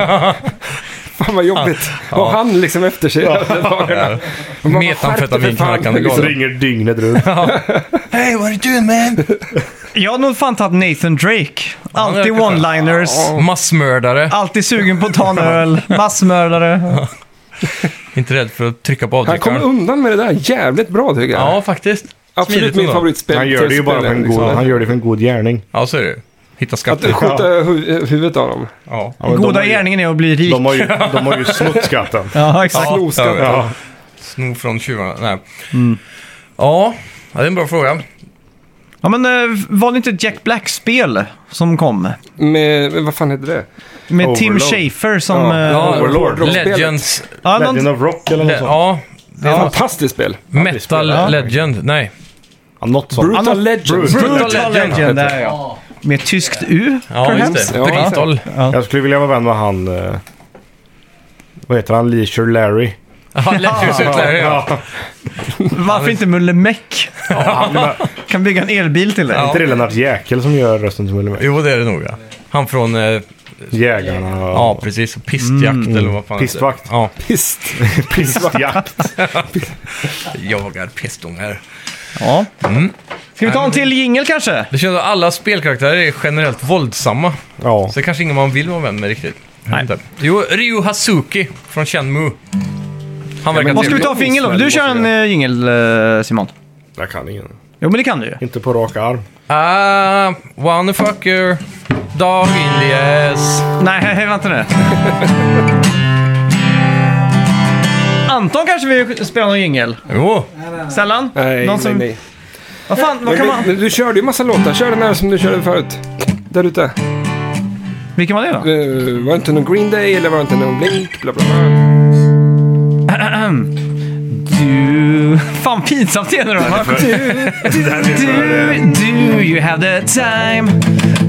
Speaker 4: Fan vad jobbigt. Och han liksom efter sig. Ja.
Speaker 2: Metamfetaminknarkande
Speaker 3: Så
Speaker 2: galen.
Speaker 3: ringer dygnet runt.
Speaker 2: Hey, what are you doing man?
Speaker 1: Jag har nog fan tagit Nathan Drake. Alltid
Speaker 2: det är kanske-
Speaker 1: one-liners,
Speaker 2: Massmördare.
Speaker 1: alltid sugen på att ta en öl, massmördare.
Speaker 2: Inte rädd för att trycka på
Speaker 4: Han kom
Speaker 2: avtryckaren.
Speaker 4: undan med det där jävligt bra tycker jag.
Speaker 2: Ja, faktiskt.
Speaker 4: Absolut
Speaker 2: Smidigt
Speaker 4: min
Speaker 2: ändå.
Speaker 4: favoritspel.
Speaker 3: Han gör det ju bara för en
Speaker 4: spelen,
Speaker 3: god,
Speaker 4: liksom.
Speaker 3: han gör det för en god gärning.
Speaker 2: Ja, så är det ju. Hitta
Speaker 4: Att
Speaker 2: skatter.
Speaker 4: skjuta hu- eh, huvudet av dem.
Speaker 2: Ja.
Speaker 3: Ja, men de
Speaker 1: Goda
Speaker 3: har ju-
Speaker 1: gärningen är att bli rik.
Speaker 3: De har ju, de har ju snott skatten.
Speaker 1: Ja, exakt.
Speaker 2: Ja,
Speaker 4: Snoskan.
Speaker 2: jag vet.
Speaker 3: Ja.
Speaker 2: Sno från tjuvarna. Nej. Ja, ja, det är en bra fråga.
Speaker 1: Ja, men eh, var det inte ett Jack Black-spel som kom?
Speaker 4: Med, men vad fan heter det?
Speaker 1: Med Tim
Speaker 3: Overlord.
Speaker 1: Schafer som...
Speaker 4: Ja.
Speaker 1: eh,
Speaker 2: Oh, Ja,
Speaker 3: Overlord.
Speaker 2: Legends.
Speaker 1: ja, någon-
Speaker 3: Legend of Rock eller något
Speaker 2: Le-
Speaker 3: sånt.
Speaker 2: ja,
Speaker 4: Det är ett fantastiskt spel.
Speaker 2: Metal
Speaker 1: Ja.
Speaker 2: Legend. Nej.
Speaker 3: Ja, något sånt.
Speaker 4: Brutal
Speaker 1: annars-
Speaker 4: Legends.
Speaker 2: Brutal
Speaker 1: Brutal
Speaker 2: Legend.
Speaker 1: Legend, där ja. Med tyskt U,
Speaker 2: Ja, just det.
Speaker 4: Ja.
Speaker 2: Britol.
Speaker 3: Jag skulle vilja vara vän med han... eh, Vad heter han? Leisure Larry.
Speaker 2: Ja, Legends utlärare, ja.
Speaker 1: Varför inte Mulle Meck? Kan bygga en elbil till dig.
Speaker 2: Ja.
Speaker 3: Inte det Lennart Jäkel som gör rösten till Mulle Meck?
Speaker 2: Jo, det är det nog ja. Han från, eh,
Speaker 3: Jägarna.
Speaker 2: ja precis, pistjakt eller vad fan heter det?
Speaker 3: Pistvakt.
Speaker 2: Ja,
Speaker 4: Pist.
Speaker 3: Pistjakt.
Speaker 2: jagar pistungar.
Speaker 1: Ja.
Speaker 4: Mm.
Speaker 1: Ska vi ta en till jingel kanske?
Speaker 2: Det känns som alla spelkaraktärer är generellt våldsamma.
Speaker 3: Ja.
Speaker 2: Så det är kanske ingen man vill vara vän med riktigt. Jag vet inte. Jo, Ryu Hazuki från Shenmue. Han verkar
Speaker 1: Vad ska vi
Speaker 2: trevlig.
Speaker 1: ta för jingel då? Du kör en eh, jingel eh, Simon.
Speaker 3: Jag kan ingen.
Speaker 1: Jo men det kan du ju.
Speaker 3: Inte på rak arm.
Speaker 2: Ah, wanna fucker. Dog in the ass.
Speaker 1: Nej, hej, hej, vänta nu. Anton kanske vill spela någon jingel?
Speaker 2: Jo,
Speaker 1: Sällan?
Speaker 4: Nej,
Speaker 1: någon
Speaker 4: nej, nej.
Speaker 1: Vad fan, vad
Speaker 4: Men,
Speaker 1: kan
Speaker 4: men,
Speaker 1: man...
Speaker 4: men du körde ju massa låtar. Kör den här som du körde förut. Där ute.
Speaker 1: Vilken var det då?
Speaker 4: Eh, var det inte någon Green Day eller var det inte någon Blink? Bla, bla, bla.
Speaker 1: Du... Fan pinsamt det är nu då. Do, do you have the time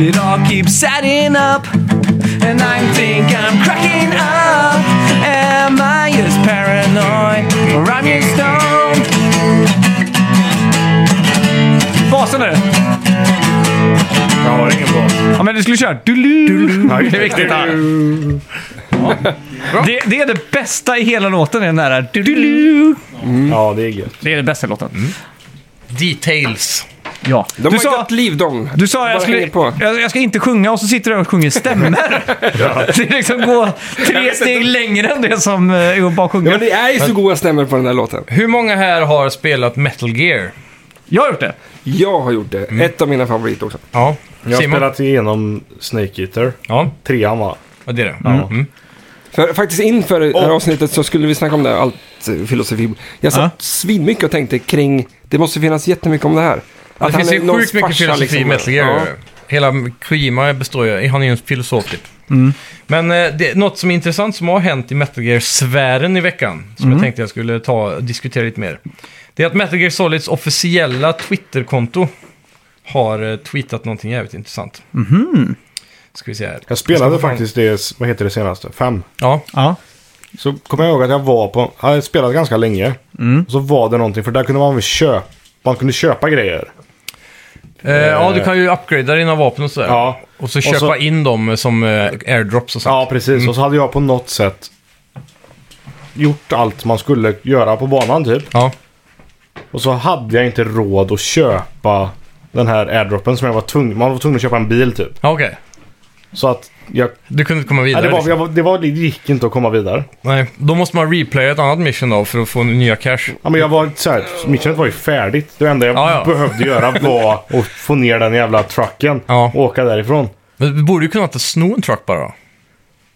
Speaker 1: It all keeps adding up, and I think I'm cracking up. Am I just paranoid, or I'm just stoned? Basen nu!
Speaker 3: Jag har ingen bas.
Speaker 1: Ja, men du skulle köra... Du-lu. Det är viktigt här. Det, det är det bästa i hela låten, den där... Du-lu.
Speaker 3: Mm. Ja, det är gött.
Speaker 1: Det är det bästa i låten.
Speaker 2: Details.
Speaker 1: Ja.
Speaker 4: De har
Speaker 1: Du
Speaker 4: ju
Speaker 1: sa...
Speaker 4: gött liv de.
Speaker 1: Du sa
Speaker 4: Bara
Speaker 1: jag,
Speaker 4: hänger
Speaker 1: skulle,
Speaker 4: på.
Speaker 1: jag, jag ska inte sjunga och så sitter du och sjunger stämmer. Det liksom går tre steg längre än det som eh, är att bara
Speaker 4: Ja,
Speaker 1: sjunga.
Speaker 4: men det är ju så goda stämmer på den där låten.
Speaker 2: Hur många här har spelat Metal Gear?
Speaker 1: Jag har gjort det.
Speaker 4: Jag har gjort det. Ett av mina favoriter också.
Speaker 2: Ja.
Speaker 3: Jag har
Speaker 2: Simon?
Speaker 3: spelat igenom Snake Eater.
Speaker 2: Ja,
Speaker 3: Trean va?
Speaker 2: ja, det är det. Mm. Mm.
Speaker 4: För, faktiskt inför det här
Speaker 3: Och-
Speaker 4: avsnittet så skulle vi snacka om det här, allt eh, filosofi. Jag satt
Speaker 1: Ja.
Speaker 4: svinmycket och tänkte kring, det måste finnas jättemycket om det här. Att
Speaker 2: Det finns
Speaker 4: är
Speaker 2: ju
Speaker 4: någons
Speaker 2: sjukt mycket
Speaker 4: farsa,
Speaker 2: filosofi i
Speaker 4: liksom.
Speaker 2: Metal Gear.
Speaker 4: Ja.
Speaker 2: Hela Kojima består ju, han är ju en filosof typ. Men eh, det, något som är intressant som har hänt i Metal Gear-sfären i veckan, som jag tänkte jag skulle ta, diskutera lite mer. Det är att Metal Gear Solids officiella Twitter-konto har eh, tweetat någonting jävligt intressant. Ska vi se här.
Speaker 3: Jag spelade
Speaker 2: Ska vi-
Speaker 3: faktiskt det, vad heter det senaste? Fem.
Speaker 2: Ja,
Speaker 1: Ja.
Speaker 3: Så kommer jag ihåg att jag var på, jag hade spelat ganska länge.
Speaker 2: Mm.
Speaker 3: Och så var det någonting, för där kunde man väl köpa, man kunde köpa grejer.
Speaker 2: eh, ja du kan ju uppgradera dina vapen och sådär.
Speaker 3: Ja.
Speaker 2: Och så
Speaker 3: Och
Speaker 2: köpa
Speaker 3: så-
Speaker 2: in dem som eh, airdrops och sånt. Mm.
Speaker 3: Ja, precis. Och så hade jag på något sätt gjort allt man skulle göra på banan typ.
Speaker 2: Ja.
Speaker 3: Och så hade jag inte råd att köpa den här airdroppen som jag var tvungen, man var tvungen att köpa en bil typ.
Speaker 2: Ja, okej.
Speaker 3: Så att jag,
Speaker 2: Du kunde inte komma vidare.
Speaker 3: nej, det, var,
Speaker 2: liksom.
Speaker 3: jag var, det, var, det gick inte att komma vidare.
Speaker 2: Nej, då måste man replaya ett annat mission då för att få nya cash.
Speaker 3: Ja, men jag var så här, missionet var ju färdigt. Det enda jag
Speaker 2: Ja, ja.
Speaker 3: behövde göra var att få ner den jävla trucken
Speaker 2: Ja.
Speaker 3: och åka därifrån.
Speaker 2: Men vi borde ju kunna inte sno en truck bara. då.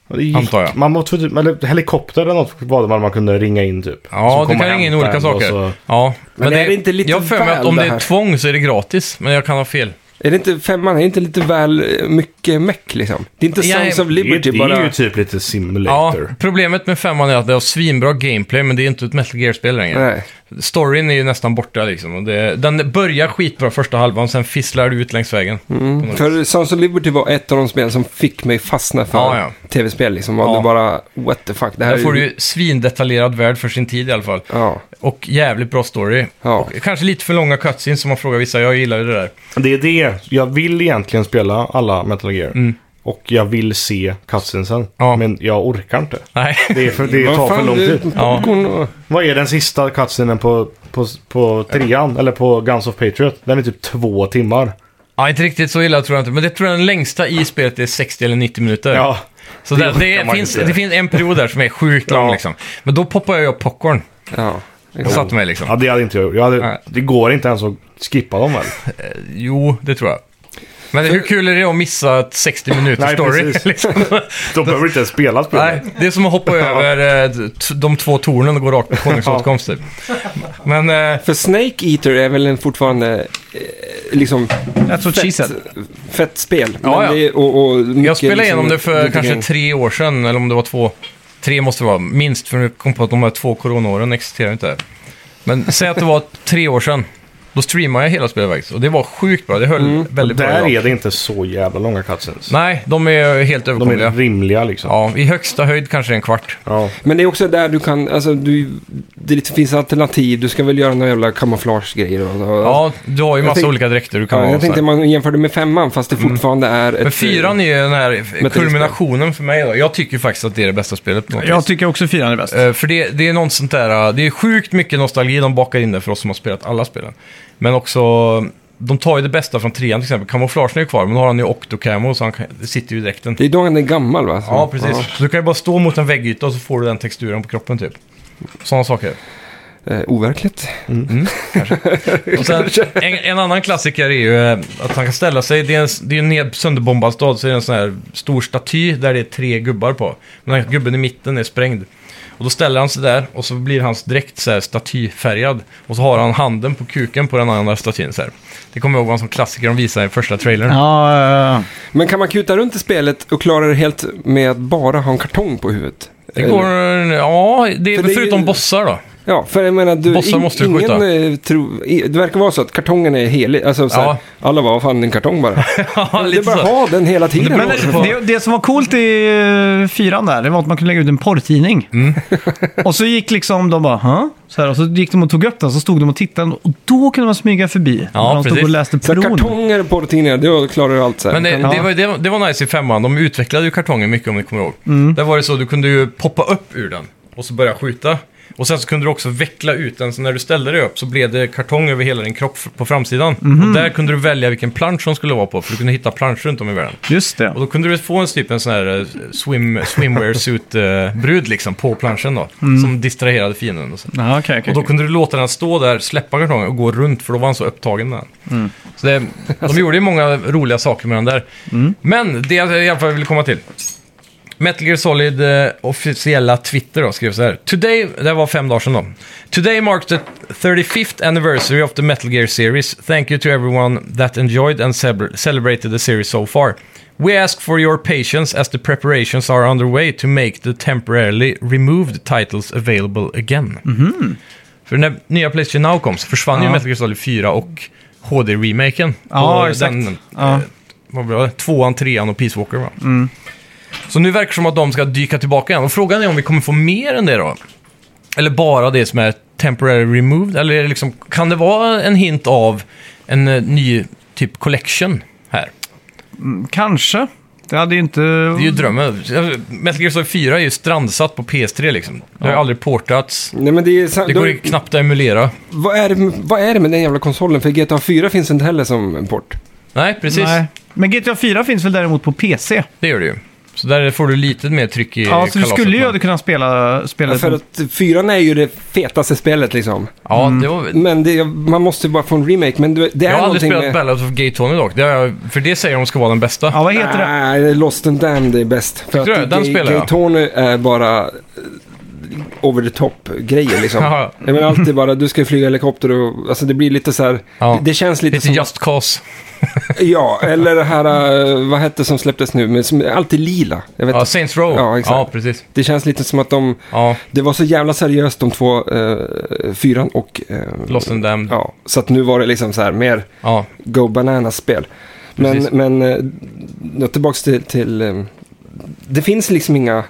Speaker 3: Och det gick-
Speaker 2: Antar jag.
Speaker 3: Man måste, eller helikopter eller något var det man man kunde ringa in typ. Så
Speaker 2: Ja, du
Speaker 3: komma
Speaker 2: kan ringa in
Speaker 3: hem
Speaker 2: olika
Speaker 3: sen och
Speaker 2: saker.
Speaker 3: så-
Speaker 2: Ja, men,
Speaker 4: är det inte lite
Speaker 2: Jag har för mig att
Speaker 4: väl
Speaker 2: om
Speaker 4: det
Speaker 2: det är
Speaker 4: här?
Speaker 2: tvång så är det gratis, men jag kan ha fel.
Speaker 4: Är det inte femman, är det inte lite väl eh, mycket meck liksom? Det är inte
Speaker 2: Ja,
Speaker 4: Sons
Speaker 2: det
Speaker 4: of
Speaker 3: Det är,
Speaker 4: Liberty
Speaker 3: det
Speaker 4: bara.
Speaker 3: är ju typ lite
Speaker 2: Ja,
Speaker 3: simulator.
Speaker 2: problemet med femman är att det har svinbra gameplay, men det är inte ett Metal Gear-spel längre.
Speaker 4: Nej.
Speaker 2: Storyn är ju nästan borta liksom. Och det, den börjar skitbra första halvan, sen fisslar du ut längs vägen.
Speaker 4: Mm.
Speaker 2: Mm.
Speaker 4: För Sons of Liberty var ett av de spel som fick mig fastna för
Speaker 2: Ja, ja.
Speaker 4: tv-spel liksom. Och
Speaker 2: Ja.
Speaker 4: det bara, what the fuck, det här
Speaker 2: Där får
Speaker 4: är
Speaker 2: du
Speaker 4: ju...
Speaker 2: ju svindetaljerad värld för sin tid i alla fall.
Speaker 4: Ja,
Speaker 2: Och jävligt bra story.
Speaker 4: ja.
Speaker 2: Kanske lite för långa cutscenes som man frågar vissa, jag gillar ju det där.
Speaker 3: Det är det. Jag vill egentligen spela alla Metal Gear. Och jag vill se cutscenesen.
Speaker 2: Mm. Ja.
Speaker 3: Men jag orkar inte.
Speaker 2: Nej.
Speaker 3: Det, är för, det tar för lång tid.
Speaker 2: Ja.
Speaker 4: popcorn och...
Speaker 3: Vad är den sista cutscenen på, på, på trean? Eller på Guns of Patriot? Den är typ två timmar.
Speaker 2: Ja, inte riktigt så illa tror jag inte. Men det tror jag den längsta i spelet är 60 eller 90 minuter.
Speaker 3: Ja.
Speaker 2: så det, det,
Speaker 3: man
Speaker 2: finns,
Speaker 3: inte.
Speaker 2: det finns en period där som är sjukt lång
Speaker 3: Ja.
Speaker 2: liksom. Men då poppar jag ju upp popcorn.
Speaker 4: Ja,
Speaker 2: Och satte mig liksom.
Speaker 3: ja det hade inte jag gjort. Jag hade,
Speaker 2: Nej.
Speaker 3: det går inte ens att skippa dem väl?
Speaker 2: Jo, det tror jag. Men hur kul är det att missa ett 60 minuters
Speaker 3: Nej,
Speaker 2: story?
Speaker 3: precis.
Speaker 2: liksom?
Speaker 3: De behöver inte ens spela spelet.
Speaker 2: Nej, det är som att hoppa över eh, t- de två tornen och gå rakt på konungsåtkomst typ. Men eh,
Speaker 4: För Snake Eater är väl en fortfarande eh, liksom
Speaker 1: That's what she
Speaker 4: fett,
Speaker 1: said.
Speaker 4: fett spel.
Speaker 2: Ja,
Speaker 4: Men
Speaker 2: ja.
Speaker 4: det är- och, och mycket
Speaker 2: jag spelade
Speaker 4: liksom
Speaker 2: igenom det för
Speaker 4: runt
Speaker 2: kanske
Speaker 4: omkring.
Speaker 2: tre år sedan, eller om det var två. Tre måste det vara, minst, för nu kom jag på att de här två coronaåren existerar inte. Men säg att det var tre år sedan. Då streamade jag hela spelet faktiskt. Och det var sjukt bra. Det höll väldigt bra.
Speaker 3: Där
Speaker 2: idag.
Speaker 3: är det inte så jävla långa cutscenes.
Speaker 2: Nej, de är helt
Speaker 3: De är
Speaker 2: överkomliga.
Speaker 3: rimliga liksom.
Speaker 2: Ja, i högsta höjd kanske en kvart.
Speaker 3: Ja.
Speaker 4: Men det är också där du kan, alltså du, det finns alternativ. Du ska väl göra några jävla kamouflagegrejer och, och
Speaker 2: Ja, du har ju massa
Speaker 4: tänk-
Speaker 2: olika dräkter du kan
Speaker 4: Ja,
Speaker 2: ha.
Speaker 4: jag
Speaker 2: och så
Speaker 4: tänkte
Speaker 2: här.
Speaker 4: man jämförde med femman fast det fortfarande är ett...
Speaker 2: Mm.
Speaker 4: eh,
Speaker 2: Men fyran är ju den här
Speaker 4: Men det är
Speaker 2: kulminationen för mig då. Jag tycker faktiskt att det är det bästa spelet på något
Speaker 1: Jag
Speaker 2: vis.
Speaker 1: tycker också fyran är bäst.
Speaker 2: Eh, För det, det är något sånt där, eh, det är sjukt mycket nostalgi de bakar in där för oss som har spelat alla spelen. Men också, de tar ju det bästa från trean till exempel. Kamouflagen är ju kvar, men då har han ju Octocamo så han kan, det sitter ju i dräkten.
Speaker 4: Det är då han är gammal va? Så-
Speaker 2: Ja, precis. Så du kan ju bara stå mot en väggyta och så får du den texturen på kroppen typ. Sådana saker.
Speaker 4: Eh, overkligt.
Speaker 2: Och sen, en, en annan klassiker är ju eh, att han kan ställa sig, det är en, det är en ned, sönderbombad stad, så är det en sån här stor staty där det är tre gubbar på. Men den här gubben i mitten är sprängd. Och då ställer han sig där och så blir hans dräkt så här statyfärgad. Och så har han handen på kuken på den andra statyn så här. Det kommer jag ihåg var en sån klassiker de visade i första trailern.
Speaker 1: Ja, eh, ja, ja.
Speaker 4: Men kan man kuta runt i spelet och klara det helt med att bara ha en kartong på huvudet?
Speaker 2: Det går, ja, det är
Speaker 4: För det är
Speaker 2: förutom
Speaker 4: ju-
Speaker 2: bossar då.
Speaker 4: Ja, för jag menar, du,
Speaker 2: Bossar måste du
Speaker 4: ingen
Speaker 2: skjuta.
Speaker 4: eh, tror- i- det verkar vara så att kartongen är helig. Alltså, så här,
Speaker 2: Ja.
Speaker 4: Alla bara, vad fan, en kartong bara.
Speaker 2: Ja,
Speaker 4: det är
Speaker 2: lite
Speaker 4: bara
Speaker 2: så.
Speaker 4: ha den hela tiden.
Speaker 2: Men-
Speaker 4: Alltså,
Speaker 2: på-
Speaker 1: Det, det som var coolt i eh, fyran där, det var att man kunde lägga ut en porrtidning. och så gick liksom de bara, "Hä?" så här, och så gick de och tog upp den, så stod de och tittade och då kunde man smyga förbi.
Speaker 2: Ja,
Speaker 1: när de
Speaker 2: precis.
Speaker 1: stod och läste
Speaker 4: så här,
Speaker 1: pron.
Speaker 4: kartonger och porrtidningar, då klarar du allt så här.
Speaker 2: Men det,
Speaker 4: Kan-
Speaker 2: det, var, det, var- det var nice i femman. De utvecklade ju kartongen mycket om ni kommer ihåg. Där var det så, du kunde ju poppa upp ur den och så börja skjuta. Och sen så kunde du också veckla ut den, så när du ställde dig upp så blev det kartong över hela din kropp f- på framsidan. Och där kunde du välja vilken plansch som skulle vara på, för du kunde hitta plansch runt om i världen.
Speaker 1: Just det.
Speaker 2: Och då kunde du få en typ en sån här eh, swim, swimwear suit-brud liksom på planschen då. Som distraherade fienden. Och, så.
Speaker 1: Ja, okej, okej.
Speaker 2: och då kunde du låta den stå där, släppa kartongen och gå runt för då var han så upptagen med den.
Speaker 1: Mm.
Speaker 2: Så det, de gjorde ju många roliga saker med den där.
Speaker 1: Mm.
Speaker 2: Men det jag i alla fall ville komma till. Metal Gear Solid eh, officiella Twitter då, skrev så här. Today, det här var fem dagar sedan då. Today marks the 35th anniversary of the Metal Gear series. Thank you to everyone that enjoyed and cebr- celebrated the series so far. We ask for your patience as the preparations are underway to make the temporarily removed titles available again. För när nya Playstation Now kom så försvann ju
Speaker 1: Mm-hmm. Ja.
Speaker 2: Metal Gear Solid 4 och HD-remaken.
Speaker 1: Ja,
Speaker 2: Och
Speaker 1: exakt.
Speaker 2: Den,
Speaker 1: Ja.
Speaker 2: eh, vad var det? Tvåan, trean och Peace Walker va?
Speaker 1: Mm.
Speaker 2: Så nu verkar det som att de ska dyka tillbaka igen. Och frågan är om vi kommer få mer än det då? Eller bara det som är temporary removed? Eller är det liksom, kan det vara en hint av en eh, ny typ collection här?
Speaker 1: Kanske. Det hade ju inte...
Speaker 2: Det är ju drömmen. Alltså, Metal Gear Solid 4 är ju strandsatt på PS3 liksom. Det har ju aldrig portats.
Speaker 4: Nej, men det är, sa-
Speaker 2: Det
Speaker 4: då,
Speaker 2: går ju knappt att emulera.
Speaker 4: vad, är det, med- vad är det med den jävla konsolen? För GTA 4 finns inte heller som en port.
Speaker 2: Nej, precis.
Speaker 1: Nej. Men GTA 4 finns väl däremot på PC?
Speaker 2: Det gör det ju. Så där får du lite mer tryck i
Speaker 1: Ja, så du
Speaker 2: kalaset,
Speaker 1: skulle
Speaker 2: men-
Speaker 1: ju kunna spela, spela
Speaker 4: För
Speaker 1: det på-
Speaker 4: att fyran är ju det fetaste spelet liksom.
Speaker 2: Ja,
Speaker 1: Mm.
Speaker 2: det var...
Speaker 4: Men det, man måste ju bara få en remake. Men det, det är
Speaker 2: Jag har aldrig
Speaker 4: någonting
Speaker 2: spelat
Speaker 4: med...
Speaker 2: Ballad of Gay Tony dock. Det har jag... För det säger de ska vara den bästa.
Speaker 1: Ja, vad heter det?
Speaker 4: Nej, det är Lost and Damned är bäst. För
Speaker 2: Tyckte du? Den
Speaker 4: Gay-
Speaker 2: spelar jag.
Speaker 4: Gay Tony är bara eh, over the top-grejer liksom.
Speaker 2: Ja.
Speaker 4: Jag menar alltid bara, du ska flyga helikopter och... Alltså det blir lite så här...
Speaker 2: Ja.
Speaker 4: Det, det känns lite
Speaker 2: Lite
Speaker 4: som...
Speaker 2: Just Cause.
Speaker 4: Ja, eller det här... eh, Vad hette som släpptes nu? Men som är alltid lila. Jag vet
Speaker 2: Ja,
Speaker 4: inte.
Speaker 2: Saints Row.
Speaker 4: Ja, exakt.
Speaker 2: Ja, precis.
Speaker 4: Det känns lite som att de...
Speaker 2: Ja,
Speaker 4: Det var så jävla seriöst de två... Eh, fyran och... Eh,
Speaker 2: Lost and Damned. Ja.
Speaker 4: Ja, så att nu var det liksom så här mer... Go Bananas-spel. Men,
Speaker 2: Precis.
Speaker 4: men eh, tillbaka till, till... eh, Det finns liksom inga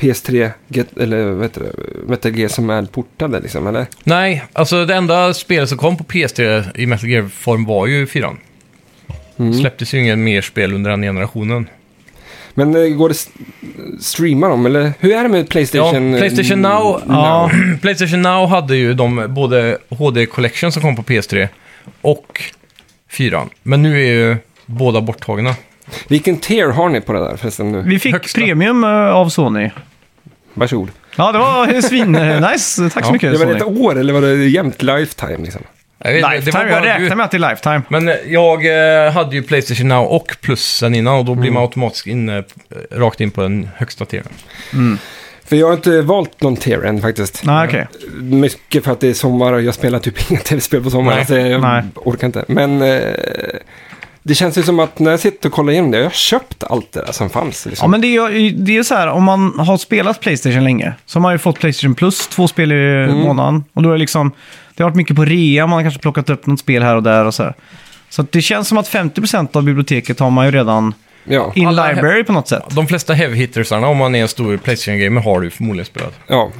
Speaker 4: PS3 get, eller vad heter det, Metal Gear som är portade liksom, eller?
Speaker 2: Nej, alltså det enda spelet som kom på PS3 i Metal Gear-form var ju 4
Speaker 4: Mm.
Speaker 2: Släpptes ju inga mer spel under den generationen.
Speaker 4: Men eh, går det s- streama dem, eller? Hur är det med Playstation?
Speaker 2: Ja, Playstation
Speaker 4: eh,
Speaker 2: Now-
Speaker 1: Ja.
Speaker 2: Playstation Now hade ju de både HD Collection som kom på PS3 och 4 Men nu är ju båda borttagna.
Speaker 4: Vilken tier har ni på det där förresten nu?
Speaker 1: Vi fick
Speaker 2: Högsta.
Speaker 1: premium eh, av Sony.
Speaker 4: Varsågod.
Speaker 1: Ja, det var svin-nice. Tack så
Speaker 2: Ja,
Speaker 1: mycket,
Speaker 4: Det var det
Speaker 1: Sony.
Speaker 4: ett år, eller var det jämnt lifetime liksom?
Speaker 2: Jag vet inte,
Speaker 1: Lifetime, jag
Speaker 2: bara du.
Speaker 1: räknar med att det är lifetime.
Speaker 2: Men eh, jag eh, hade ju Playstation Now och Plus sen innan och då blir man automatiskt inne, eh, rakt in på den högsta tvn.
Speaker 4: För jag har inte valt någon tier än faktiskt.
Speaker 1: Nej, okej.
Speaker 4: Mycket för att det är sommar och jag spelar typ inga tv-spel på sommaren.
Speaker 2: Nej,
Speaker 4: så jag
Speaker 1: nej.
Speaker 4: orkar inte. Men eh, det känns ju som att när jag sitter och kollar igenom det, jag har köpt allt det där som fanns.
Speaker 1: Ja,
Speaker 4: Liksom.
Speaker 1: men det är ju det är ju så här, om man har spelat Playstation länge, så har man ju fått Playstation Plus, två spel i
Speaker 2: Mm.
Speaker 1: månaden. Och då är det liksom, det har varit mycket på rea, man har kanske plockat upp något spel här och där och så här. Så att det känns som att 50% av biblioteket har man ju redan
Speaker 4: Ja,
Speaker 1: in
Speaker 2: Alla-
Speaker 1: library på något sätt.
Speaker 2: De flesta heavy hittersarna, om man är en stor Playstation-gamer, har du förmodligen spelat.
Speaker 4: ja.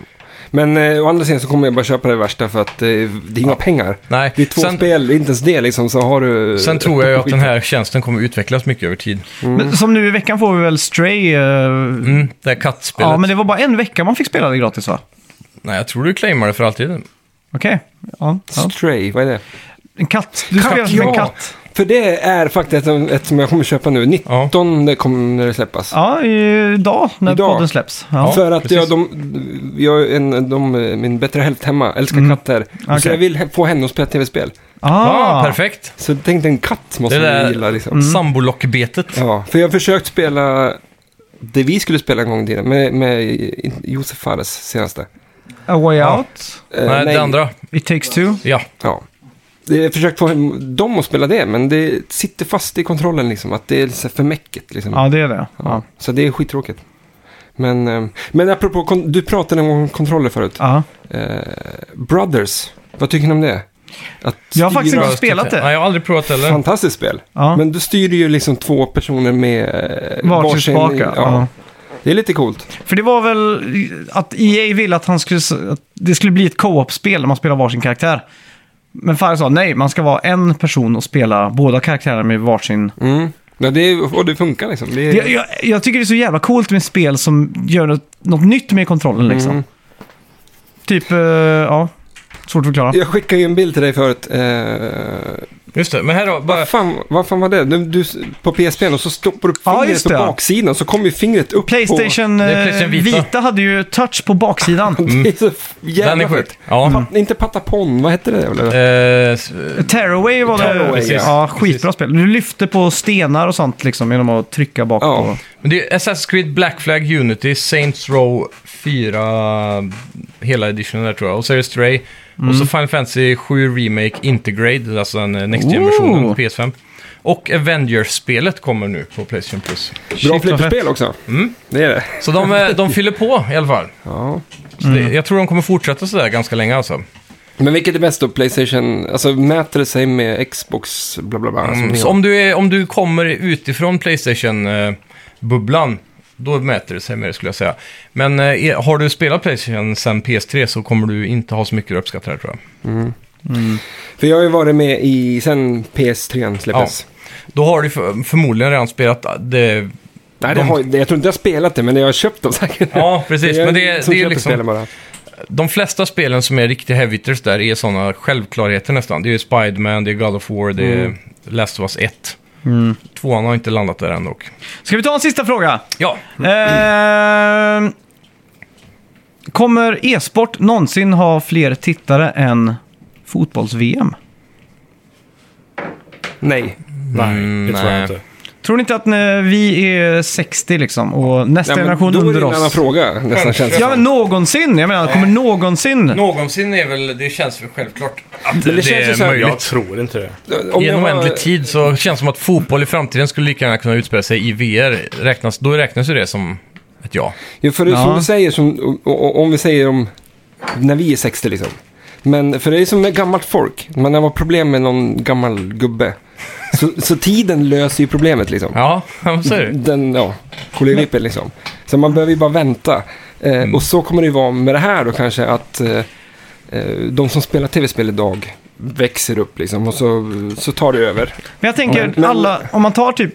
Speaker 4: Men eh, å andra sidan så kommer jag bara köpa det värsta för att eh, det är inga pengar.
Speaker 2: Nej,
Speaker 4: Det är två
Speaker 2: sen,
Speaker 4: spel, inte ens det liksom, så har du...
Speaker 2: sen tror jag ju att den här tjänsten kommer utvecklas mycket över tid.
Speaker 1: Men som nu i veckan får vi väl Stray. eh,
Speaker 2: Mm, det här kattspelet.
Speaker 1: ja, men det var bara en vecka man fick spela det gratis va?
Speaker 2: Nej, jag tror du claimar det för alltid.
Speaker 1: Okej. Ja, ja.
Speaker 4: Stray, vad är det?
Speaker 1: En katt. Du spelar som en katt.
Speaker 4: För det är faktiskt ett, ett som jag kommer köpa nu. 19 kommer det släppas.
Speaker 1: Ja, idag när
Speaker 4: Idag.
Speaker 1: podden släpps. Ja.
Speaker 4: För att
Speaker 2: precis.
Speaker 4: jag, de, jag är en, de, min bättre hälft hemma älskar katter. Så
Speaker 1: Mm. Okej.
Speaker 4: jag vill he- få henne att spela tv-spel.
Speaker 2: Ah, perfekt.
Speaker 4: Så tänk dig en katt måste
Speaker 2: Det där-
Speaker 4: man gilla liksom.
Speaker 1: Mm.
Speaker 2: Sambolockbetet.
Speaker 4: Ja, för jag har försökt spela det vi skulle spela en gång i tiden med, med Josef Fares senaste.
Speaker 1: A Way
Speaker 2: Ja.
Speaker 1: Out.
Speaker 4: Eh,
Speaker 2: nej, det andra.
Speaker 1: It takes two.
Speaker 2: Ja,
Speaker 4: Ja. Jag har försökt få hem dem att spela det, men det sitter fast i kontrollen liksom. Att det är så här för mäcket liksom.
Speaker 1: Ja, det är det. Ja.
Speaker 4: Så det är skittråkigt. Men, eh, men apropå, kon- du pratade om kontroller förut.
Speaker 1: Ja.
Speaker 4: Eh, Brothers, vad tycker ni om det? Att
Speaker 1: Jag har faktiskt
Speaker 4: styra-
Speaker 1: inte spelat det.
Speaker 2: Nej, jag har aldrig provat heller.
Speaker 4: Fantastiskt spel.
Speaker 1: Ja.
Speaker 4: Men du styr ju liksom två personer med eh,
Speaker 1: Varsin spak, ja.
Speaker 4: ja. Det är lite coolt.
Speaker 1: För det var väl att EA ville att, han skulle, att det skulle bli ett co-op-spel där man spelar varsin karaktär. Men Fire sa nej, man ska vara en person och spela båda karaktärerna med varsin...
Speaker 4: Mm. Ja, det är, och det funkar liksom. Det är,
Speaker 1: Jag, jag, jag tycker det är så jävla coolt med spel som gör något, något nytt med kontrollen liksom.
Speaker 4: Mm.
Speaker 1: Typ, eh, ja. Svårt att förklara.
Speaker 4: Jag skickade ju en bild till dig förut. Eh,
Speaker 2: Just det, men här då. Bara,
Speaker 4: vad, fan, vad fan var det? Du, du, på PSP och så stoppar du upp
Speaker 1: Ja,
Speaker 4: fingret
Speaker 1: just
Speaker 4: på
Speaker 1: det, ja.
Speaker 4: baksidan så kommer ju fingret upp
Speaker 1: Playstation,
Speaker 2: Det är
Speaker 1: eh,
Speaker 2: Playstation Vita.
Speaker 1: Vita. hade ju touch på baksidan.
Speaker 4: på... Det är så jävla
Speaker 2: Mm. den är
Speaker 4: sjukt.
Speaker 2: sjuk. Ja.
Speaker 4: Pa, inte patapon, vad hette det? Eller?
Speaker 2: Eh, s- eh,
Speaker 1: Tearaway var det.
Speaker 4: Tearaway,
Speaker 1: ja.
Speaker 4: ja.
Speaker 1: skitbra
Speaker 2: Precis.
Speaker 1: spel. Du lyfte på stenar och sånt liksom genom att trycka bak
Speaker 4: Ja.
Speaker 1: på.
Speaker 2: men det är Assassin's Creed, Black Flag, Unity, Saints Row 4, hela editionen där tror jag. Och så är det Stray. Och så Final Fantasy 7 Remake Integrate, alltså den eh, Next Gen-versionen
Speaker 1: Ooh.
Speaker 2: på PS5. Och Avengers-spelet kommer nu på Playstation Plus.
Speaker 4: Bra
Speaker 1: vad
Speaker 4: flipperspel också.
Speaker 2: Mm.
Speaker 4: Det är det.
Speaker 2: Så de, eh, de fyller på i alla fall.
Speaker 4: Ja.
Speaker 2: Så det, jag tror de kommer fortsätta sådär ganska länge alltså.
Speaker 4: Men vilket är bäst då? Playstation? Alltså mäter det sig med Xbox bla bla alltså, bla? Mm, som ni
Speaker 2: Alltså, Så
Speaker 4: har?
Speaker 2: om du, är, om du kommer utifrån Playstation-bubblan, då mäter det sig med det skulle jag säga. Men eh, är- har du spelat Playstation sen PS3 så kommer du inte ha så mycket att uppskatta det tror jag.
Speaker 4: För jag har ju varit med i sen PS3 släpptes.
Speaker 2: Då har du för, förmodligen redan spelat det...
Speaker 4: Nej, det
Speaker 2: De-
Speaker 4: har, jag tror inte jag har spelat det, men jag har köpt dem säkert.
Speaker 2: Ja, precis.
Speaker 4: jag
Speaker 2: Men det,
Speaker 4: som
Speaker 2: det är
Speaker 4: köper spelen
Speaker 2: liksom...
Speaker 4: bara.
Speaker 2: De flesta spelen som är riktiga heavy hitters där är sådana självklarheter nästan. Det är ju Spiderman, det är God of War, det är
Speaker 4: Mm.
Speaker 2: Last of Us 1. Tvåan har inte landat där än dock.
Speaker 1: Ska vi ta en sista fråga?
Speaker 2: Ja,
Speaker 1: Ehm, kommer e-sport någonsin ha fler tittare än fotbolls-VM?
Speaker 3: Nej,
Speaker 4: Nej.
Speaker 3: det tror
Speaker 2: Mm, nej.
Speaker 3: jag inte.
Speaker 1: Tror ni inte att när vi är 60 liksom och nästa
Speaker 4: Ja, men
Speaker 1: generation
Speaker 4: då är
Speaker 1: under
Speaker 4: det en annan
Speaker 1: oss...
Speaker 4: fråga nästan
Speaker 2: Kanske.
Speaker 4: känns det
Speaker 1: Ja,
Speaker 4: som.
Speaker 1: men någonsin. Jag menar, kommer någonsin...
Speaker 2: Någonsin är väl, det känns väl självklart att det,
Speaker 4: det känns ju
Speaker 2: är
Speaker 4: så här-
Speaker 3: Jag
Speaker 2: möjligt.
Speaker 3: tror inte det.
Speaker 4: Om
Speaker 2: I
Speaker 4: jag
Speaker 2: en
Speaker 4: har-
Speaker 2: oändlig tid så känns det som att fotboll i framtiden skulle lika gärna kunna utspela sig i VR. Räknas, då räknas ju det som ett ja.
Speaker 4: Ja, för det,
Speaker 1: Ja.
Speaker 4: som du säger, som, o- o- om vi säger om när vi är 60 liksom. Men för det är som med gammalt folk. Man har problem med någon gammal gubbe. Så, så tiden löser ju problemet liksom.
Speaker 2: Ja, vad säger du?
Speaker 4: Den, ja, kollegippen liksom. Så man behöver ju bara vänta. Eh,
Speaker 1: Mm.
Speaker 4: Och så kommer det ju vara med det här då kanske att eh, eh, de som spelar tv-spel idag växer upp liksom och så, så tar det över.
Speaker 1: Men jag tänker,
Speaker 4: Men- men-
Speaker 1: alla, om man tar typ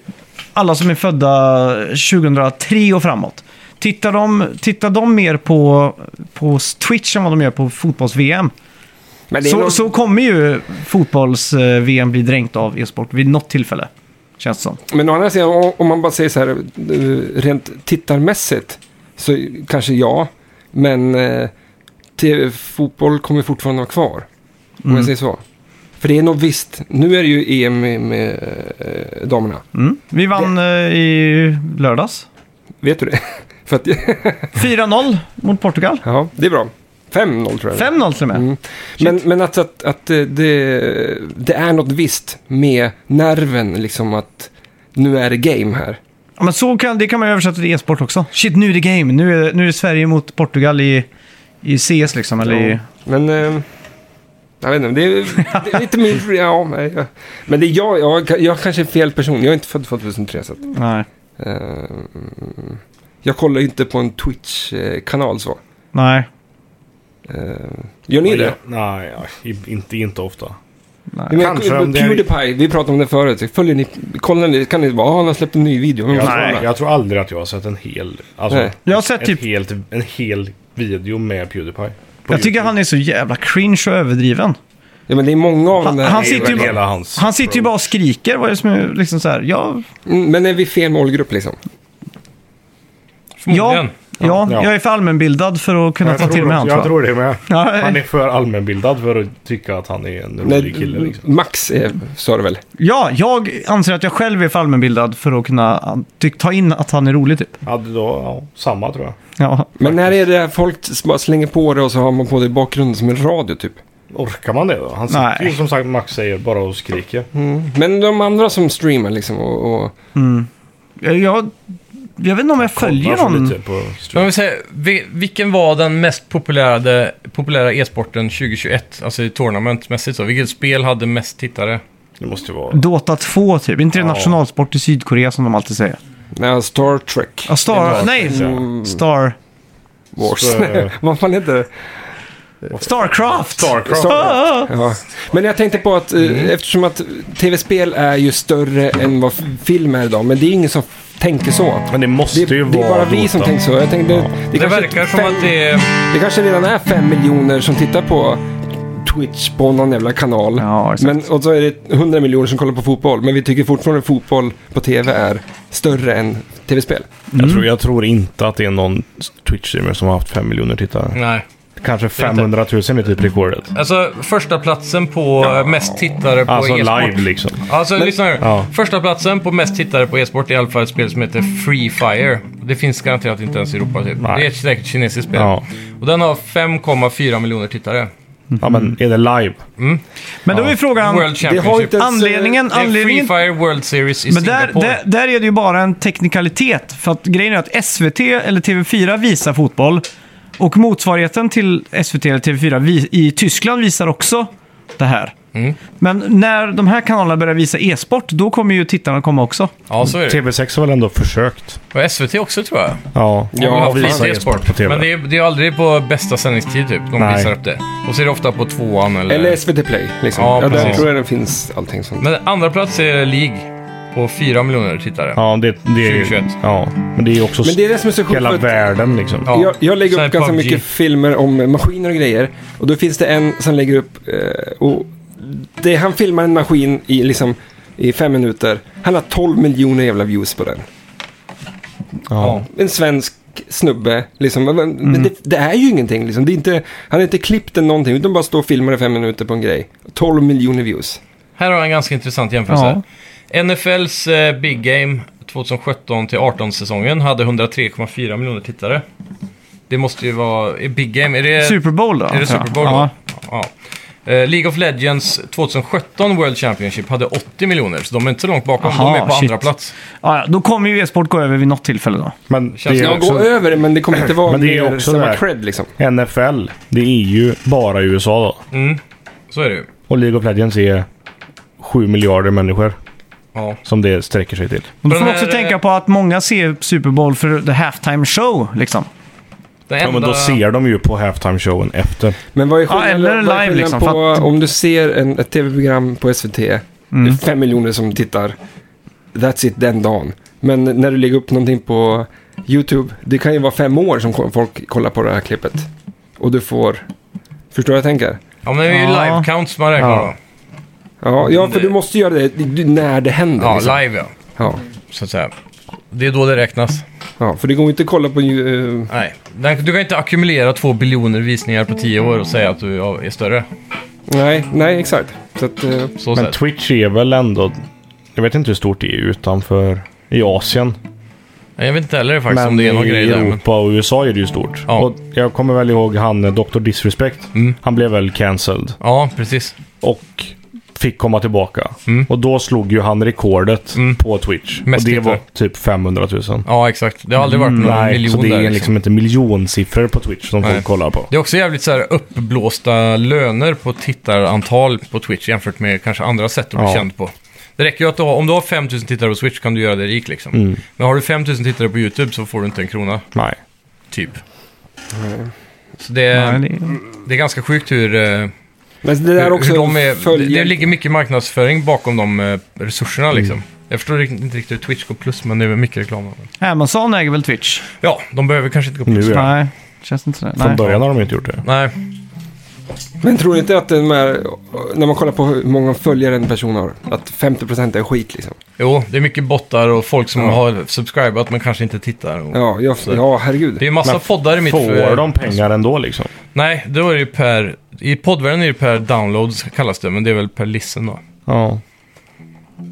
Speaker 1: alla som är födda 2003 och framåt. Tittar de, tittar de mer på, på Twitch än vad de gör på fotbolls-VM?
Speaker 4: Men det är
Speaker 1: Så,
Speaker 4: nog-
Speaker 1: så kommer ju fotbolls-VM bli dränkt av e-sport vid något tillfälle. Känns det som.
Speaker 4: Men å andra sidan, om- om man bara säger så här eh, rent tittarmässigt så kanske ja, men eh, TV, fotboll kommer fortfarande vara kvar. Om
Speaker 1: Mm.
Speaker 4: jag säger så. För det är nog visst, nu är det ju EM med, med eh, damerna.
Speaker 1: Mm. Vi vann eh, i lördags.
Speaker 4: Vet du det? För att,
Speaker 1: 4-0 mot Portugal.
Speaker 4: ja, det är bra. 5-0 tror jag.
Speaker 1: 5-0 till och med.
Speaker 4: Mm. Men, men att, att, att eh, det, det är något visst med nerven, liksom att nu är det game här.
Speaker 1: Ja, men så kan, det kan man ju översätta till e-sport också. Shit, nu är det game. Nu är, nu är det Sverige mot Portugal i, i CS liksom. Eller i,
Speaker 4: Ja, Men... Eh, jag vet inte, det är, det är lite mindre... Ja, nej, ja. Men det är jag, jag, jag kanske är fel person. Jag är inte född 2003 så att,
Speaker 1: nej.
Speaker 4: eh, Jag kollar ju inte på en Twitch-kanal så.
Speaker 1: Nej.
Speaker 4: Eh, gör ni det?
Speaker 3: Nej, ja, inte, inte ofta.
Speaker 4: Jag menar,
Speaker 3: Kanske om det är-
Speaker 4: Pewdiepie, vi pratade om det förut. Följer ni, kollar ni, kan ni bara, "Ah, han har släppt en ny video. Men
Speaker 3: Jag,
Speaker 4: vad fan
Speaker 3: tror,
Speaker 4: är det?"
Speaker 3: jag tror aldrig att jag har sett en hel... Alltså,
Speaker 4: Nej.
Speaker 1: Jag har sett
Speaker 3: ett
Speaker 1: typ-
Speaker 3: helt, en hel video med Pewdiepie. på
Speaker 1: Jag tycker
Speaker 3: YouTube.
Speaker 1: han är så jävla cringe och överdriven.
Speaker 4: Ja, men det är många av
Speaker 1: Han-
Speaker 4: de där.
Speaker 1: han
Speaker 3: Det är
Speaker 1: sitter ju
Speaker 3: väl
Speaker 1: bara-
Speaker 3: hela hans...
Speaker 1: Han sitter ju bara och skriker. Vad är det som är liksom så här? Ja,
Speaker 4: Mm, Men är vi fel målgrupp liksom?
Speaker 1: ja,
Speaker 2: Förmodligen.
Speaker 1: ja,
Speaker 3: Ja.
Speaker 1: jag är för allmänbildad för att kunna
Speaker 3: Jag
Speaker 1: ta
Speaker 3: tror
Speaker 1: till mig
Speaker 3: också-
Speaker 1: han
Speaker 3: Jag
Speaker 1: tror
Speaker 3: tror det med.
Speaker 1: jag.
Speaker 3: Han är för allmänbildad för att tycka att han är en rolig kille. Liksom.
Speaker 4: Max eh, sa det väl?
Speaker 1: Ja, jag anser att jag själv är för allmänbildad för att kunna an- ty- ta in att han är rolig typ.
Speaker 3: Ja, då, ja, samma tror jag.
Speaker 1: Ja.
Speaker 4: Men när är det där folk s- bara slänger på det och så har man på det i bakgrunden som en radio typ?
Speaker 3: Orkar man det då? Han sitter
Speaker 1: Nej.
Speaker 3: ju som sagt, Max säger, bara och skriker.
Speaker 4: Men de andra som streamar liksom och, och
Speaker 1: Jag, jag vet inte om jag följer
Speaker 3: Kollar så
Speaker 1: någon.
Speaker 3: lite på
Speaker 2: Men
Speaker 3: stream.
Speaker 2: om vi säger, vi- vilken var den mest populära, populära e-sporten 2021? Alltså i tournamentmässigt så. Vilket spel hade mest tittare?
Speaker 3: Det måste ju vara...
Speaker 1: Dota 2 typ, inte det
Speaker 3: Ja.
Speaker 1: nationalsport i Sydkorea som de alltid säger?
Speaker 4: Nej, Star Trek.
Speaker 1: Ja, Star...
Speaker 3: Dota,
Speaker 1: Nej!
Speaker 3: ja.
Speaker 1: Star...
Speaker 4: Wars.
Speaker 3: Så-
Speaker 4: Vad fan heter det?
Speaker 1: Starcraft!
Speaker 3: Starcraft.
Speaker 1: Ah!
Speaker 4: Ja. Men jag tänkte på att eh,
Speaker 3: Mm.
Speaker 4: eftersom att tv-spel är ju större än vad f- film är idag. Men det är ingen som f- tänker så.
Speaker 3: Men det måste
Speaker 4: Det,
Speaker 3: ju
Speaker 4: det är
Speaker 3: vara
Speaker 4: bara vi
Speaker 3: Dota.
Speaker 4: som tänker så. Jag tänkte,
Speaker 2: Det,
Speaker 4: kanske
Speaker 2: verkar som
Speaker 4: fem,
Speaker 2: att det är...
Speaker 4: det kanske redan är fem miljoner som tittar på Twitch på någon jävla kanal.
Speaker 1: Ja, exakt.
Speaker 4: men, och så är det 100 miljoner som kollar på fotboll. Men vi tycker fortfarande fotboll på tv är större än tv-spel.
Speaker 3: Jag, tror, jag tror inte att det är någon Twitch-streamer som har haft 5 miljoner tittare.
Speaker 2: Nej.
Speaker 3: Kanske 500 000 är typ rekordet.
Speaker 2: Alltså första platsen på eh, mest tittare på
Speaker 3: Alltså
Speaker 2: e-sport.
Speaker 3: live liksom.
Speaker 2: Alltså lyssna nu.
Speaker 3: Ja.
Speaker 2: Första platsen på mest tittare på e-sport är i alla fall ett spel som heter Free Fire. Det finns garanterat inte ens i Europa typ.
Speaker 3: Nej.
Speaker 2: Det är ett säkert kinesiskt spel.
Speaker 3: Ja.
Speaker 2: Och den har 5,4 miljoner tittare.
Speaker 3: ja, men är det live?
Speaker 1: Men då är frågan...
Speaker 2: World Championship.
Speaker 4: har inte-
Speaker 1: Anledningen...
Speaker 2: Det är Free
Speaker 1: anledningen
Speaker 2: Fire World Series i
Speaker 1: men där,
Speaker 2: Singapore.
Speaker 1: där, där är det ju bara en teknikalitet. För att grejen är att SVT eller TV4 visar fotboll. Och motsvarigheten till SVT eller TV4 vi, i Tyskland visar också det här.
Speaker 2: Mm.
Speaker 1: Men när de här kanalerna börjar visa e-sport, då kommer ju tittarna komma också.
Speaker 2: Ja, så är det.
Speaker 3: TV6 har väl ändå försökt?
Speaker 2: Och SVT också tror jag.
Speaker 3: Ja,
Speaker 2: De har
Speaker 4: Ja,
Speaker 2: haft
Speaker 4: vi
Speaker 2: lite
Speaker 3: visar
Speaker 2: e-sport.
Speaker 3: e-sport på TV.
Speaker 2: Men det är, det är aldrig på bästa sändningstid typ. De
Speaker 3: Nej.
Speaker 2: visar upp det. Och så är det ofta på tvåan eller...
Speaker 4: Eller SVT Play. Liksom.
Speaker 2: Ja,
Speaker 4: Ja, där
Speaker 2: precis.
Speaker 4: tror jag det finns allting sånt.
Speaker 2: Men andra plats är League. På 4 miljoner tittare.
Speaker 3: Ja, det, det är
Speaker 2: 2021.
Speaker 3: Ja, men det är ju också
Speaker 4: Men det är det som är så sjukt.
Speaker 3: hela
Speaker 4: för att-
Speaker 3: världen liksom.
Speaker 2: Ja.
Speaker 4: Jag, jag
Speaker 2: Så
Speaker 4: lägger
Speaker 2: här
Speaker 4: upp ganska
Speaker 2: PUBG.
Speaker 4: mycket filmer om eh, maskiner och grejer. Och då finns det en som lägger upp... Eh, och det, han filmar en maskin i, liksom, i fem minuter. Han har 12 miljoner jävla views på den.
Speaker 2: Ja.
Speaker 4: En svensk snubbe. Liksom. Men, men det, det är ju ingenting. Liksom. Det är inte, han har inte klippt den någonting. Utan bara står och filmar i fem minuter på en grej. 12 miljoner views.
Speaker 2: Här har jag en ganska intressant jämförelse. NFLs eh, Big Game 2017 till 18 säsongen hade 103,4 miljoner tittare. Det måste ju vara... Är Big Game, är det...
Speaker 1: Super Bowl då?
Speaker 2: Är det
Speaker 1: tror jag.
Speaker 2: Super Bowl då?
Speaker 1: Ja.
Speaker 2: Ja. Eh, League of Legends 2017 World Championship hade 80 miljoner, så de är inte så långt bakom.
Speaker 1: Aha,
Speaker 2: de är på
Speaker 1: shit.
Speaker 2: andra plats.
Speaker 1: Ja, ja, då kommer ju e-sport gå över vid något tillfälle då.
Speaker 3: Men det
Speaker 2: Känns
Speaker 3: är
Speaker 2: som
Speaker 4: Jag
Speaker 3: också
Speaker 4: går över men det kommer inte vara
Speaker 3: Men det är
Speaker 4: mer
Speaker 3: också
Speaker 4: samma
Speaker 3: där.
Speaker 4: cred. Liksom.
Speaker 3: NFL, det är ju bara USA då.
Speaker 2: Mm. Så är det ju.
Speaker 3: Och League of Legends är 7 miljarder människor
Speaker 2: Ja.
Speaker 3: som det sträcker sig till.
Speaker 1: Men då
Speaker 2: den
Speaker 1: får man också
Speaker 2: här, eh,
Speaker 1: tänka på att många ser Super Bowl för the halftime show. Liksom.
Speaker 2: Den
Speaker 3: Ja, men då ser de ju på halftime-showen efter.
Speaker 4: Men vad är skillnaden,
Speaker 1: eller
Speaker 4: vad är
Speaker 1: live,
Speaker 4: skillnaden
Speaker 1: liksom,
Speaker 4: på
Speaker 1: för att-
Speaker 4: om du ser en, ett tv-program på SVT, det är fem miljoner som tittar, that's it den dagen. Men när du lägger upp någonting på YouTube, det kan ju vara fem år som ko- folk kollar på det här klippet. Och du får, förstår vad jag tänker?
Speaker 2: Ja, men det är ju
Speaker 1: Ja.
Speaker 2: live counts man räknar
Speaker 3: Ja.
Speaker 2: då.
Speaker 4: Ja, ja för du måste göra det du- när det händer.
Speaker 2: eh, Ja,
Speaker 4: liksom.
Speaker 2: live ja.
Speaker 4: ja,
Speaker 2: Så att säga. Det är då det räknas.
Speaker 4: ja, för det går ju inte att kolla på... eh,
Speaker 2: Nej. Den- Du kan inte ackumulera två biljoner visningar på tio år och säga att du ja, är större.
Speaker 4: nej, nej, exakt. Så att, eh,
Speaker 2: Så
Speaker 3: Men
Speaker 2: sett.
Speaker 3: Twitch är väl ändå... Jag vet inte hur stort det är utanför... I Asien.
Speaker 2: Nej, Jag vet inte heller faktiskt om
Speaker 3: Men
Speaker 2: det är någon
Speaker 3: i
Speaker 2: grej där. Men...
Speaker 3: Europa och USA är det ju stort.
Speaker 2: Ja. Mm.
Speaker 3: Och jag kommer väl ihåg han eh, Dr. Disrespect. Han blev väl cancelled.
Speaker 2: Ja, precis.
Speaker 3: och fick komma tillbaka.
Speaker 2: Mm.
Speaker 3: Och då slog ju han rekordet på Twitch.
Speaker 2: Mest
Speaker 3: och det
Speaker 2: tittare.
Speaker 3: var typ 500 000.
Speaker 2: Ja, exakt. Det har aldrig varit någon
Speaker 3: Nej,
Speaker 2: miljon
Speaker 3: så det
Speaker 2: där.
Speaker 3: är liksom inte miljonsiffror på Twitch som
Speaker 2: Nej.
Speaker 3: folk kollar på.
Speaker 2: Det är också jävligt så här uppblåsta löner på tittarantal på Twitch jämfört med kanske andra sätt att bli
Speaker 3: Ja.
Speaker 2: känd på. Det räcker ju att du har, om du har 5000 tittare på Twitch kan du göra dig rik liksom.
Speaker 3: Mm.
Speaker 2: Men har du 5000 tittare på YouTube så får du inte en krona,
Speaker 3: Nej.
Speaker 2: typ. Så det är,
Speaker 3: Eh,
Speaker 1: Nej, det-
Speaker 2: det är ganska sjukt hur, eh,
Speaker 4: men det där
Speaker 2: hur,
Speaker 4: också
Speaker 2: hur de är, det,
Speaker 4: följer...
Speaker 2: det ligger mycket marknadsföring bakom de eh, resurserna liksom. Jag förstår rikt- inte riktigt hur Twitch går plus, men det är väl mycket reklam.
Speaker 1: Amazon äger väl Twitch?
Speaker 2: Ja, de behöver kanske inte gå plus.
Speaker 3: Nu ja.
Speaker 1: Nej, känns inte det.
Speaker 3: Från
Speaker 1: Nej.
Speaker 3: början har de inte gjort det.
Speaker 2: Nej,
Speaker 4: Men tror ni inte att den här, när man kollar på hur många följare en person har, att 50% är skit liksom?
Speaker 2: jo, det är mycket bottar och folk som har subscribat men kanske inte tittar. Och...
Speaker 4: Ja, jag, ja herregud.
Speaker 2: Det är ju massa
Speaker 3: Men
Speaker 2: poddar i mitt...
Speaker 3: Får de pengar ändå liksom?
Speaker 2: Nej, då är det ju per... I poddvärlden är det per downloads kallas det, men det är väl per listen då.
Speaker 3: Ja.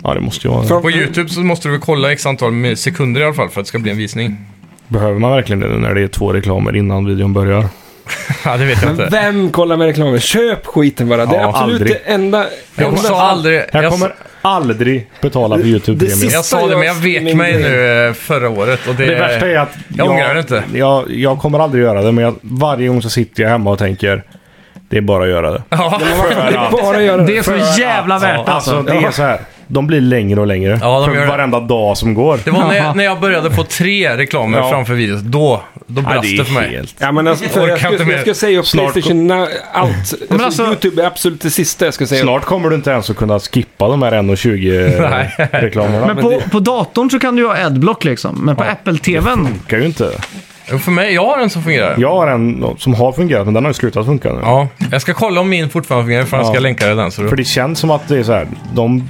Speaker 3: Ja, det måste ju vara
Speaker 4: För-
Speaker 2: På YouTube så måste du väl kolla x antal med sekunder i alla fall för att det ska bli en visning.
Speaker 3: Behöver man verkligen det nu när det är två reklamer innan videon börjar?
Speaker 2: Ja, det vet jag
Speaker 4: Men
Speaker 2: inte.
Speaker 4: vem kollar med reklamen? Köp skiten bara. Det är
Speaker 3: Ja,
Speaker 4: absolut
Speaker 3: aldrig.
Speaker 4: det enda...
Speaker 2: Jag sa aldrig...
Speaker 3: Jag
Speaker 2: jag s-
Speaker 3: kommer aldrig betala för YouTube
Speaker 4: det
Speaker 3: Premium.
Speaker 4: sista-
Speaker 2: Jag sa det, men jag vek mig nu eh, förra året. Och det,
Speaker 3: Det värsta är att
Speaker 2: jag ångrar det inte.
Speaker 3: Jag, jag kommer aldrig göra det, men jag, varje gång så sitter jag hemma och tänker det är bara att göra det.
Speaker 2: Ja,
Speaker 4: Bara göra det.
Speaker 1: Det är så jävla värt det,
Speaker 3: Alltså,
Speaker 1: alltså.
Speaker 3: det är så här. De blir längre och längre.
Speaker 2: Ja, de
Speaker 3: för
Speaker 2: gör det.
Speaker 3: varenda dag som går.
Speaker 2: det var när jag, när jag började få tre reklamer
Speaker 3: Ja.
Speaker 2: framför videos. Då, då
Speaker 3: Ja,
Speaker 2: brast
Speaker 3: det
Speaker 2: det för mig.
Speaker 3: är helt...
Speaker 4: Ja, men alltså, för
Speaker 2: Orkar
Speaker 4: jag,
Speaker 2: inte
Speaker 4: ska,
Speaker 2: mer.
Speaker 4: jag ska säga upp
Speaker 3: Snart
Speaker 4: Playstation, na- allt. Alltså,
Speaker 1: alltså-
Speaker 4: YouTube är absolut det sista jag ska säga upp.
Speaker 3: Snart kommer du inte ens att kunna skippa de här 1.20-reklamerna.
Speaker 1: Men
Speaker 3: Men
Speaker 1: på, på datorn så kan du ju ha Adblock liksom. Men på Apple-TVn.
Speaker 3: det funkar ju inte.
Speaker 2: Jo, För mig, jag har en som fungerar. Ja.
Speaker 3: Jag har en som har fungerat, men den har ju slutat funka nu.
Speaker 2: Jag ska kolla om min fortfarande fungerar, för jag
Speaker 3: Ja.
Speaker 2: ska länka den. Så då.
Speaker 3: För det känns som att det är så här, de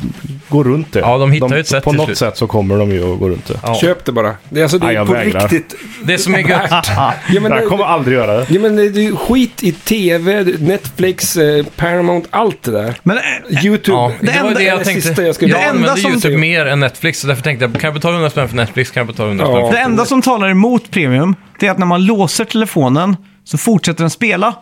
Speaker 3: går runt det.
Speaker 2: Ja, de hittar ju ett sätt
Speaker 3: På
Speaker 2: till
Speaker 3: något
Speaker 2: slut.
Speaker 3: sätt så kommer de ju att gå runt det.
Speaker 2: Ja.
Speaker 4: Köp det bara. Det är, alltså, det
Speaker 3: Nej,
Speaker 4: är
Speaker 3: jag
Speaker 4: på
Speaker 3: vägrar.
Speaker 4: riktigt.
Speaker 2: Det som är gött.
Speaker 4: Ja, men,
Speaker 3: Jag kommer aldrig göra det.
Speaker 4: ja, men det är ju skit i TV, Netflix, eh, Paramount, allt det där.
Speaker 1: Men eh,
Speaker 4: YouTube.
Speaker 2: Ja, det,
Speaker 1: Det
Speaker 2: var
Speaker 1: enda-
Speaker 2: det
Speaker 4: det
Speaker 2: jag tänkte.
Speaker 4: sista jag skulle-
Speaker 2: jag
Speaker 4: Det
Speaker 1: enda
Speaker 2: använder
Speaker 1: som-
Speaker 2: YouTube mer än Netflix, så därför tänkte jag, kan jag betala 100 spänn för Netflix kan jag betala 100 spänn
Speaker 4: Ja.
Speaker 2: för...
Speaker 1: det enda som talar emot Premium, det är att när man låser telefonen så fortsätter den spela.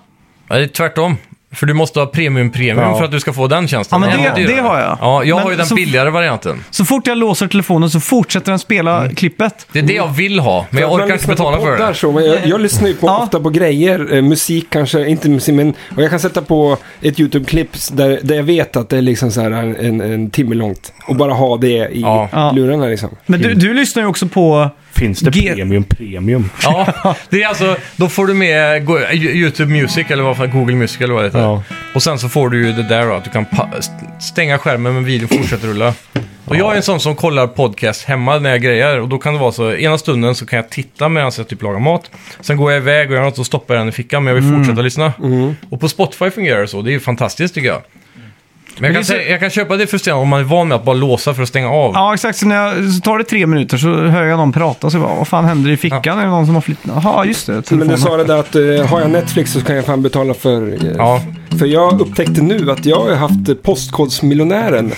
Speaker 2: Nej, det är tvärtom. För du måste ha premium-premium
Speaker 3: Ja.
Speaker 2: för att du ska få den tjänsten.
Speaker 1: Ja, men
Speaker 2: Den
Speaker 1: det-
Speaker 2: var dyrare.
Speaker 1: det har jag.
Speaker 2: Ja, jag
Speaker 1: Men
Speaker 2: har ju den
Speaker 1: så-
Speaker 2: billigare varianten.
Speaker 1: Så fort jag låser telefonen så fortsätter den spela klippet.
Speaker 2: Det är det jag vill ha, men jag
Speaker 4: För att
Speaker 2: orkar inte
Speaker 4: man lyssnar liksom på
Speaker 2: betala för
Speaker 4: poddar
Speaker 2: det.
Speaker 4: Så, men jag, jag lyssnar ju på,
Speaker 1: Ja.
Speaker 4: ofta på grejer, eh, musik kanske, inte musik, men och jag kan sätta på ett YouTube-klipp där, där jag vet att det är liksom så här en, en, en timme långt. Och bara ha det i
Speaker 2: Ja.
Speaker 1: Ja.
Speaker 4: lurarna liksom.
Speaker 1: Men du, du lyssnar ju också på...
Speaker 3: Finns det
Speaker 1: Ge-
Speaker 3: premium, premium?
Speaker 2: Ja, det är alltså, då får du med Go- YouTube Music eller vad fan, Google Music eller vad det heter.
Speaker 3: Ja.
Speaker 2: Och sen så får du ju det där då, att du kan pa- st- stänga skärmen men videon fortsätter rulla. Och jag är en sån som kollar podcast hemma när jag grejer och då kan det vara så, ena stunden så kan jag titta medan jag typ lagar mat. Sen går jag iväg och gör något och stoppar jag den i fickan men jag
Speaker 1: Mm.
Speaker 2: vill fortsätta lyssna. Och på Spotify fungerar det så, det är ju fantastiskt tycker jag.
Speaker 1: det
Speaker 2: Men jag
Speaker 1: är
Speaker 2: kan,
Speaker 1: så-
Speaker 2: sä- jag kan köpa det frustrerande om man är van med att bara låsa för att stänga av.
Speaker 1: Ja, exakt. Så, när jag, så tar det tre minuter så hör jag någon prata så jag bara, vad fan händer i fickan? Är det någon som har flyttat? Jaha, just det.
Speaker 4: Men du
Speaker 1: telefonen.
Speaker 4: sa det där att eh, har jag Netflix så kan jag fan betala för... eh,
Speaker 2: Ja.
Speaker 4: För jag upptäckte nu att jag har haft eh, Postkodsmiljonären.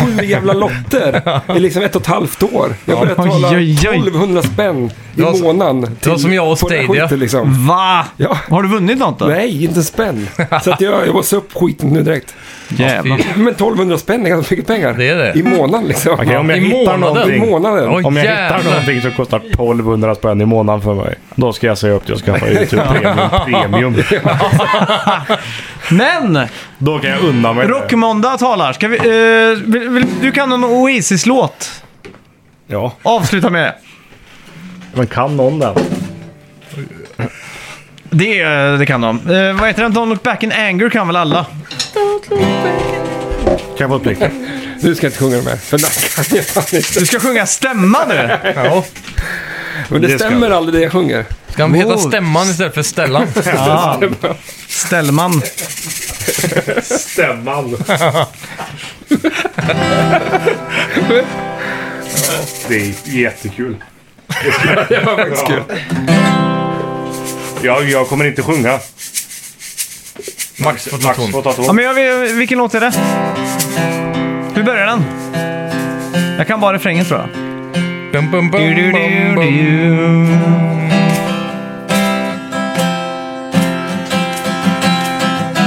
Speaker 4: Sju jävla lotter i liksom ett och ett halvt år. Jag började
Speaker 1: Oj,
Speaker 4: betala
Speaker 1: oj, oj.
Speaker 4: 1200 spänn i
Speaker 2: Det var så-
Speaker 4: månaden.
Speaker 2: var
Speaker 4: till-
Speaker 2: som jag och
Speaker 4: på den här
Speaker 2: Stadia.
Speaker 4: skiten, Liksom.
Speaker 1: Va?
Speaker 4: Ja.
Speaker 1: Har du vunnit något då?
Speaker 4: Nej, inte en spänn. Så att jag, jag måste upp skiten nu direkt.
Speaker 1: Jävlar.
Speaker 4: Men 1200 spänn är ganska mycket pengar.
Speaker 2: Det är det.
Speaker 4: I månaden liksom.
Speaker 3: Okej, om jag
Speaker 2: I
Speaker 3: hittar
Speaker 2: månaden.
Speaker 4: I
Speaker 3: någonting.
Speaker 4: månaden.
Speaker 2: Oj.
Speaker 3: Om jag hittar
Speaker 2: Jävlar.
Speaker 3: någonting som kostar 1200 spänn i månaden för mig. Då ska jag säga upp det och skaffa YouTube Premium. premium.
Speaker 1: Men!
Speaker 3: Då kan jag unna mig det.
Speaker 1: Rockmåndag talar. Ska vi, eh, vill, vill, du kan en Oasis-låt.
Speaker 3: Ja,
Speaker 1: Avsluta med det.
Speaker 3: men kan någon den?
Speaker 1: Det, eh, det kan de. Eh, vad heter den? Don't look back in anger kan väl alla?
Speaker 3: Kan jag få ett plick?
Speaker 4: Nu ska jag inte sjunga de här. För det kan jag fan inte.
Speaker 1: Du ska sjunga stämma nu!
Speaker 2: Ja.
Speaker 4: Men det,
Speaker 3: Det ska
Speaker 4: stämmer
Speaker 3: vi.
Speaker 4: aldrig det jag sjunger.
Speaker 2: Ska han heta
Speaker 1: Wow.
Speaker 2: Stämman istället för Stellan?
Speaker 1: Ja. Ställman.
Speaker 3: Stämman. det är jättekul.
Speaker 4: Det var faktiskt kul.
Speaker 3: Jag, jag kommer inte sjunga.
Speaker 2: Max på
Speaker 3: Max
Speaker 2: ton.
Speaker 3: får ta ton.
Speaker 1: Ja, men jag vill, vilken låt är det? Hur börjar den? Jag kan bara refrängen tror jag.
Speaker 2: Bum, bum, bum,
Speaker 1: Du, du,
Speaker 2: bum,
Speaker 1: du,
Speaker 2: bum.
Speaker 1: du.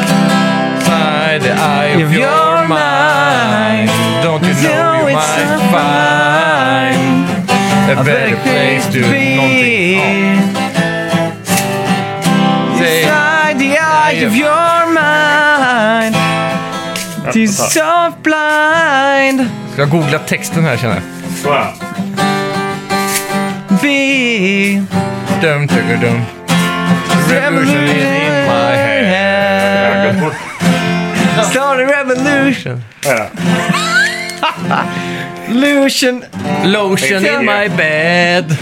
Speaker 2: Inside the eye
Speaker 1: If
Speaker 2: of your
Speaker 1: you're
Speaker 2: mind Don't you know
Speaker 1: So
Speaker 2: you
Speaker 1: it's
Speaker 2: might
Speaker 1: a
Speaker 2: find A better place to någonting. Ja. Say-
Speaker 1: Oh. Inside the eyes of your mind Till so blind
Speaker 2: Ska jag googla texten här känner jag?
Speaker 3: Så här.
Speaker 1: Be
Speaker 2: Dum, tugga, dum. Revolution is in my head
Speaker 4: Eh.
Speaker 1: revolution
Speaker 3: Fort.
Speaker 1: Start a revolution
Speaker 3: Vad är det?
Speaker 1: Lution
Speaker 2: Lotion in my bed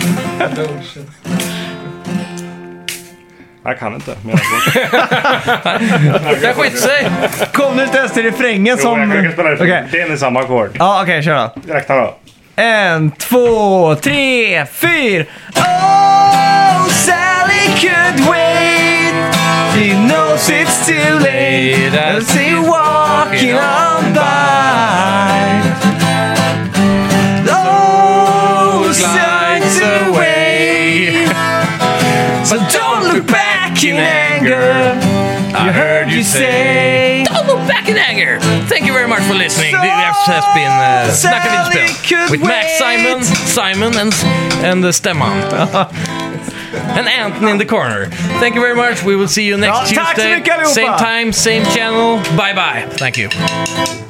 Speaker 3: Jag kan inte. Men jag får-
Speaker 2: Det skiter sig!
Speaker 1: Kom nu inte ens till refrängen
Speaker 3: Jo,
Speaker 1: som...
Speaker 3: jag kan spela det.
Speaker 1: Okej.
Speaker 3: Det är en i samma ackord.
Speaker 1: Ja, okej, kör då.
Speaker 3: Räkna då.
Speaker 1: En, två, tre, fyra. Oh, Sally could wait. She knows it's too late. As she walking on by. Oh, signs away. So don't look back
Speaker 2: back in anger.
Speaker 5: I heard you say...
Speaker 2: Don't go back in anger. Thank you very much for listening. This has been uh, Snacka
Speaker 1: Sally
Speaker 2: Videospel
Speaker 1: could
Speaker 2: with Max, Simon,
Speaker 1: wait.
Speaker 2: Simon and, and uh, Stemman. and Anton in the corner. Thank you very much. We will see you next
Speaker 1: Ja, tack så
Speaker 2: Tuesday.
Speaker 1: mycket allihopa.
Speaker 2: same time, same channel. Bye bye. Thank you.